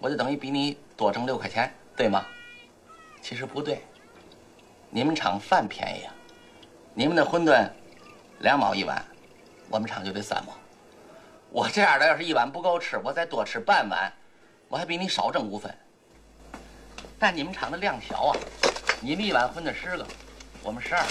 我就等于比你多挣六块钱，对吗？其实不对，你们厂饭便宜啊，你们的馄饨两毛一碗，我们厂就得三毛。我这样的要是一碗不够吃，我再多吃半碗，我还比你少挣五分。但你们厂的量小啊，你们一碗馄饨十个，我们十二。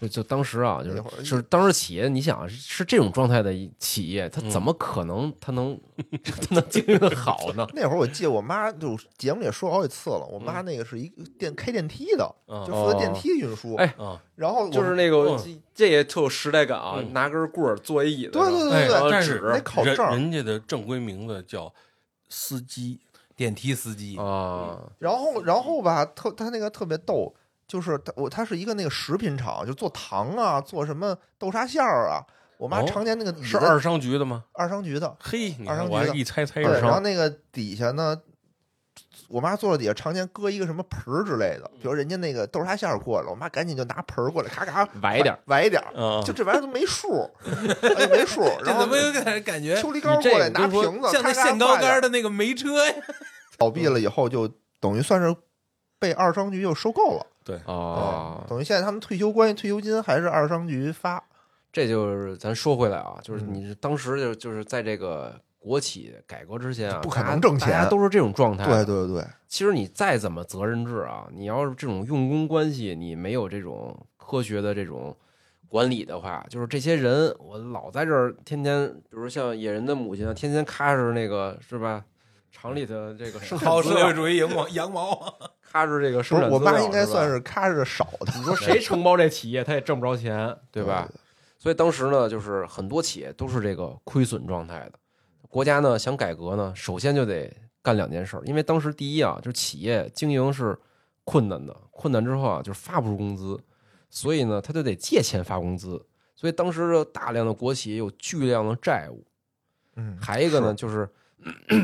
就就当时啊，就那会儿是就是当时企业，你想啊是是这种状态的一企业，它怎么可能它能 [laughs] 它能经营的好呢？ [laughs] 那会儿我记得我妈就节目里也说好几次了，我嗯妈那个是一个电开电梯的，嗯就负责电梯运输。哦哎嗯，然后我就是那个这这也 [laughs] 特有时代感啊，拿根棍儿坐一椅子对上，对对哎对对，但是得考人证儿。人家的正规名字叫司机，电梯司机，啊，然后然后吧，特他那个特别逗，就是他我他是一个那个食品厂，就做糖啊，做什么豆沙馅儿啊。我妈哦常年那个椅是子二商局的吗？二商局的，嘿，你看二商我还局的一猜猜对，着然后那个底下呢，我妈坐在底下常年搁一个什么盆儿之类的，比如人家那个豆沙馅儿过来了，我妈赶紧就拿盆儿过来，咔咔崴一点儿，崴一点儿，嗯就这玩意儿都没数，哎没数，这然怎后么有点感觉秋梨膏你这过来我跟拿你说瓶子，像咔那咔限高画点儿杆的那个煤车呀？倒闭了以后，就等于算是被二商局又收购了。哦，等于现在他们退休关系退休金还是二商局发，这就是咱说回来啊，就是嗯你是当时就就是在这个国企改革之前啊，不可大家能挣钱大家都是这种状态。对。对对，其实你再怎么责任制啊，你要是这种用工关系，你没有这种科学的这种管理的话，就是这些人，我老在这儿天天，比如像野人的母亲啊，天天咔着那个是吧？厂里的呃这 [laughs] 个生产薅资社料会，主义羊毛羊毛， [laughs] 咔着这个不生产资料。是我妈应该吧算是咔着少的。 [laughs] 你说谁承包这企业，他也挣不着钱，对吧？对所以当时呢，就是很多企业都是这个亏损状态的。国家呢想改革呢，首先就得干两件事儿，因为当时第一啊，就是企业经营是困难的，困难之后啊，就是发不出工资，所以呢，他就得借钱发工资。所以当时大量的国企有巨量的债务，嗯，还有一个呢，就是 [clears throat]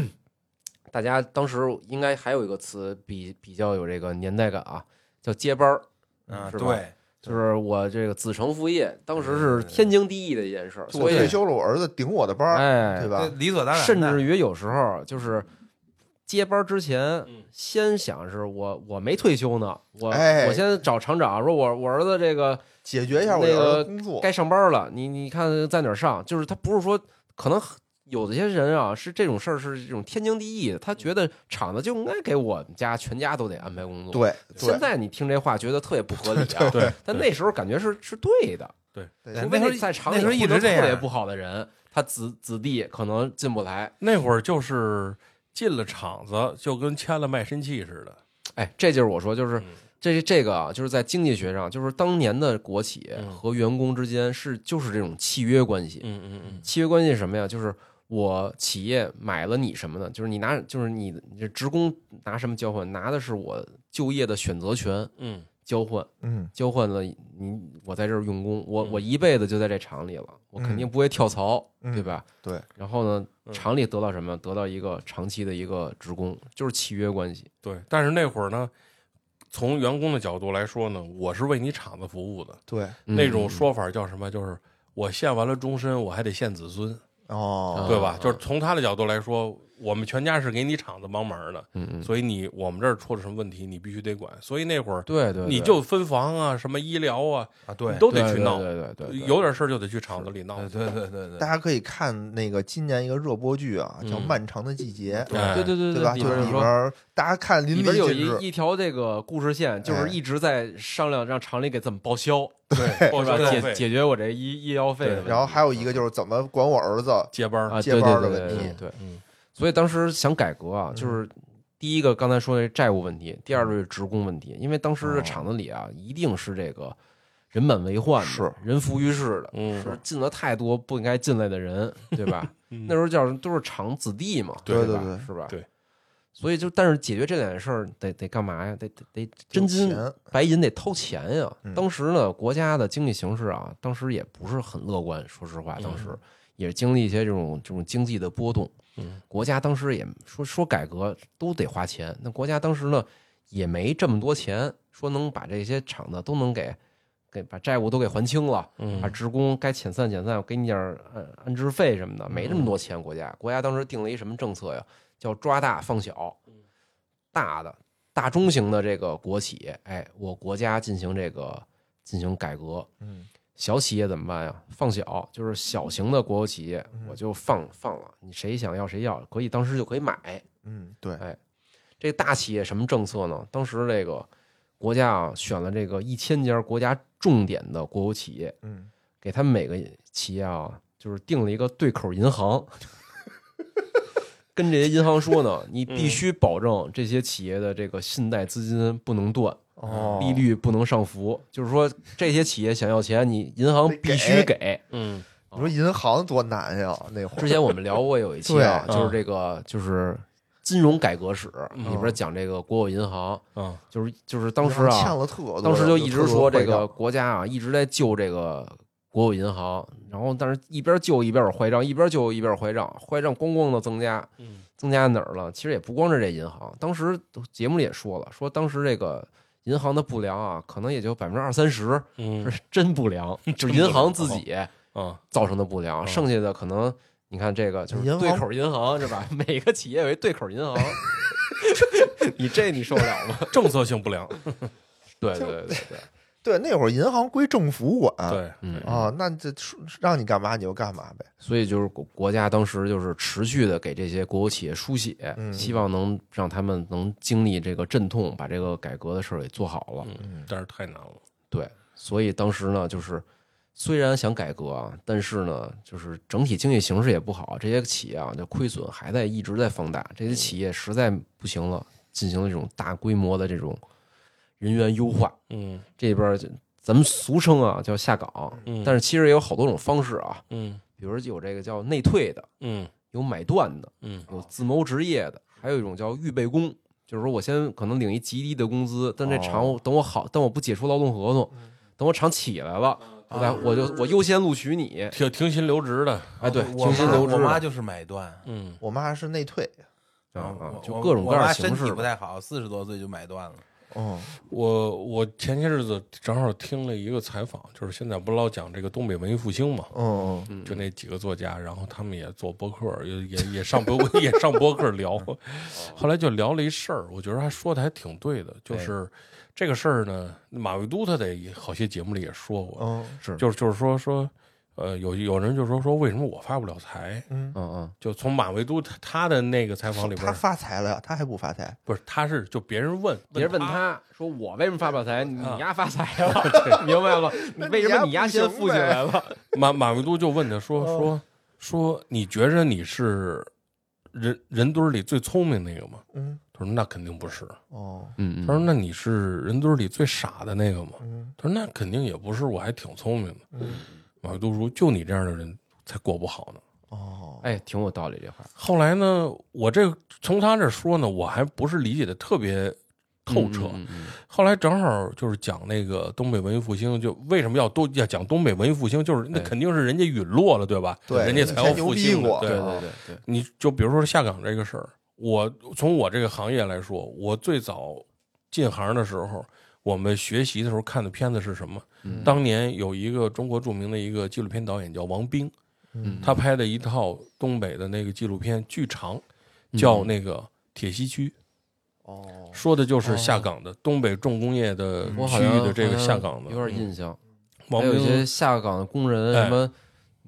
大家当时应该还有一个词比比较有这个年代感啊，叫接班儿。嗯，是吧对，就是我这个子承父业，当时是天经地义的一件事儿，我所以退休了，我儿子顶我的班儿，哎，对这吧？理所当然的，甚至于有时候就是接班之前嗯，先想是我我没退休呢，我哎我先找厂长说，我我儿子这个解决一下我那儿个子工作，该上班了，你你看在哪儿上？就是他不是说可能有的些人啊，是这种事儿是这种天经地义的，他觉得厂子就应该给我们家全家都得安排工作。对现对在你听这话觉得特别不合理 [laughs] 啊，对，但那时候感觉是是对的。对除那非时候在厂那里时候一混得直这特别样不，好的人，他子子弟可能进不来。那会儿就是进了厂子就跟签了卖身契似的，哎，这就是我说，就是嗯这这个啊，就是在经济学上，就是当年的国企嗯和员工之间是就是这种契约关系。嗯嗯嗯，契约关系是什么呀？就是我企业买了你什么呢？就是你拿，就是你你这职工拿什么交换？拿的是我就业的选择权嗯，交换。嗯，交换了你，我在这儿用功，我嗯我一辈子就在这厂里了，我肯定不会跳槽，嗯对吧？对。然后呢，嗯厂里得到什么？得到一个长期的一个职工，就是契约关系。对。但是那会儿呢，从员工的角度来说呢，我是为你厂子服务的。对嗯那种说法叫什么？就是我献完了终身，我还得献子孙，啊哦，对吧？就是从他的角度来说，我们全家是给你厂子帮忙的，嗯嗯，所以你我们这儿出了什么问题，你必须得管。所以那会儿对对，你对就分房啊，什么医疗啊，啊，对你，都得去对闹，对对对对对有点事儿就得去厂子里闹。对对对对大对，家可以看那个今年一个热播剧啊，叫《嗯漫长的季节》，啊哎对对对对吧？里就边是有里说边儿大家看淋里漓边有尽致，一一条这个故事线，就哎是一直在商量让厂里给怎么报销， [laughs] 对，报是吧销？解解决我这医医药费的对问题。然后还有一个就是怎么管我儿子，接班儿啊，接对对班的对问对题对对，嗯所以当时想改革嗯啊，就是第一个刚才说的债务问题，第二个是职工问题，因为当哦时的厂子里啊，一定是这个人满为患的，是人浮于事的，嗯是进了太多不应该进来的人，对 [laughs] 吧？那时候叫什么都是厂子弟嘛，对吧嗯对对对是吧？对。所以就，但是解决这两事儿得得干嘛呀？得得得真金有钱白银得掏钱呀嗯。当时呢，国家的经济形势啊，当时也不是很乐观，说实话，当时嗯也经历一些这种这种经济的波动。嗯，国家当时也说说改革都得花钱，那国家当时呢也没这么多钱，说能把这些厂子都能给给把债务都给还清了，嗯把职工该遣散遣散，给你点儿安安置费什么的，没这么多钱。国家国家当时定了一什么政策呀？叫抓大放小，大的大中型的这个国企，哎，我国家进行这个进行改革，嗯，小企业怎么办呀？放小，就是小型的国有企业，嗯我就放放了，你谁想要谁要，可以当时就可以买。哎嗯，对，这大企业什么政策呢？当时这个国家啊选了这个一千家国家重点的国有企业， [laughs] 嗯，给他们每个企业啊，就是定了一个对口银行， [laughs] 跟这些银行说呢，你必须保证这些企业的这个信贷资金不能断，哦，利率不能上浮，就是说这些企业想要钱，你银行必须给。嗯你说银行多难呀，那会儿之前我们聊过有一期 [laughs] 啊，嗯对就是这个就是金融改革史嗯里边讲这个国有银行，啊就是就是当时欠啊，了特多，当时就一特直多说坏这个账国家啊一直在救这个国有银行，然后但是一边救一边有坏账，一边救一边有坏账，坏账咣咣的增加，嗯增加哪儿了？其实也不光是这银行，当时节目里也说了，说当时这个银行的不良啊，可能也就百分之二三十嗯是真不良，就是银行自己啊造成的不良，剩下的可能你看这个就是银行对口银行是吧？ [laughs] 每个企业有一对口银行， [laughs] 你这你受得了吗？政策性不良，对对对对对，对，那会儿银行归政府管，对，嗯啊，那这说让你干嘛你就干嘛呗， [laughs] 所以就是国国家当时就是持续的给这些国有企业输血，嗯希望能让他们能经历这个阵痛，把这个改革的事儿给做好了。嗯，但是太难了，对，所以当时呢，就是虽然想改革啊，但是呢，就是整体经济形势也不好，这些企业啊，就亏损还在一直在放大，嗯这些企业实在不行了，进行了这种大规模的这种人员优化，嗯这边儿就咱们俗称啊叫下岗，嗯但是其实也有好多种方式啊，嗯比如有这个叫内退的，嗯有买断的，嗯有自谋职业的，还有一种叫预备工，就是说我先可能领一极低的工资，但这哦厂我等我好，但我不解除劳动合同，等我厂起来了，我再我就我优先录取你。停停薪留职的，哎，对，我停薪妈留职啊我妈的，就是买断，嗯嗯我妈是内退，啊啊我，就我各种我各样妈的形身式体不吧。太好，四十多岁就买断了。嗯，我我前些日子正好听了一个采访，就是现在不老讲这个东北文艺复兴嘛，嗯嗯，就那几个作家，然后他们也做播客，也也也上播 [laughs] 也上播客聊，嗯哦后来就聊了一事儿，我觉得他说的还挺对的，哎就是这个事儿呢，马未都他在好些节目里也说过，嗯是就是就是说说，呃，有有人就说说为什么我发不了财，嗯，嗯嗯，就从马未都他他的那个采访里边他儿，发财了，他还不发财？不是他是就别人问，别人问他。他说：“我为什么发不了财？你啊丫发财 [laughs] 了，明白了？为什么你丫先富起来 [laughs] 嗯了？马马未都就问他说说说，你觉着你是人人堆儿里最聪明那个吗？嗯，他说那肯定不是。哦，嗯他说那你是人堆儿里最傻的那个吗？嗯他说那肯定也不是，我还挺聪明的。嗯马未都说就你这样的人才过不好呢。哦，哎，挺有道理这话。后来呢，我这个从他这儿说呢，我还不是理解的特别透彻。嗯嗯嗯后来正好就是讲那个东北文艺复兴，就为什么要都要讲东北文艺复兴，就是那对肯定是人家陨落了，对吧？对人家才要复兴人家牛逼的过对对吧对对对，你就比如说下岗这个事儿，我从我这个行业来说，我最早进行的时候，我们学习的时候看的片子是什么？嗯当年有一个中国著名的一个纪录片导演叫王冰，嗯他拍的一套东北的那个纪录片巨长，叫那个《铁西区》。嗯哦，嗯说的就是下岗的、东北重工业的我区好域像的这个好像下岗的，嗯有点印象。王还有一冰些下岗的工人，哎什么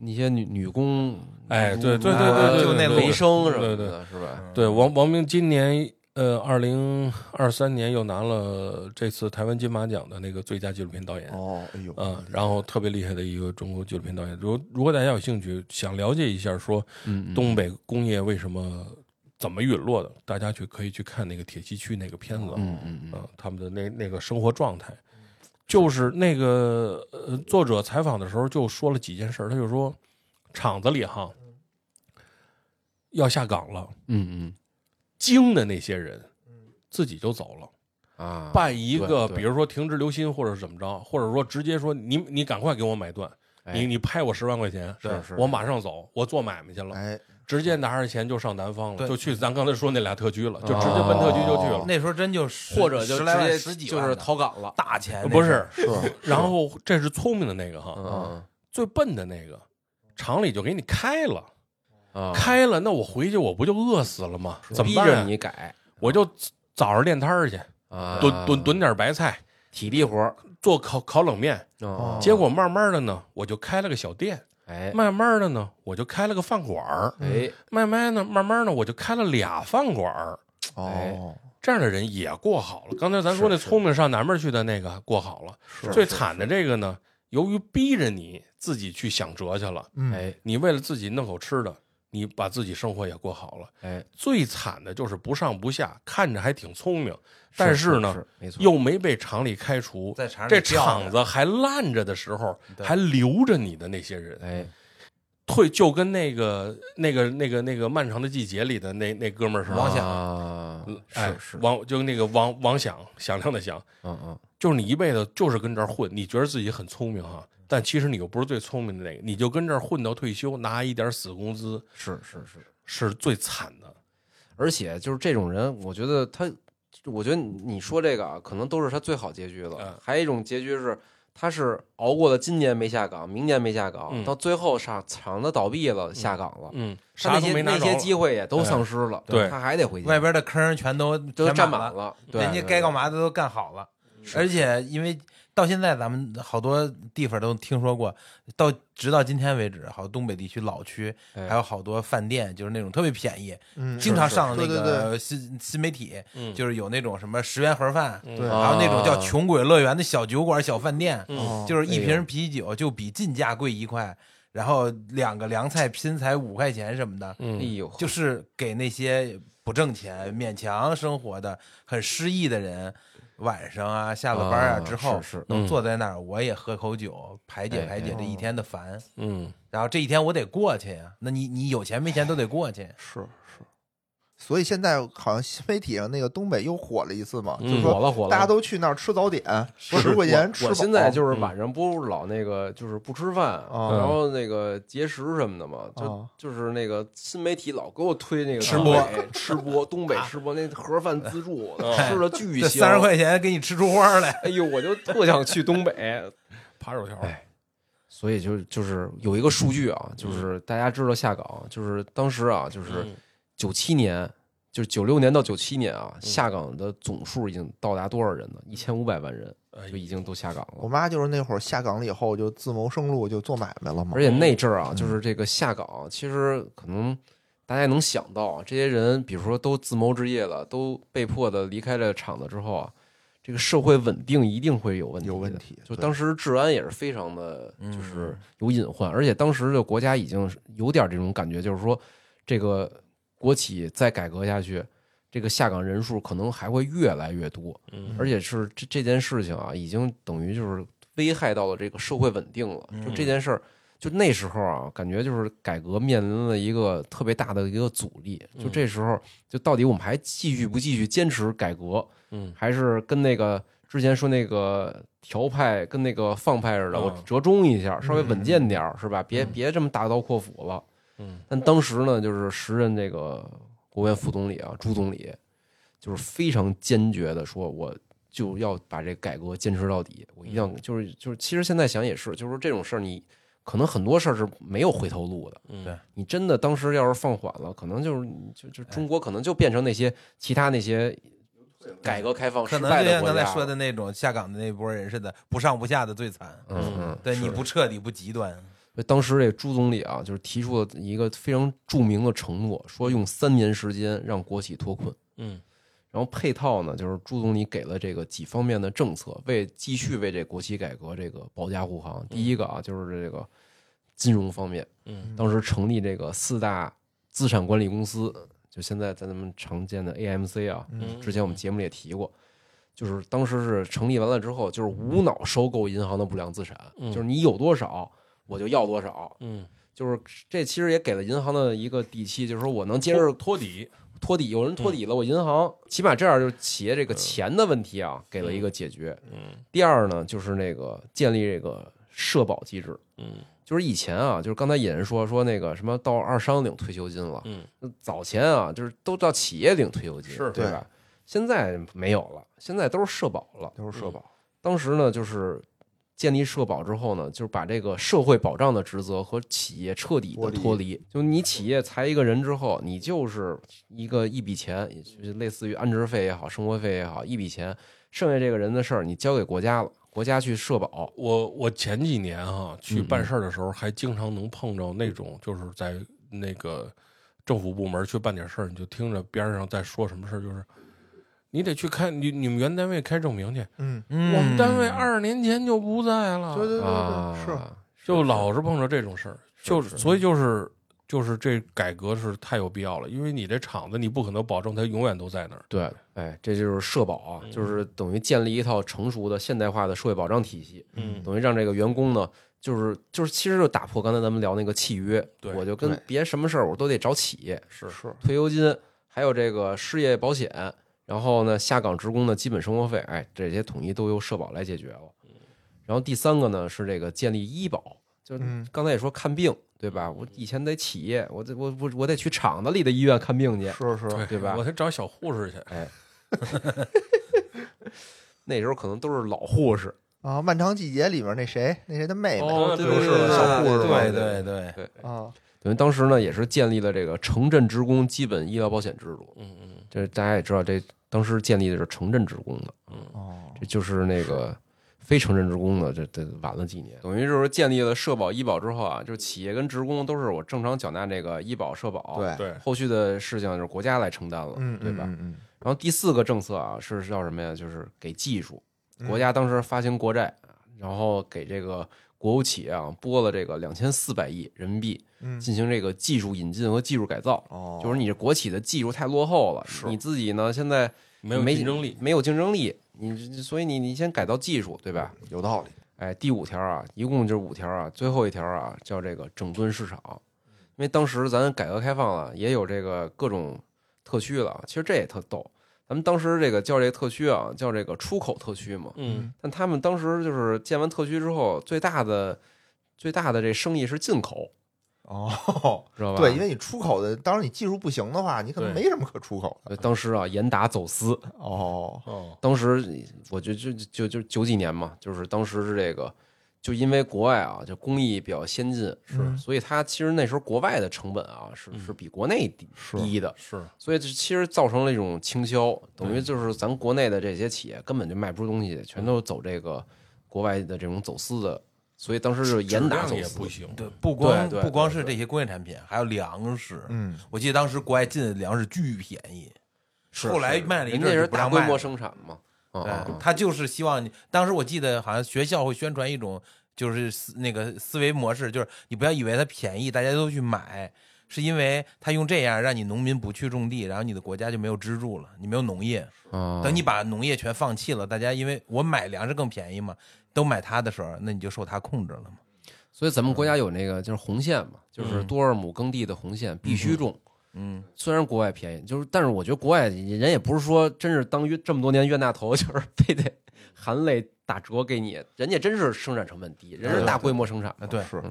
一些女女工，哎，对对对啊对，对就那对雷声什对么对的，是吧？对，王王冰今年呃，二零二三年又拿了这次台湾金马奖的那个最佳纪录片导演。哦，哎呦，嗯，然后特别厉害的一个中国纪录片导演。如如果大家有兴趣，想了解一下说嗯，嗯东北工业为什么怎么陨落的，大家去可以去看那个铁西区那个片子。嗯嗯嗯嗯，他们的那那个生活状态，就是那个呃，作者采访的时候就说了几件事儿，他就说厂子里哈要下岗了，嗯精的那些人自己就走了，嗯啊，办一对个对比如说停职留薪或者是怎么着，或者说直接说你你赶快给我买断，哎你你拍我十万块钱，是是我马上走，我做买卖去了，哎，直接拿着钱就上南方了，对就去咱刚才说那俩特区了，就啊直接奔特区就去了。那时候真就十哦或者就十直来万、接十几就万是的逃岗了，大钱那呃不时是候，是 [laughs] 然后这是聪明的那个哈，嗯嗯最笨的那个，厂里就给你开了，嗯啊，开了，那我回去我不就饿死了吗？怎么逼办着呀？你改我就早上练摊儿去，啊，蹲蹲蹲点白菜，体力活儿，做烤烤冷面。啊结果慢慢的呢，我就开了个小店，哎慢慢的呢，我就开了个饭馆儿，嗯哎慢慢呢，慢慢呢，我就开了俩饭馆儿。哎哦，这样的人也过好了。刚才咱说那聪明上南边去的那个过好了，最惨的这个呢，由于逼着你自己去想辙去了，嗯，哎你为了自己弄口吃的，你把自己生活也过好了。哎，最惨的就是不上不下，看着还挺聪明，但是呢，没错，又没被厂里开除，在厂里这吊着厂子还烂着的时候，对还留着你的那些人，哎退就跟那个那个那个那个漫长的季节里的那那哥们儿似的，王想啊，哎是是，王就那个王王响响亮的响，嗯嗯，就是你一辈子就是跟这儿混，你觉得自己很聪明哈、但其实你又不是最聪明的那个，你就跟这儿混到退休，拿一点死工资是是是，是最惨的。而且就是这种人，我觉得他，我觉得你说这个啊，可能都是他最好结局嗯了。还有一种结局是，他是熬过了今年没下岗，明年没下岗嗯，到最后厂厂子倒闭了，下岗了，嗯，他那啥都些没拿那着些机会也都丧失了，对他还得回家，外边的坑全都都全占满满了，对，人家该干嘛的都干好了，而且因为到现在咱们好多地方都听说过，到直到今天为止，好多东北地区老区哎还有好多饭店，就是那种特别便宜，嗯，经常上那对对对个新新媒体，嗯就是有那种什么十元盒饭，嗯对还有那种叫啊穷鬼乐园的小酒馆、小饭店，嗯就是一哎瓶呦啤酒就比进价贵一块，然后两个凉菜拼才五块钱什么的，哎嗯，呦，就是给那些不挣钱、勉强生活的、很失意的人，晚上啊、下了班啊之后，是是能嗯坐在那儿，我也喝口酒，排解哎排解这一天的烦。嗯，然后这一天我得过去呀，那你你有钱没钱都得过去。是是。所以现在好像新媒体上那个东北又火了一次嘛，嗯就是火说了火了，大家都去那儿吃早点，十块钱吃我饱。现在就是嗯晚上不是老那个，就是不吃饭，啊然后那个节食什么的嘛，就啊就是那个新媒体老给我推那个吃东播北吃播，东北吃播那盒饭自助，哎吃的巨这香，三十，块钱给你吃出花来，哎呦，我就特想去东北。 [laughs] 扒手条，哎 [laughs] 所以就是就是有一个数据啊，就是大家知道下岗，就是当时啊，就是嗯九七年，就是九六年到九七年啊，下岗的总数已经到达多少人呢？一千五百万人哎就已经都下岗了我。妈就是那会儿下岗了以后就自谋生路，就做买卖了嘛嗯而。且那阵儿啊，就是这个下岗，其实可能大家也能想到啊，这些人比如说都自谋职业了，都被迫的离开了厂子之后啊，这个社会稳定一定会有问题的，有问题就对当时治安也是非常的，嗯就是有隐患，而且当时的国家已经是有点这种感觉，就是说这个国企再改革下去。这个下岗人数可能还会越来越多，嗯而且是这这件事情啊，已经等于就是危害到了这个社会稳定了。嗯就这件事儿，就那时候啊，感觉就是改革面临了一个特别大的一个阻力。嗯就这时候，就到底我们还继续不继续坚持改革，嗯还是跟那个之前说那个调派跟那个放派似的，嗯我折中一下，稍微稳健点儿，是吧？别别这么大刀阔斧了。嗯，但当时呢，就是时任这个国务院副总理啊，朱总理，就是非常坚决的说，我就要把这改革坚持到底。我一定要就是就是，其实现在想也是，就是说这种事儿你可能很多事儿是没有回头路的。嗯对你真的当时要是放缓了，可能就是就就中国可能就变成那些其他那些改革开放可失能败就的像国刚家才了说的那种下岗的那波人似的，不上不下的最惨。嗯嗯，对，是你的不彻底不极端，所以当时这朱总理啊，就是提出了一个非常著名的承诺，说用三年时间让国企脱困。嗯然后配套呢，就是朱总理给了这个几方面的政策，为继续为这国企改革这个保驾护航。第一个啊，就是这个金融方面，嗯，当时成立这个四大资产管理公司，就现在咱们常见的 AMC 啊，嗯之前我们节目里也提过，就是当时是成立完了之后，就是无脑收购银行的不良资产，嗯就是你有多少我就要多少，嗯，就是这其实也给了银行的一个底气，就是说我能接托着托底，嗯托底，有人托底了，我银行起码这样就是企业这个钱的问题啊，给了一个解决。嗯第二呢，就是那个建立这个社保机制，嗯就是以前啊，就是刚才野人说说那个什么到二商领退休金了，嗯那早前啊就是都到企业领退休金，是对吧？现在没有了，现在都是社保了。嗯都是社保，当时呢，就是建立社保之后呢，就是把这个社会保障的职责和企业彻底的脱脱离。就你企业裁一个人之后，你就是一个一笔钱，也就是类似于安置费也好，生活费也好，一笔钱，剩下这个人的事儿你交给国家了，国家去社保。我我前几年哈、去嗯办嗯事儿的时候，还经常能碰着那种，就是在那个政府部门去办点事儿，你就听着边儿上在说什么事儿，就是你得去开你你们原单位开证明去，嗯，我们单位二十年前就不在了，对对对啊，对，是，就老是碰着这种事儿，是就是所以就是就是这改革是太有必要了，因为你这厂子你不可能保证它永远都在那儿，嗯对，哎，这就是社保啊，就是等于建立一套成熟的现代化的社会保障体系，嗯等于让这个员工呢，就是就是其实就打破刚才咱们聊那个契约，对我就跟对别什么事儿我都得找企业，是是退休金，还有这个失业保险，然后呢，下岗职工的基本生活费，哎，这些统一都由社保来解决了。嗯然后第三个呢是这个建立医保，就是嗯刚才也说看病，对吧？我以前在企业，我得我我我得去厂子里的医院看病去，是是，对吧我得找小护士去，哎， [laughs] 那时候可能都是老护士，啊，《漫长季节》里面那谁，那谁的妹妹，哦对对不是对小护士吗对对对，啊，等于当时呢也是建立了这个城镇职工基本医疗保险制度，嗯嗯这大家也知道，这当时建立的是城镇职工的。嗯哦，这就是那个非城镇职工的，这这晚了几年，等于就是建立了社保、医保之后啊，就是企业跟职工都是我正常缴纳这个医保、社保，，对，对，后续的事情就是国家来承担了，嗯，对吧？嗯嗯然后第四个政策啊是叫什么呀？就是给技术，嗯国家当时发行国债，然后给这个国有企业啊拨了这个两千四百亿人民币嗯，进行这个技术引进和技术改造。哦，就是你这国企的技术太落后了，你自己呢现在没有没竞争力，没有竞争力，你这所以你你先改造技术，对吧？有道理，哎，第五条啊，一共就是五条啊，最后一条啊叫这个整顿市场，因为当时咱改革开放了，也有这个各种特区了，其实这也特逗。咱们当时这个叫这个特区啊，叫这个出口特区嘛，嗯但他们当时就是建完特区之后，最大的最大的这生意是进口，哦，知道吧？对，因为你出口的，当然你技术不行的话，你可能对没什么可出口呃当时啊严打走私，嗯的，哦，哦当时我觉得就就就九几年嘛，就是当时是这个，就因为国外啊，就工艺比较先进，是所以它其实那时候国外的成本啊是是比国内低低的，嗯是所以这其实造成了一种倾销，等于就是咱国内的这些企业根本就卖不出东西，全都走这个国外的这种走私的，所以当时就是严打质量走也私不，行，对，不光对对不光是这些工业产品，还有粮食。嗯，我记得当时国外进的粮食巨便宜，是后来是卖了一人阵家儿是就不大让规卖模了。生产嘛，啊啊对，啊他就是希望你。当时我记得好像学校会宣传一种就是思那个思维模式，就是你不要以为它便宜，大家都去买，是因为他用这样让你农民不去种地，然后你的国家就没有支柱了，你没有农业。啊，等你把农业全放弃了，大家因为我买粮食更便宜嘛，都买它的时候，那你就受它控制了嘛。嗯所以咱们国家有那个就是红线嘛，嗯就是多少亩耕地的红线必须种。嗯，虽然国外便宜，就是，但是我觉得国外人也不是说真是当冤这么多年冤大头， [laughs] 就是非得含泪打折给你，人家真是生产成本低，人是大规模生产啊嘛，对，是，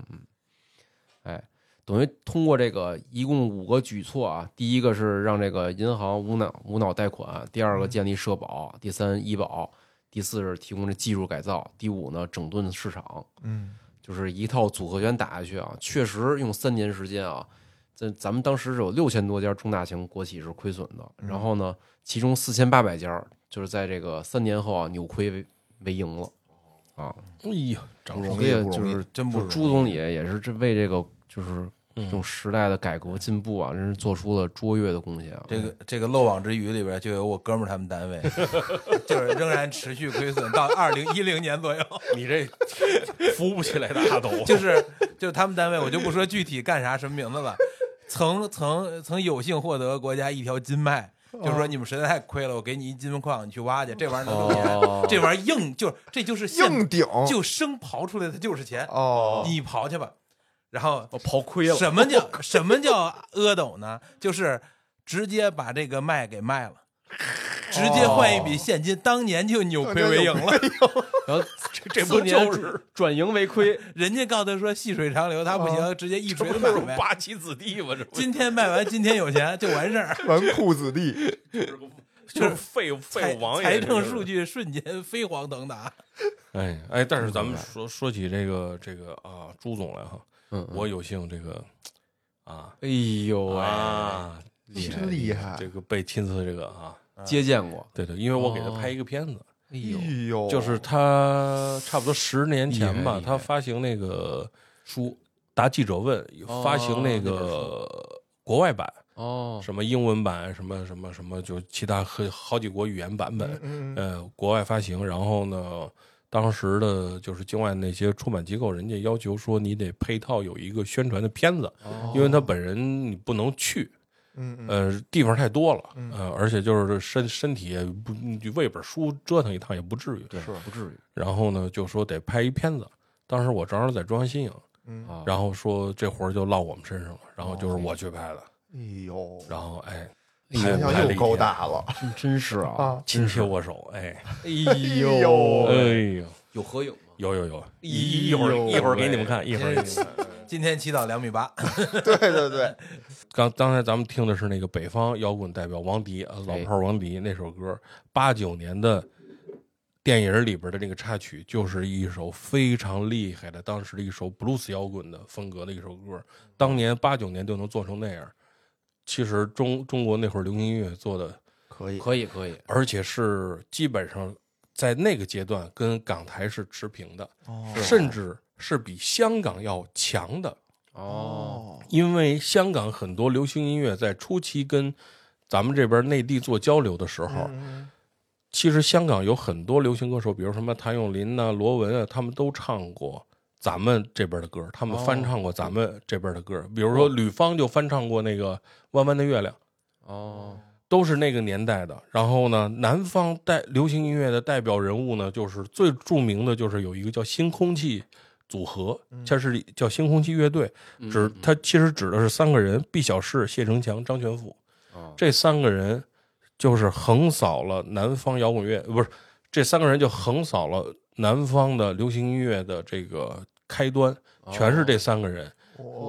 哎，等于通过这个一共五个举措啊，第嗯一个是让这个银行无脑无脑贷款，第二个建立社保，第三医保，第四是提供这技术改造，第五呢整顿市场，嗯，就是一套组合拳打下去啊，确实用三年时间啊，这咱们当时是有六千多家中大型国企是亏损的，嗯然后呢，其中四千八百家就是在这个三年后啊扭亏为为盈了啊，哎呀，掌容所易以不就容易是真不就是容朱总理也是这为这个就是这种时代的改革进步啊，真是做出了卓越的贡献啊。这个这个漏网 [laughs] 之鱼里边就有我哥们儿他们单位，就是仍然持续亏损到二零一零年左右，你这扶不起来的阿斗，就是 [laughs] 就是他们单位我就不说具体干啥什么名字了，曾曾曾有幸获得国家一条金脉。就是说你们实在太亏了，我给你一金矿，你去挖去，这玩意儿能挣哦 [laughs] 钱，这玩意儿硬就是这就是现硬顶就生刨出来的就是钱，哦你刨去吧。然后我刨亏了，什么叫什么叫阿斗呢？就是直接把这个麦给卖了，直接换一笔现金，当年就扭亏为盈了。 [laughs] 然后这四不年就是转盈为亏，人家告诉他说细水长流，他不行，直接一哦这锤不子是买卖。八旗子弟吗？这不今天卖完，今天有钱就完事儿，纨绔子弟， [laughs] 就是废物废财物王爷财这就政是数据瞬间飞黄腾达。哎哎，但是咱们说说起这个这个啊，朱总来哈，嗯，我有幸这个啊哎呦喂，啊，厉害啊真厉害！这个被亲自这个啊，接见过，哦对对，因为我给他拍一个片子，哎呦，哎呦，就是他差不多十年前厉害吧，厉害他发行那个书《答记者问》，发行那那本个国外版，哦，什么英文版，什么什么什么，就其他很好几国语言版本，嗯嗯呃，国外发行，然后呢，当时的就是境外那些出版机构，人家要求说你得配套有一个宣传的片子，因为他本人你不能去，嗯嗯，呃，地方太多了，呃，而且就是身身体也不你为本书折腾一趟也不至于，对是不至于然后呢，就说得拍一片子，当时我正好在中央新影，啊。然后说这活儿就落我们身上了，然后就是我去拍的，哎呦，然后哎，含拍量了又一高天大了真真是啊，啊！亲切握手，哎，哎哎呦哎呦，呦，有合影吗？有有有，一一会儿呦一会儿给你们看，一会儿给你们看。今天祈祷两米八， [laughs] 对对对，刚刚才咱们听的是那个北方摇滚代表王迪，呃老哎炮儿王迪那首歌，八九年的电影里边的那个插曲，就是一首非常厉害的，当时的一首布鲁斯摇滚的风格的一首歌。当年八九年就能做成那样，其实中中国那会儿流行音乐做的，可以，可以可以，而且是基本上在那个阶段跟港台是持平的，哦甚至是比香港要强的。哦，因为香港很多流行音乐在初期跟咱们这边内地做交流的时候，嗯其实香港有很多流行歌手，比如什么谭咏麟呐、罗文啊，他们都唱过咱们这边的歌，他哦们翻唱过嗯咱们这边的歌。比如说吕方就翻唱过那个《弯弯的月亮》，哦，都是那个年代的。然后呢，南方代流行音乐的代表人物呢，就是最著名的就是有一个叫新空气组合，嗯它是叫新空气乐队，指它其实指的是三个人：毕小世、谢成强、张全富。哦这三个人就是横扫了南方摇滚乐，呃不是这三个人就横扫了南方的流行音乐的这个开端，哦全是这三个人。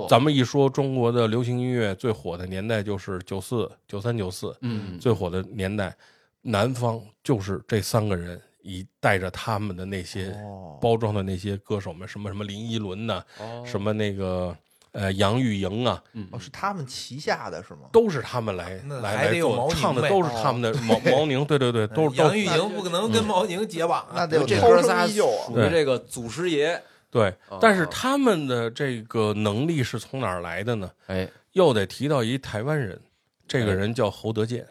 咱们一说中国的流行音乐最火的年代就是九四、九三、九四，嗯，最火的年代，南方就是这三个人，以带着他们的那些哦包装的那些歌手们，什么什么林依轮呐、哦嗯什么那个呃杨钰莹啊，哦，是他们旗下的是吗？都是他们来啊那还来得来有毛做宁唱的，呗哦哎都是他们的毛毛宁，对对对，都是都 [laughs] 杨是钰莹不可能跟毛宁结网啊那，得有这涛哥仨声依旧啊属于这个祖师爷，对，哦但是他们的这个能力是从哪儿来的呢？哎，又得提到一台湾人，这个人叫侯德健，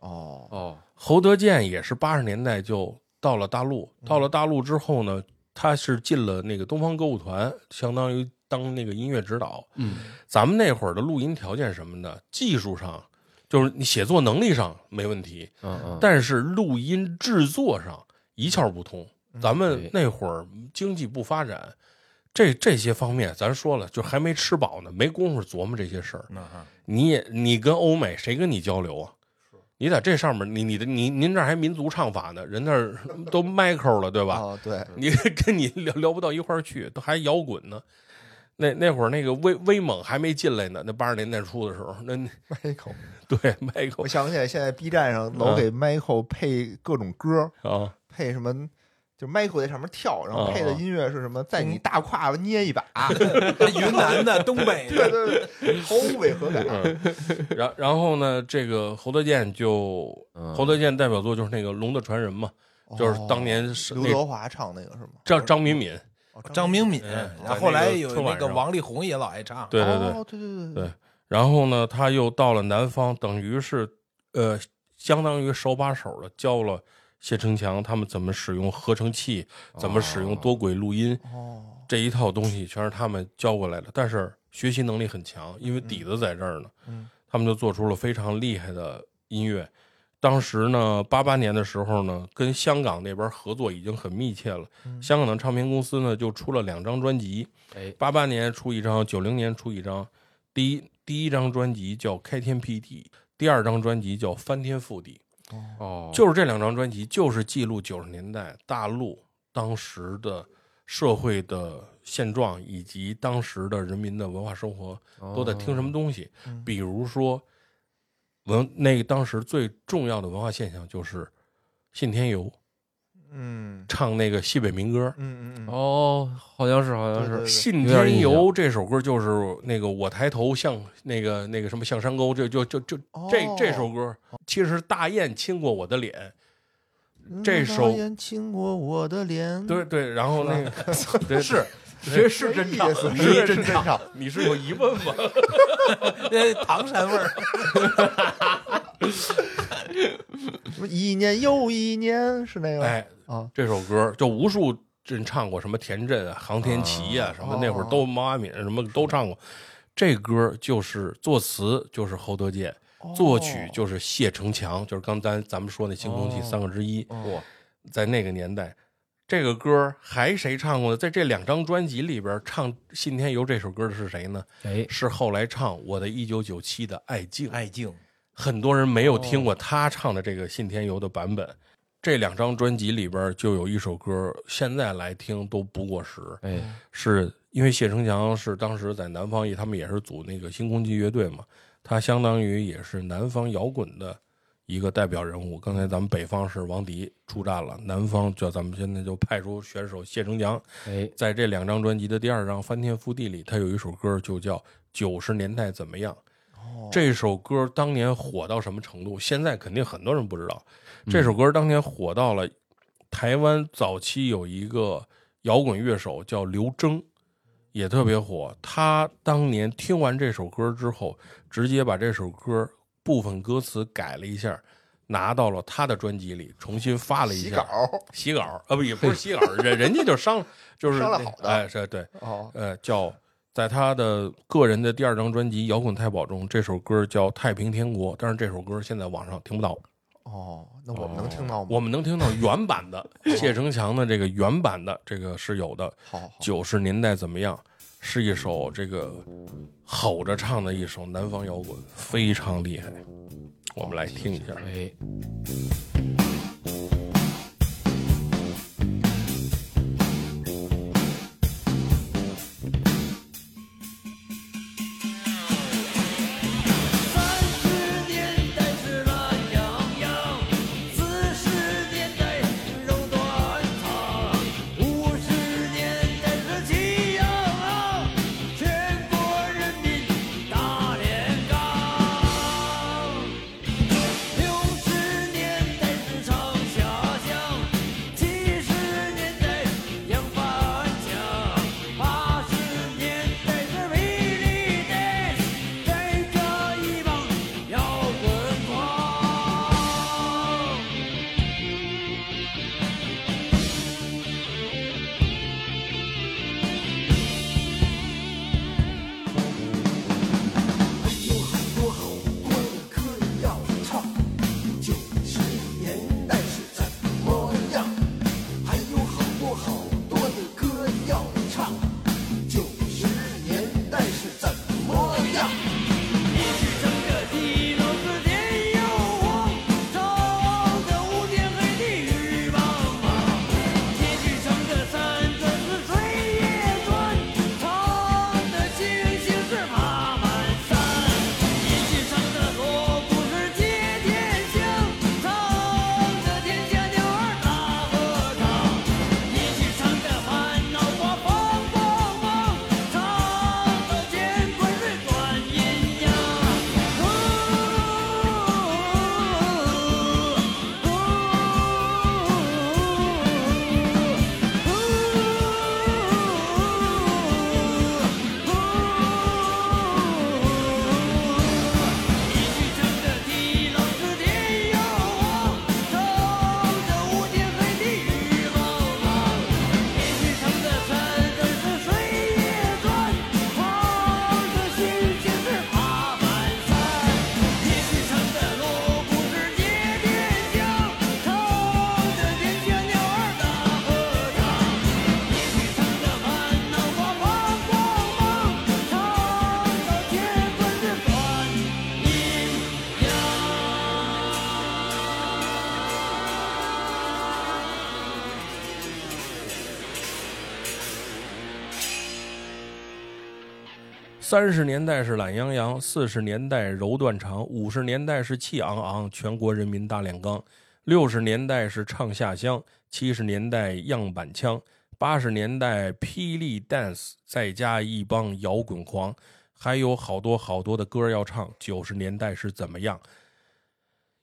哦，哦，侯德健也是八十年代就到了大陆，嗯到了大陆之后呢，他是进了那个东方歌舞团，相当于当那个音乐指导。嗯，咱们那会儿的录音条件什么的，技术上就是你写作能力上没问题，嗯嗯，但是录音制作上一窍不通。咱们嗯对那会儿经济不发展，这这些方面咱说了，就还没吃饱呢，没工夫琢磨这些事儿。你也你跟欧美谁跟你交流啊？你在这上面，你你的你您这儿还民族唱法呢，人那儿都 Michael 了，对吧？哦，对，你跟你聊聊不到一块儿去，都还摇滚呢。那那会儿那个威威猛还没进来呢，那八十年代初的时候，那那迈克，对我 Michael 啊想起来，现在 B 站上老嗯给 Michael 配各种歌，啊，配什么，就是 Michael 在上面跳，然后配的啊音乐是什么，在你大胯捏一把， [laughs] 云南的、东 [laughs] 北对的，对对，毫无违和感。嗯 [laughs] 然然后呢，这个侯德健就侯德健代表作就是那个《龙的传人》嘛，就是当年是哦刘那德华唱那个是吗？张张敏敏，哦张敏明敏，嗯然后后在来那个有春那晚个上王力宏也老爱唱，对对对哦，对对 [laughs] 对。然后呢，他又到了南方，等于是呃，相当于手把手的教了谢成强他们怎么使用合成器，怎么使用多轨录音，哦，这一套东西全是他们教过来的。但是学习能力很强，因为底子在这儿呢，嗯他们就做出了非常厉害的音乐。当时呢，八八年的时候呢，跟香港那边合作已经很密切了。嗯香港的唱片公司呢，就出了两张专辑，哎，八八年出一张，九零年出一张。第一第一张专辑叫《开天辟地》，第二张专辑叫《翻天覆地》。哦，就是这两张专辑，就是记录九十年代大陆当时的社会的现状，以及当时的人民的文化生活都在听什哦么东西。嗯比如说，文那个当时最重要的文化现象就是信天游嗯唱那个西北民歌。嗯嗯嗯，哦，好像是，好像对对是对信天游这首歌就是那个我抬头向那个那个什么向山沟，这就就就这哦这首歌，其实大雁亲过我的脸，这嗯那首导演亲过我的脸，对对，然后那个 [laughs] 对是，这是真唱意，思是是真唱，你是有疑问吗？ [laughs] 呃，唐山味儿。 [laughs] 什么一年又一年是那个？哎，啊，这首歌就无数人唱过，什么田震啊、航天奇啊什么，那会儿都毛阿敏什么都唱过。这歌就是作词就是侯德健，作曲就是谢成强，就是刚才咱们说那青铜器三个之一。哦在那个年代，这个歌还谁唱过呢？在这两张专辑里边唱《信天游》这首歌的是谁呢？哎，是后来唱《我的1997》的艾敬。爱敬，很多人没有听过他唱的这个《信天游》的版本。这两张专辑里边就有一首歌，现在来听都不过时。哎，是因为谢成强是当时在南方，他们也是组那个星空级乐队嘛，他相当于也是南方摇滚的一个代表人物。刚才咱们北方是王迪出战了，南方就咱们现在就派出选手谢成强，哎，在这两张专辑的第二张《翻天覆地》里，他有一首歌就叫《九十年代怎么样》。哦哦这首歌当年火到什么程度？现在肯定很多人不知道。嗯这首歌当年火到了台湾早期有一个摇滚乐手叫刘铮，也特别火。他当年听完这首歌之后，直接把这首歌部分歌词改了一下，拿到了他的专辑里重新发了一洗下。稿洗稿啊，不也不是 [laughs] 洗稿，人 [laughs] 人家就商就是商量那好的哎，是对，哦，呃，叫在他的个人的第二张专辑《摇滚太保》中，这首歌叫《太平天国》，但是这首歌现在网上听不到，哦，那我们能听到吗？我们能听到原版 [laughs] 的谢成强的这个原版的这个是有的。好好九十年代怎么样？是一首这个吼着唱的一首南方摇滚，非常厉害。我们来听一下。哎，三十年代是懒洋洋，四十年代是肉断肠，五十年代是齐扬啊，全国人民大炼钢。六十年代三十年代是懒洋洋，四十年代柔断肠，五十年代是气昂昂，全国人民大炼钢。六十年代是唱下乡，七十年代样板腔，八十年代霹雳 dance，再加一帮摇滚狂，还有好多好多的歌要唱。九十年代是怎么样？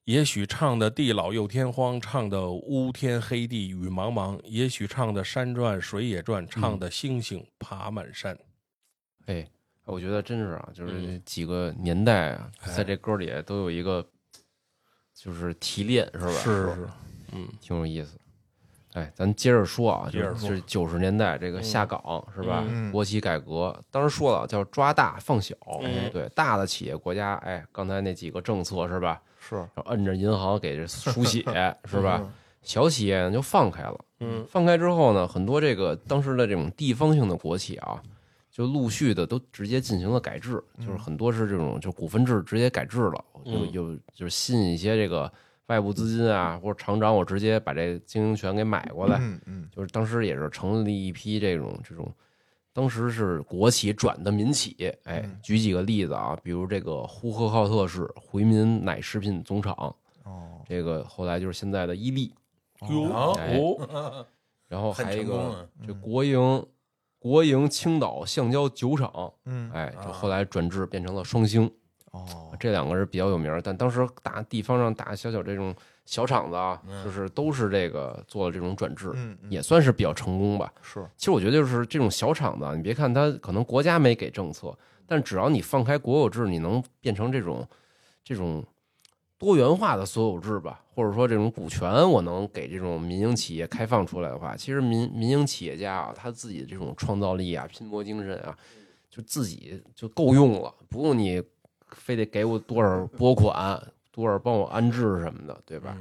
也许唱的地老又天荒，唱的乌天黑地雨茫茫，也许唱的山转水也转，唱的星星爬满山。哎，我觉得真是啊，就是嗯几个年代啊，哎在这歌里都有一个就是提炼，是吧？是是，嗯，挺有意思。哎，咱接着说啊，接着说嗯就是九十年代这个下岗、是吧？嗯国企改革，当时说了叫抓大放小，嗯对大的企业国家，哎，刚才那几个政策是吧？是然后摁着银行给这输 [laughs] 血是吧？小企业呢就放开了，嗯，放开之后呢，很多这个当时的这种地方性的国企啊，就陆续的都直接进行了改制，嗯就是很多是这种就股份制直接改制了，有嗯有就是吸引一些这个外部资金啊，或者厂长我直接把这经营权给买过来，嗯嗯就是当时也是成立一批这种这种。当时是国企转的民企，哎，嗯举几个例子啊，比如这个呼和浩特市回民奶食品总厂，哦，这个后来就是现在的伊利，哟哎哦，然后还有一很成功啊个这国营国营青岛橡胶酒厂，嗯哎，啊就后来转制变成了双星，哦，这两个是比较有名儿。但当时大地方上大小小这种小厂子啊，嗯就是都是这个做了这种转制，嗯嗯也算是比较成功吧。是其实我觉得就是这种小厂子啊，你别看它可能国家没给政策，但只要你放开国有制，你能变成这种这种多元化的所有制吧，或者说这种股权，我能给这种民营企业开放出来的话，其实民民营企业家啊，他自己的这种创造力啊、拼搏精神啊，就自己就够用了，不用你非得给我多少拨款， [laughs] 多少帮我安置什么的，对吧？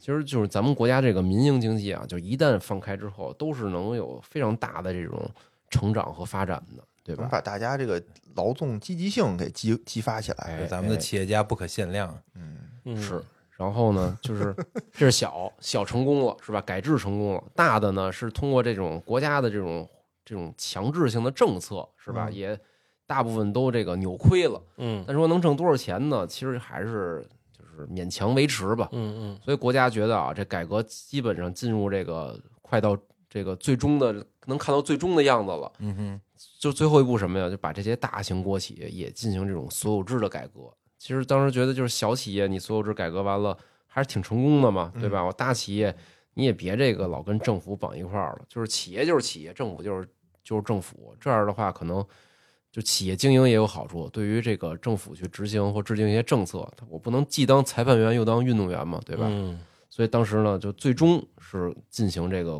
其实就是咱们国家这个民营经济啊，就一旦放开之后，都是能有非常大的这种成长和发展的，对能吧？把大家这个劳动积极性给激激发起来。哎咱们的企业家不可限量。嗯，嗯是。然后呢，就是 [laughs] 这是小小成功了，是吧？改制成功了。大的呢是通过这种国家的这种这种强制性的政策，是吧？嗯也大部分都这个扭亏了。嗯但说能挣多少钱呢？其实还是就是勉强维持吧。嗯所以国家觉得啊，这改革基本上进入这个快到这个最终的能看到最终的样子了。嗯哼，就最后一步什么呀？就把这些大型国企也进行这种所有制的改革。其实当时觉得就是小企业你所有制改革完了还是挺成功的嘛，对吧？我大企业你也别这个老跟政府绑一块儿了，就是企业就是企业，政府就是就是政府。这样的话，可能就企业经营也有好处，对于这个政府去执行或制定一些政策，它我不能既当裁判员又当运动员嘛，对对吧？嗯所以当时呢，就最终是进行这个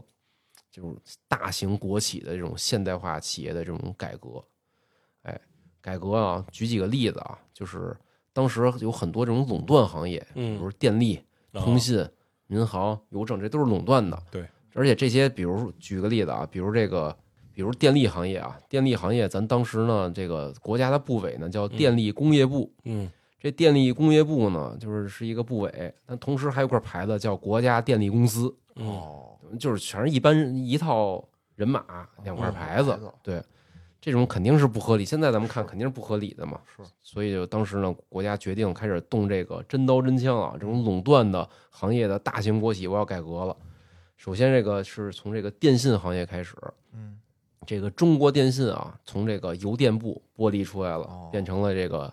这种大型国企的这种现代化企业的这种改革。哎，改革啊，举几个例子啊，就是当时有很多这种垄断行业，比嗯如电力、啊通信、民航、邮政，这都是垄断的。对，而且这些，比如举个例子啊，比如这个。比如电力行业啊，电力行业，咱当时呢，这个国家的部委呢叫电力工业部，嗯这电力工业部呢，就是是一个部委，但同时还有块牌子叫国家电力公司，嗯哦，就是全是一般一套人马嗯两块牌子，对，这种肯定是不合理。现在咱们看肯定是不合理的嘛，是，所以就当时呢，国家决定开始动这个真刀真枪啊，这种垄断的行业的大型国企，我要改革了。首先，这个是从这个电信行业开始，嗯，这个中国电信啊，从这个邮电部剥离出来哦了，变成了这个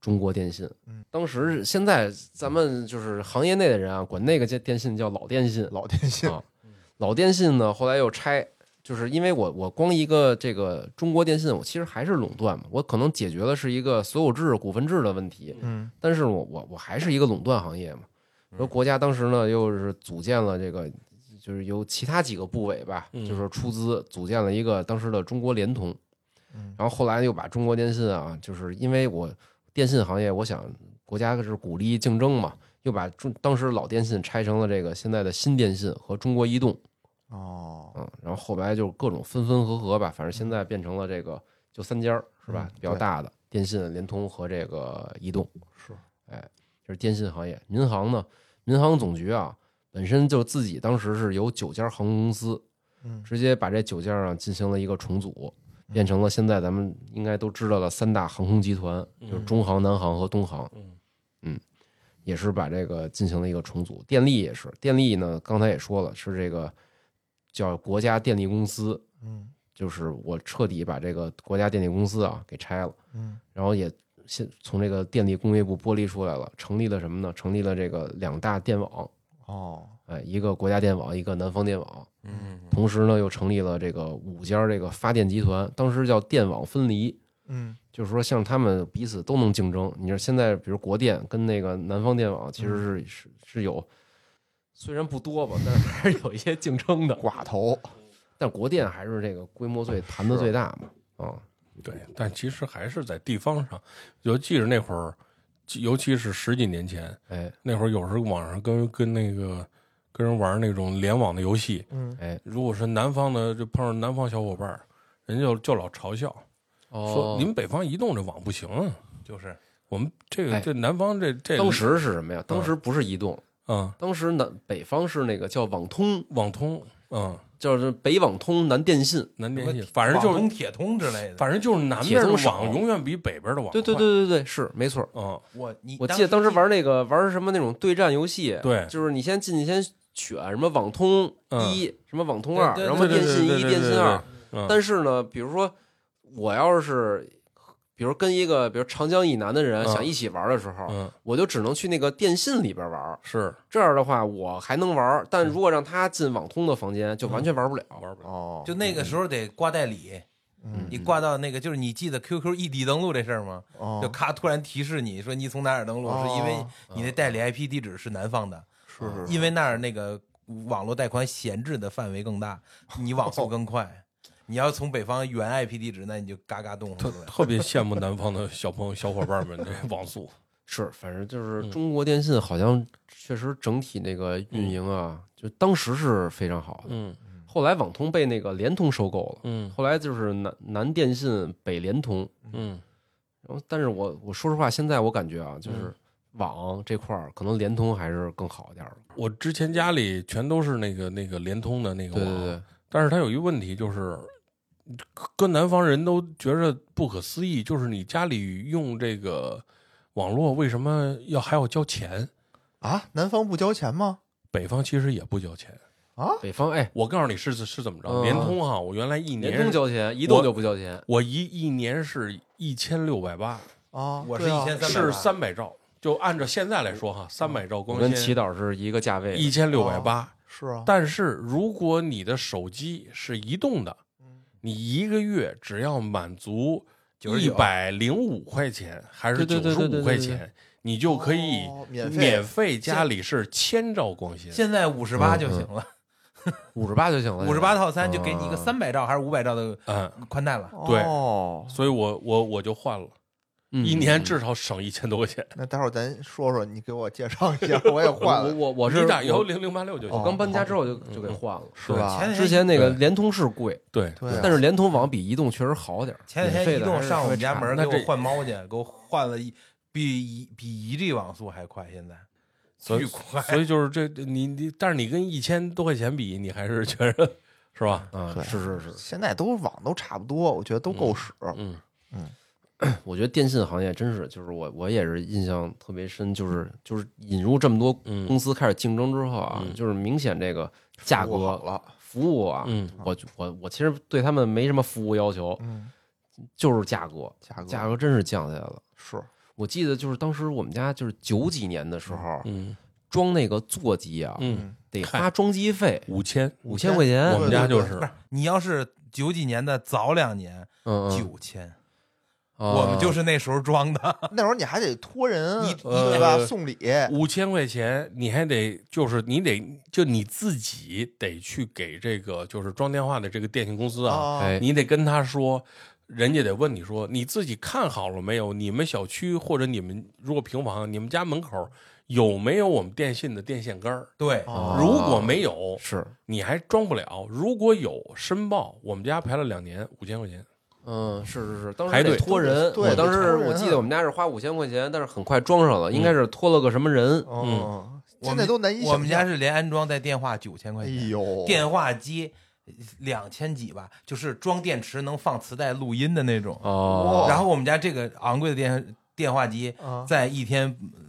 中国电信嗯。当时现在咱们就是行业内的人啊，管那个叫电信叫老电信，老电信嗯啊，老电信呢后来又拆，就是因为我我光一个这个中国电信，我其实还是垄断嘛，我可能解决的是一个所有制股份制的问题，嗯，但是我我我还是一个垄断行业嘛。说国家当时呢又是组建了这个，就是由其他几个部委吧，嗯就是出资组建了一个当时的中国联通嗯，然后后来又把中国电信啊，就是因为我电信行业，我想国家是鼓励竞争嘛，又把中当时老电信拆成了这个现在的新电信和中国移动，哦，嗯，然后后来就各种分分合合吧，反正现在变成了这个就三家儿是吧嗯，比较对大的电信、联通和这个移动。是，哎，这是电信行业。民航呢，民航总局啊，本身就自己当时是有九家航空公司，嗯直接把这九家啊进行了一个重组。变成了现在咱们应该都知道的三大航空集团，就是嗯中航、南航和东航。嗯嗯也是把这个进行了一个重组。电力也是，电力呢，刚才也说了，是这个叫国家电力公司，嗯就是我彻底把这个国家电力公司啊给拆了。嗯然后也现从这个电力工业部剥离出来了，成立了什么呢？成立了这个两大电网，哦，哎，一个国家电网，一个南方电网。嗯同时呢，又成立了这个五家这个发电集团，当时叫电网分离，嗯就是说像他们彼此都能竞争。你说现在比如国电跟那个南方电网嗯其实是、是是有，虽然不多吧，但是还是有一些竞争的。寡头，但国电还是这个规模最盘子最大嘛，啊、对，但其实还是在地方上，尤其是那会儿，尤其是十几年前哎那会儿，有时候网上跟跟那个跟人玩那种联网的游戏，嗯哎，如果是南方的，就碰上南方小伙伴儿，人就就老嘲笑，说哦你们北方移动这网不行啊，就是我们这个哎这南方这这嗯当时是什么呀？当时不是移动，啊当时南北方是那个叫网通，网通嗯就是北网通、南电信。南电什信么，反正网就通是铁通之类的。反正就是南铁边的通少网永远比北边的网对对快，对对对，是没错。嗯我你我记得当时玩那个玩什么那种对战游戏，对就是你先进去先选什么网通嗯一、什么网通对二，对然后对电对信对一、对电信对二。嗯但是呢，比如说我要是，比如跟一个比如长江以南的人嗯想一起玩的时候，嗯我就只能去那个电信里边玩。是嗯这样的话，我还能玩，但如果让他进网通的房间，就完全玩不了。玩不了，哦，就那个时候得挂代理，嗯你挂到那个就是你记得 QQ 异地登录这事儿吗？哦就咔突然提示你说你从哪儿登录，是因为哦你的代理 IP 地址是南方的，是是因为那儿那个网络带宽闲置的范围更大，你网速 [laughs] 更快。你要从北方原 IP 地址，那你就嘎嘎动特出来。特别羡慕南方的小朋友小伙伴们 [laughs] 这网速，是，反正就是嗯中国电信好像确实整体那个运营啊，就当时是非常好的。嗯后来网通被那个联通收购了，嗯后来就是南南电信、北联通。嗯然后，但是我我说实话，现在我感觉啊，就是嗯网这块儿可能联通还是更好一点儿了。我之前家里全都是那个那个联通的那个对网，对对，但是它有一个问题就是，跟南方人都觉着不可思议，就是你家里用这个网络为什么要还要交钱？啊，南方不交钱吗？北方其实也不交钱。北方哎，我告诉你是是怎么着，嗯联通哈，我原来一年联通交钱，移动就不交钱。我一一年是一千六百八，啊，我是对啊一千三是三百兆，就按照现在来说哈，三百嗯兆我光跟祈纤祷是一个价位的，一千六百八。是啊，但是如果你的手机是移动的，嗯你一个月只要满足一99百零五块钱还是对九对十对对对五块对对钱，你就可以哦免费免费家里是千兆光纤。现在五十八就行了，嗯五十八就行了， [laughs] 五十八套餐就给你一个啊三百兆还是五百兆的嗯，宽带了。对嗯哦，所以我我我就换了，嗯一年嗯至少省一千多块 [laughs] 钱。那待会儿咱说说，你给我介绍一下，我也换我了，我我是你打幺我零零八六就哦嗯行。刚搬家之后就就给换了。是吧？前之前那个对联通是贵，对，对啊，但是联通网比移动确实好点儿。前几免天费移的动还是上我稍微们家差门点儿儿那给我这换猫去，给我换了一比一比一 G 网速还快，现在所以巨快。所以就是这你你，但是你跟一千多块钱比，你还是觉得 [laughs] 是吧？啊，是是是，现在都网都差不多，我觉得都够使。嗯 [clears throat] 我觉得电信行业真是，就是我我也是印象特别深，就是嗯就是引入这么多嗯公司开始竞争之后啊，嗯就是明显这个价格服务好了，服务啊，嗯我我我其实对他们没什么服务要求，嗯，就是价格，价格价格真是降下来了。是我记得就是当时我们家就是九几年的时候嗯装那个座机啊，嗯，得花装机费五千，五千块钱，我们家对就对是不是你要是九几年的早两年嗯嗯九千，呃啊我们就是那时候装 [laughs] 的，那会儿你还得托人，啊你对吧？呃送礼，五千块钱，你还得就是你得就你自己得去给这个就是装电话的这个电信公司啊，啊哎你得跟他说，人家得问你说你自己看好了没有？你们小区或者你们如果平房，你们家门口有没有我们电信的电线杆儿？对，哦如果没有，是你还装不了；如果有，申报。我们家排了两年，五千块钱。嗯，是是是，当时排得队托人。对我当得时托人啊我记得我们家是花五千块钱，但是很快装上了，应嗯该是托了个什么人。嗯，我现们在都难以想象。我们家是连安装带电话九千块哎钱，呦，电话机两千几吧，就是装电池能放磁带录音的那种。哦然后我们家这个昂贵的电电话机啊，在一天呃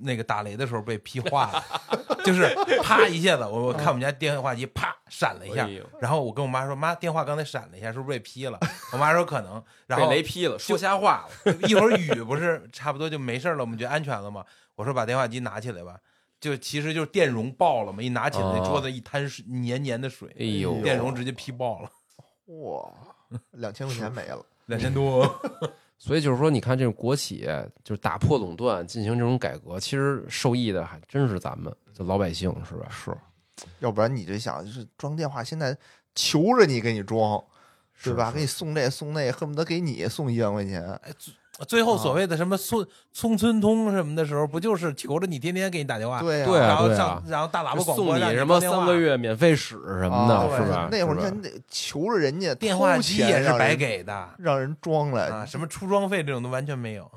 那个打雷的时候被劈化了， [laughs] 就是啪一下子，我我看我们家电话机啪闪了一下哎呦，然后我跟我妈说：“妈，电话刚才闪了一下，是不是被劈了？”我妈说：“可能。”然后被雷劈了，就说瞎话了。 [laughs] 一会儿雨不是差不多就没事了，我们就安全了吗？我说把电话机拿起来吧，就其实就是电容爆了嘛，一拿起来那哦桌子一滩水，黏黏的水，哎呦，电容直接劈爆了，哇，两千块钱没了，两千多。所以就是说，你看这种国企就是打破垄断，进行这种改革，其实受益的还真是咱们就老百姓，是吧？是要不然你就想，就是装电话，现在求着你给你装，对吧？给你送这送那，恨不得给你送一万块钱。 [laughs] 最啊后所谓的什么村村村通什么的时候，不就是求着你天天给你打电话？对呀、对啊然后啊上然后大喇叭广送播你让什拨么电话三个。月免费使什么啊的，对是吧？那会儿你是吧看你得求着人家电话掏机钱也是让人白给的让人装来，啊，什么出装费这种都完全没有。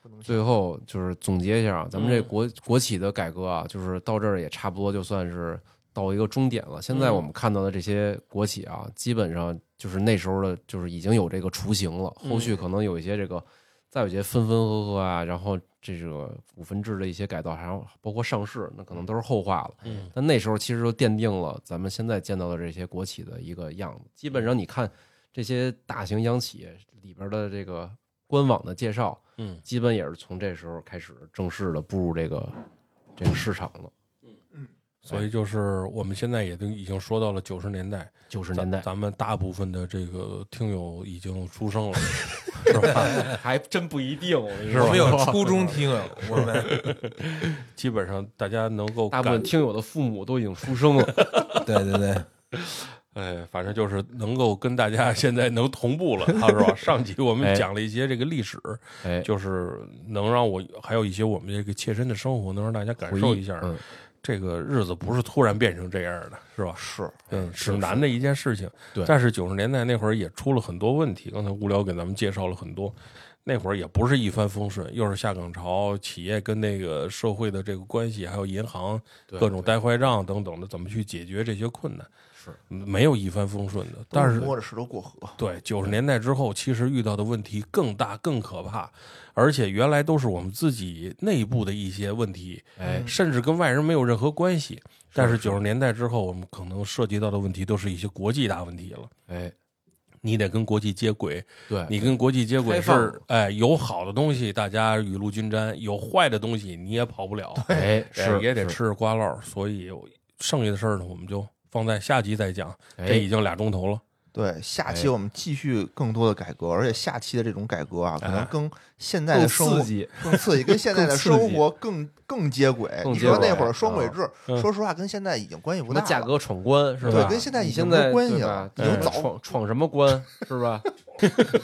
不能最后就是总结一下啊，咱们这国、国企的改革啊，就是到这儿也差不多就算是到一个终点了。现在我们看到的这些国企啊，基本上就是那时候的，就是已经有这个雏形了。后续可能有一些这个，再有一些分分合合啊，然后这个股份制的一些改造，还有包括上市，那可能都是后话了。嗯，但那时候其实就奠定了咱们现在见到的这些国企的一个样子。基本上你看这些大型央企里边的这个官网的介绍，嗯，基本也是从这时候开始正式的步入这个这个市场了。嗯嗯哎所以就是我们现在也都已经说到了九十年代，九十年代咱咱们大部分的这个听友已经出生 [laughs] 了，是吧？ [laughs] 还真不一定，我跟你是吧我 [laughs] 们有初中听友，我们啊 [laughs] 基本上大家能够大部分感听友的父母都已经出生了。对对对， [laughs] 哎，反正就是能够跟大家现在能同步了，啊是吧？上集我哎们讲了一些这个历史，哎，就是能让我还有一些我们这个切身的生活，能让大家感回忆受一下，嗯这个日子不是突然变成这样的，是吧？是嗯，是难的一件事情。对但是九十年代那会儿也出了很多问题，刚才无聊给咱们介绍了很多。那会儿也不是一帆风顺，又是下岗潮，企业跟那个社会的这个关系，还有银行对各种呆坏账等等的，怎么去解决这些困难？是没有一帆风顺的。但是摸着石头过河，对，九十年代之后，其实遇到的问题更大、更可怕，而且原来都是我们自己内部的一些问题，哎，甚至跟外人没有任何关系。但是九十年代之后，我们可能涉及到的问题都是一些国际大问题了。哎，你得跟国际接轨，对你跟国际接轨开放是，哎，有好的东西大家雨露均沾，有坏的东西你也跑不了，哎哎是也得是吃着瓜烙。所以剩下的事儿呢，我们就放在下集再讲。哎这已经俩钟头了，对，下期哎我们继续更多的改革，而且下期的这种改革啊，可能哎跟现在更的生活刺激，更刺激，跟现在的更刺生激活更更接轨。更你接说轨那会儿双轨啊制，嗯说实话跟现在已经关系什不么大价了格闯关是吧？对跟现在已你经现没在关系对了吧已经哎早闯闯什么关是吧？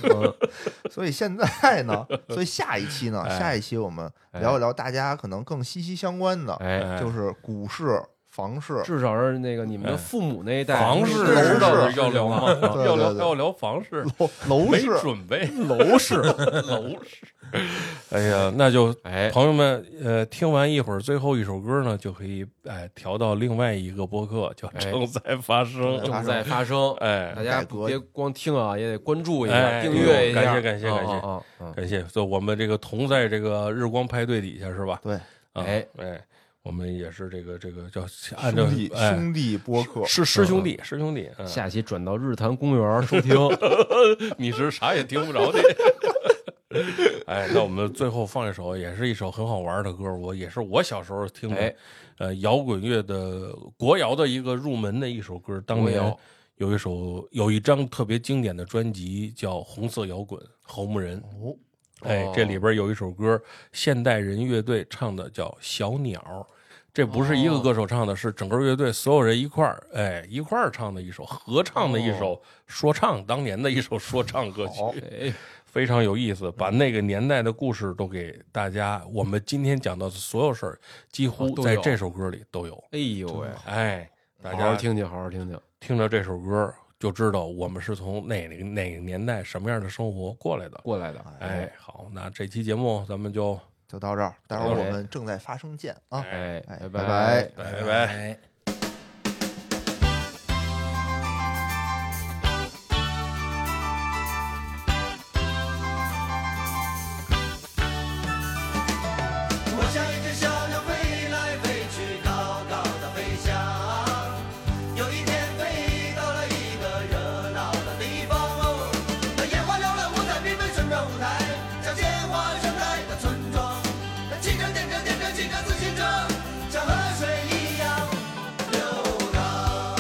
嗯所以现在 [laughs] 呢，所以下一期呢，哎下一期 [laughs] 我们聊一聊大家可能更息息相关的，哎。哎就是股市、房市。至少是那个你们的父母那一代房是事都知道的要聊吗？对要聊对对要聊房事，楼楼没市，准备。楼市， [laughs] 楼市，哎呀，那就哎，朋友们，呃，听完一会儿最后一首歌呢，就可以哎调到另外一个播客，叫哎正在发生。正在发生， [laughs] 哎大家改革别光听啊，也得关注一下，哎订阅一下，感谢感谢啊感谢啊啊啊感谢，就我们这个同在这个日光派对底下是吧？对，啊、哎哎，我们也是这个这个叫按照兄弟哎兄弟播客，师师兄弟师兄弟，嗯下期转到日坛公园收 [laughs] 听，你是啥也听不着的。 [laughs] 哎，那我们最后放一首，也是一首很好玩的歌，我也是我小时候听的，哎呃，摇滚乐的国摇的一个入门的一首歌。当国年摇有一首有一张特别经典的专辑叫《红色摇滚》，侯牧人。哦，哎，这里边有一首歌，现代人乐队唱的叫《小鸟》，这不是一哦个歌手唱的，是整个乐队所有人一块儿，哎，一块儿唱的一首合唱的一哦首说唱，当年的一首说唱歌曲。哎， [laughs] 非常有意思，把那个年代的故事都给大家。我们今天讲到的所有事儿，几啊乎都有在这首歌里都有。哎呦喂，哎，大好好家听听，好好听听，听着这首歌，就知道我们是从哪个哪个年代、什么样的生活过来的。过来的，哎，，好，那这期节目咱们就就到这儿，待会儿我哎们正在发生见啊，哎，哎拜拜拜拜拜。拜上来到村庄，它骑着电车，电车骑着自行车，像河水一样流淌。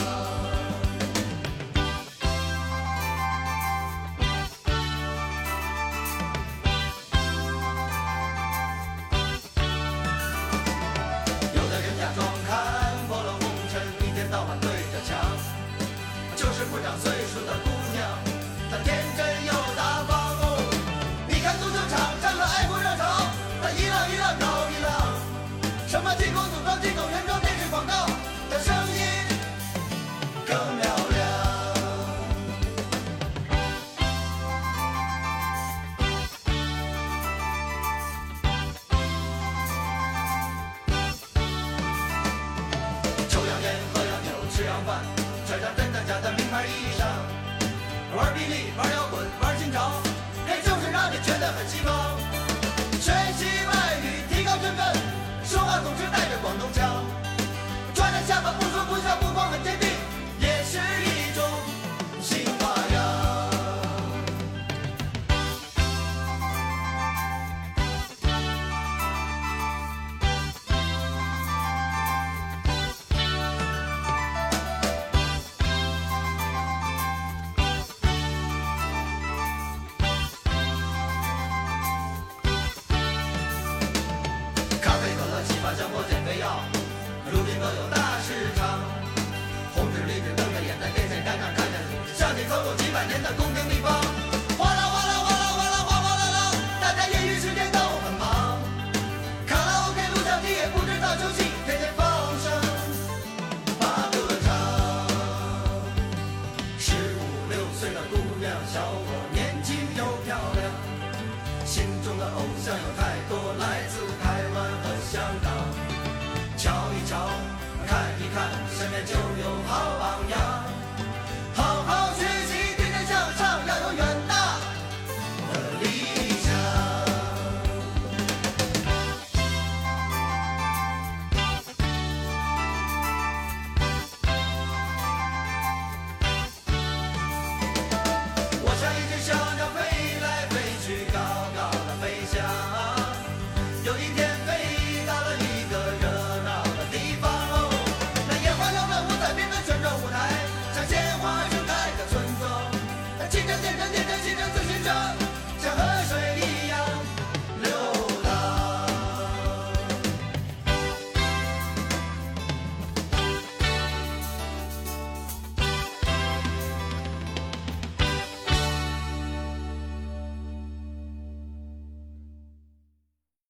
有的人假装看破了红尘，一天到晚对着墙，就是不长岁数的姑娘，她天真又大方。哦你看足球场上的爱国热潮，它一浪一浪高一浪，什么进攻组装、进攻原装、电视广告，它声音更嘹亮。抽洋烟，喝洋酒，吃洋饭，穿上真的假的名牌衣裳，玩霹雳，玩摇滚，玩新潮，这就是让你觉得很西方。学习外语，提高身份，说话总是带着广东腔，穿着下巴不说不笑，目光很坚定，也是一种新花样。咖啡、可乐、洗发香或减肥药，如今都有大市场。红纸绿纸瞪着眼在电线杆上看着你，像你走过几百年的宫廷秘方。哗啦哗啦哗啦哗啦哗哗啦啦，大家业余时间都很忙。卡拉 OK 录像机也不知道休息，天天放声把歌唱。十五六岁的姑娘小伙，年轻又漂亮。心中的偶像有太多，来自台湾和香港。瞧一瞧，看一看，身边就有好榜样。好好学习，天天向上，要有远大的理想。我像一只小鸟飞来飞去，高高的飞翔。有一天飞到了一个热闹的啊地方，哦，那烟花缭乱，五彩缤纷，旋转舞台，像鲜花盛开的村庄。那骑着电车，电车骑着自行车，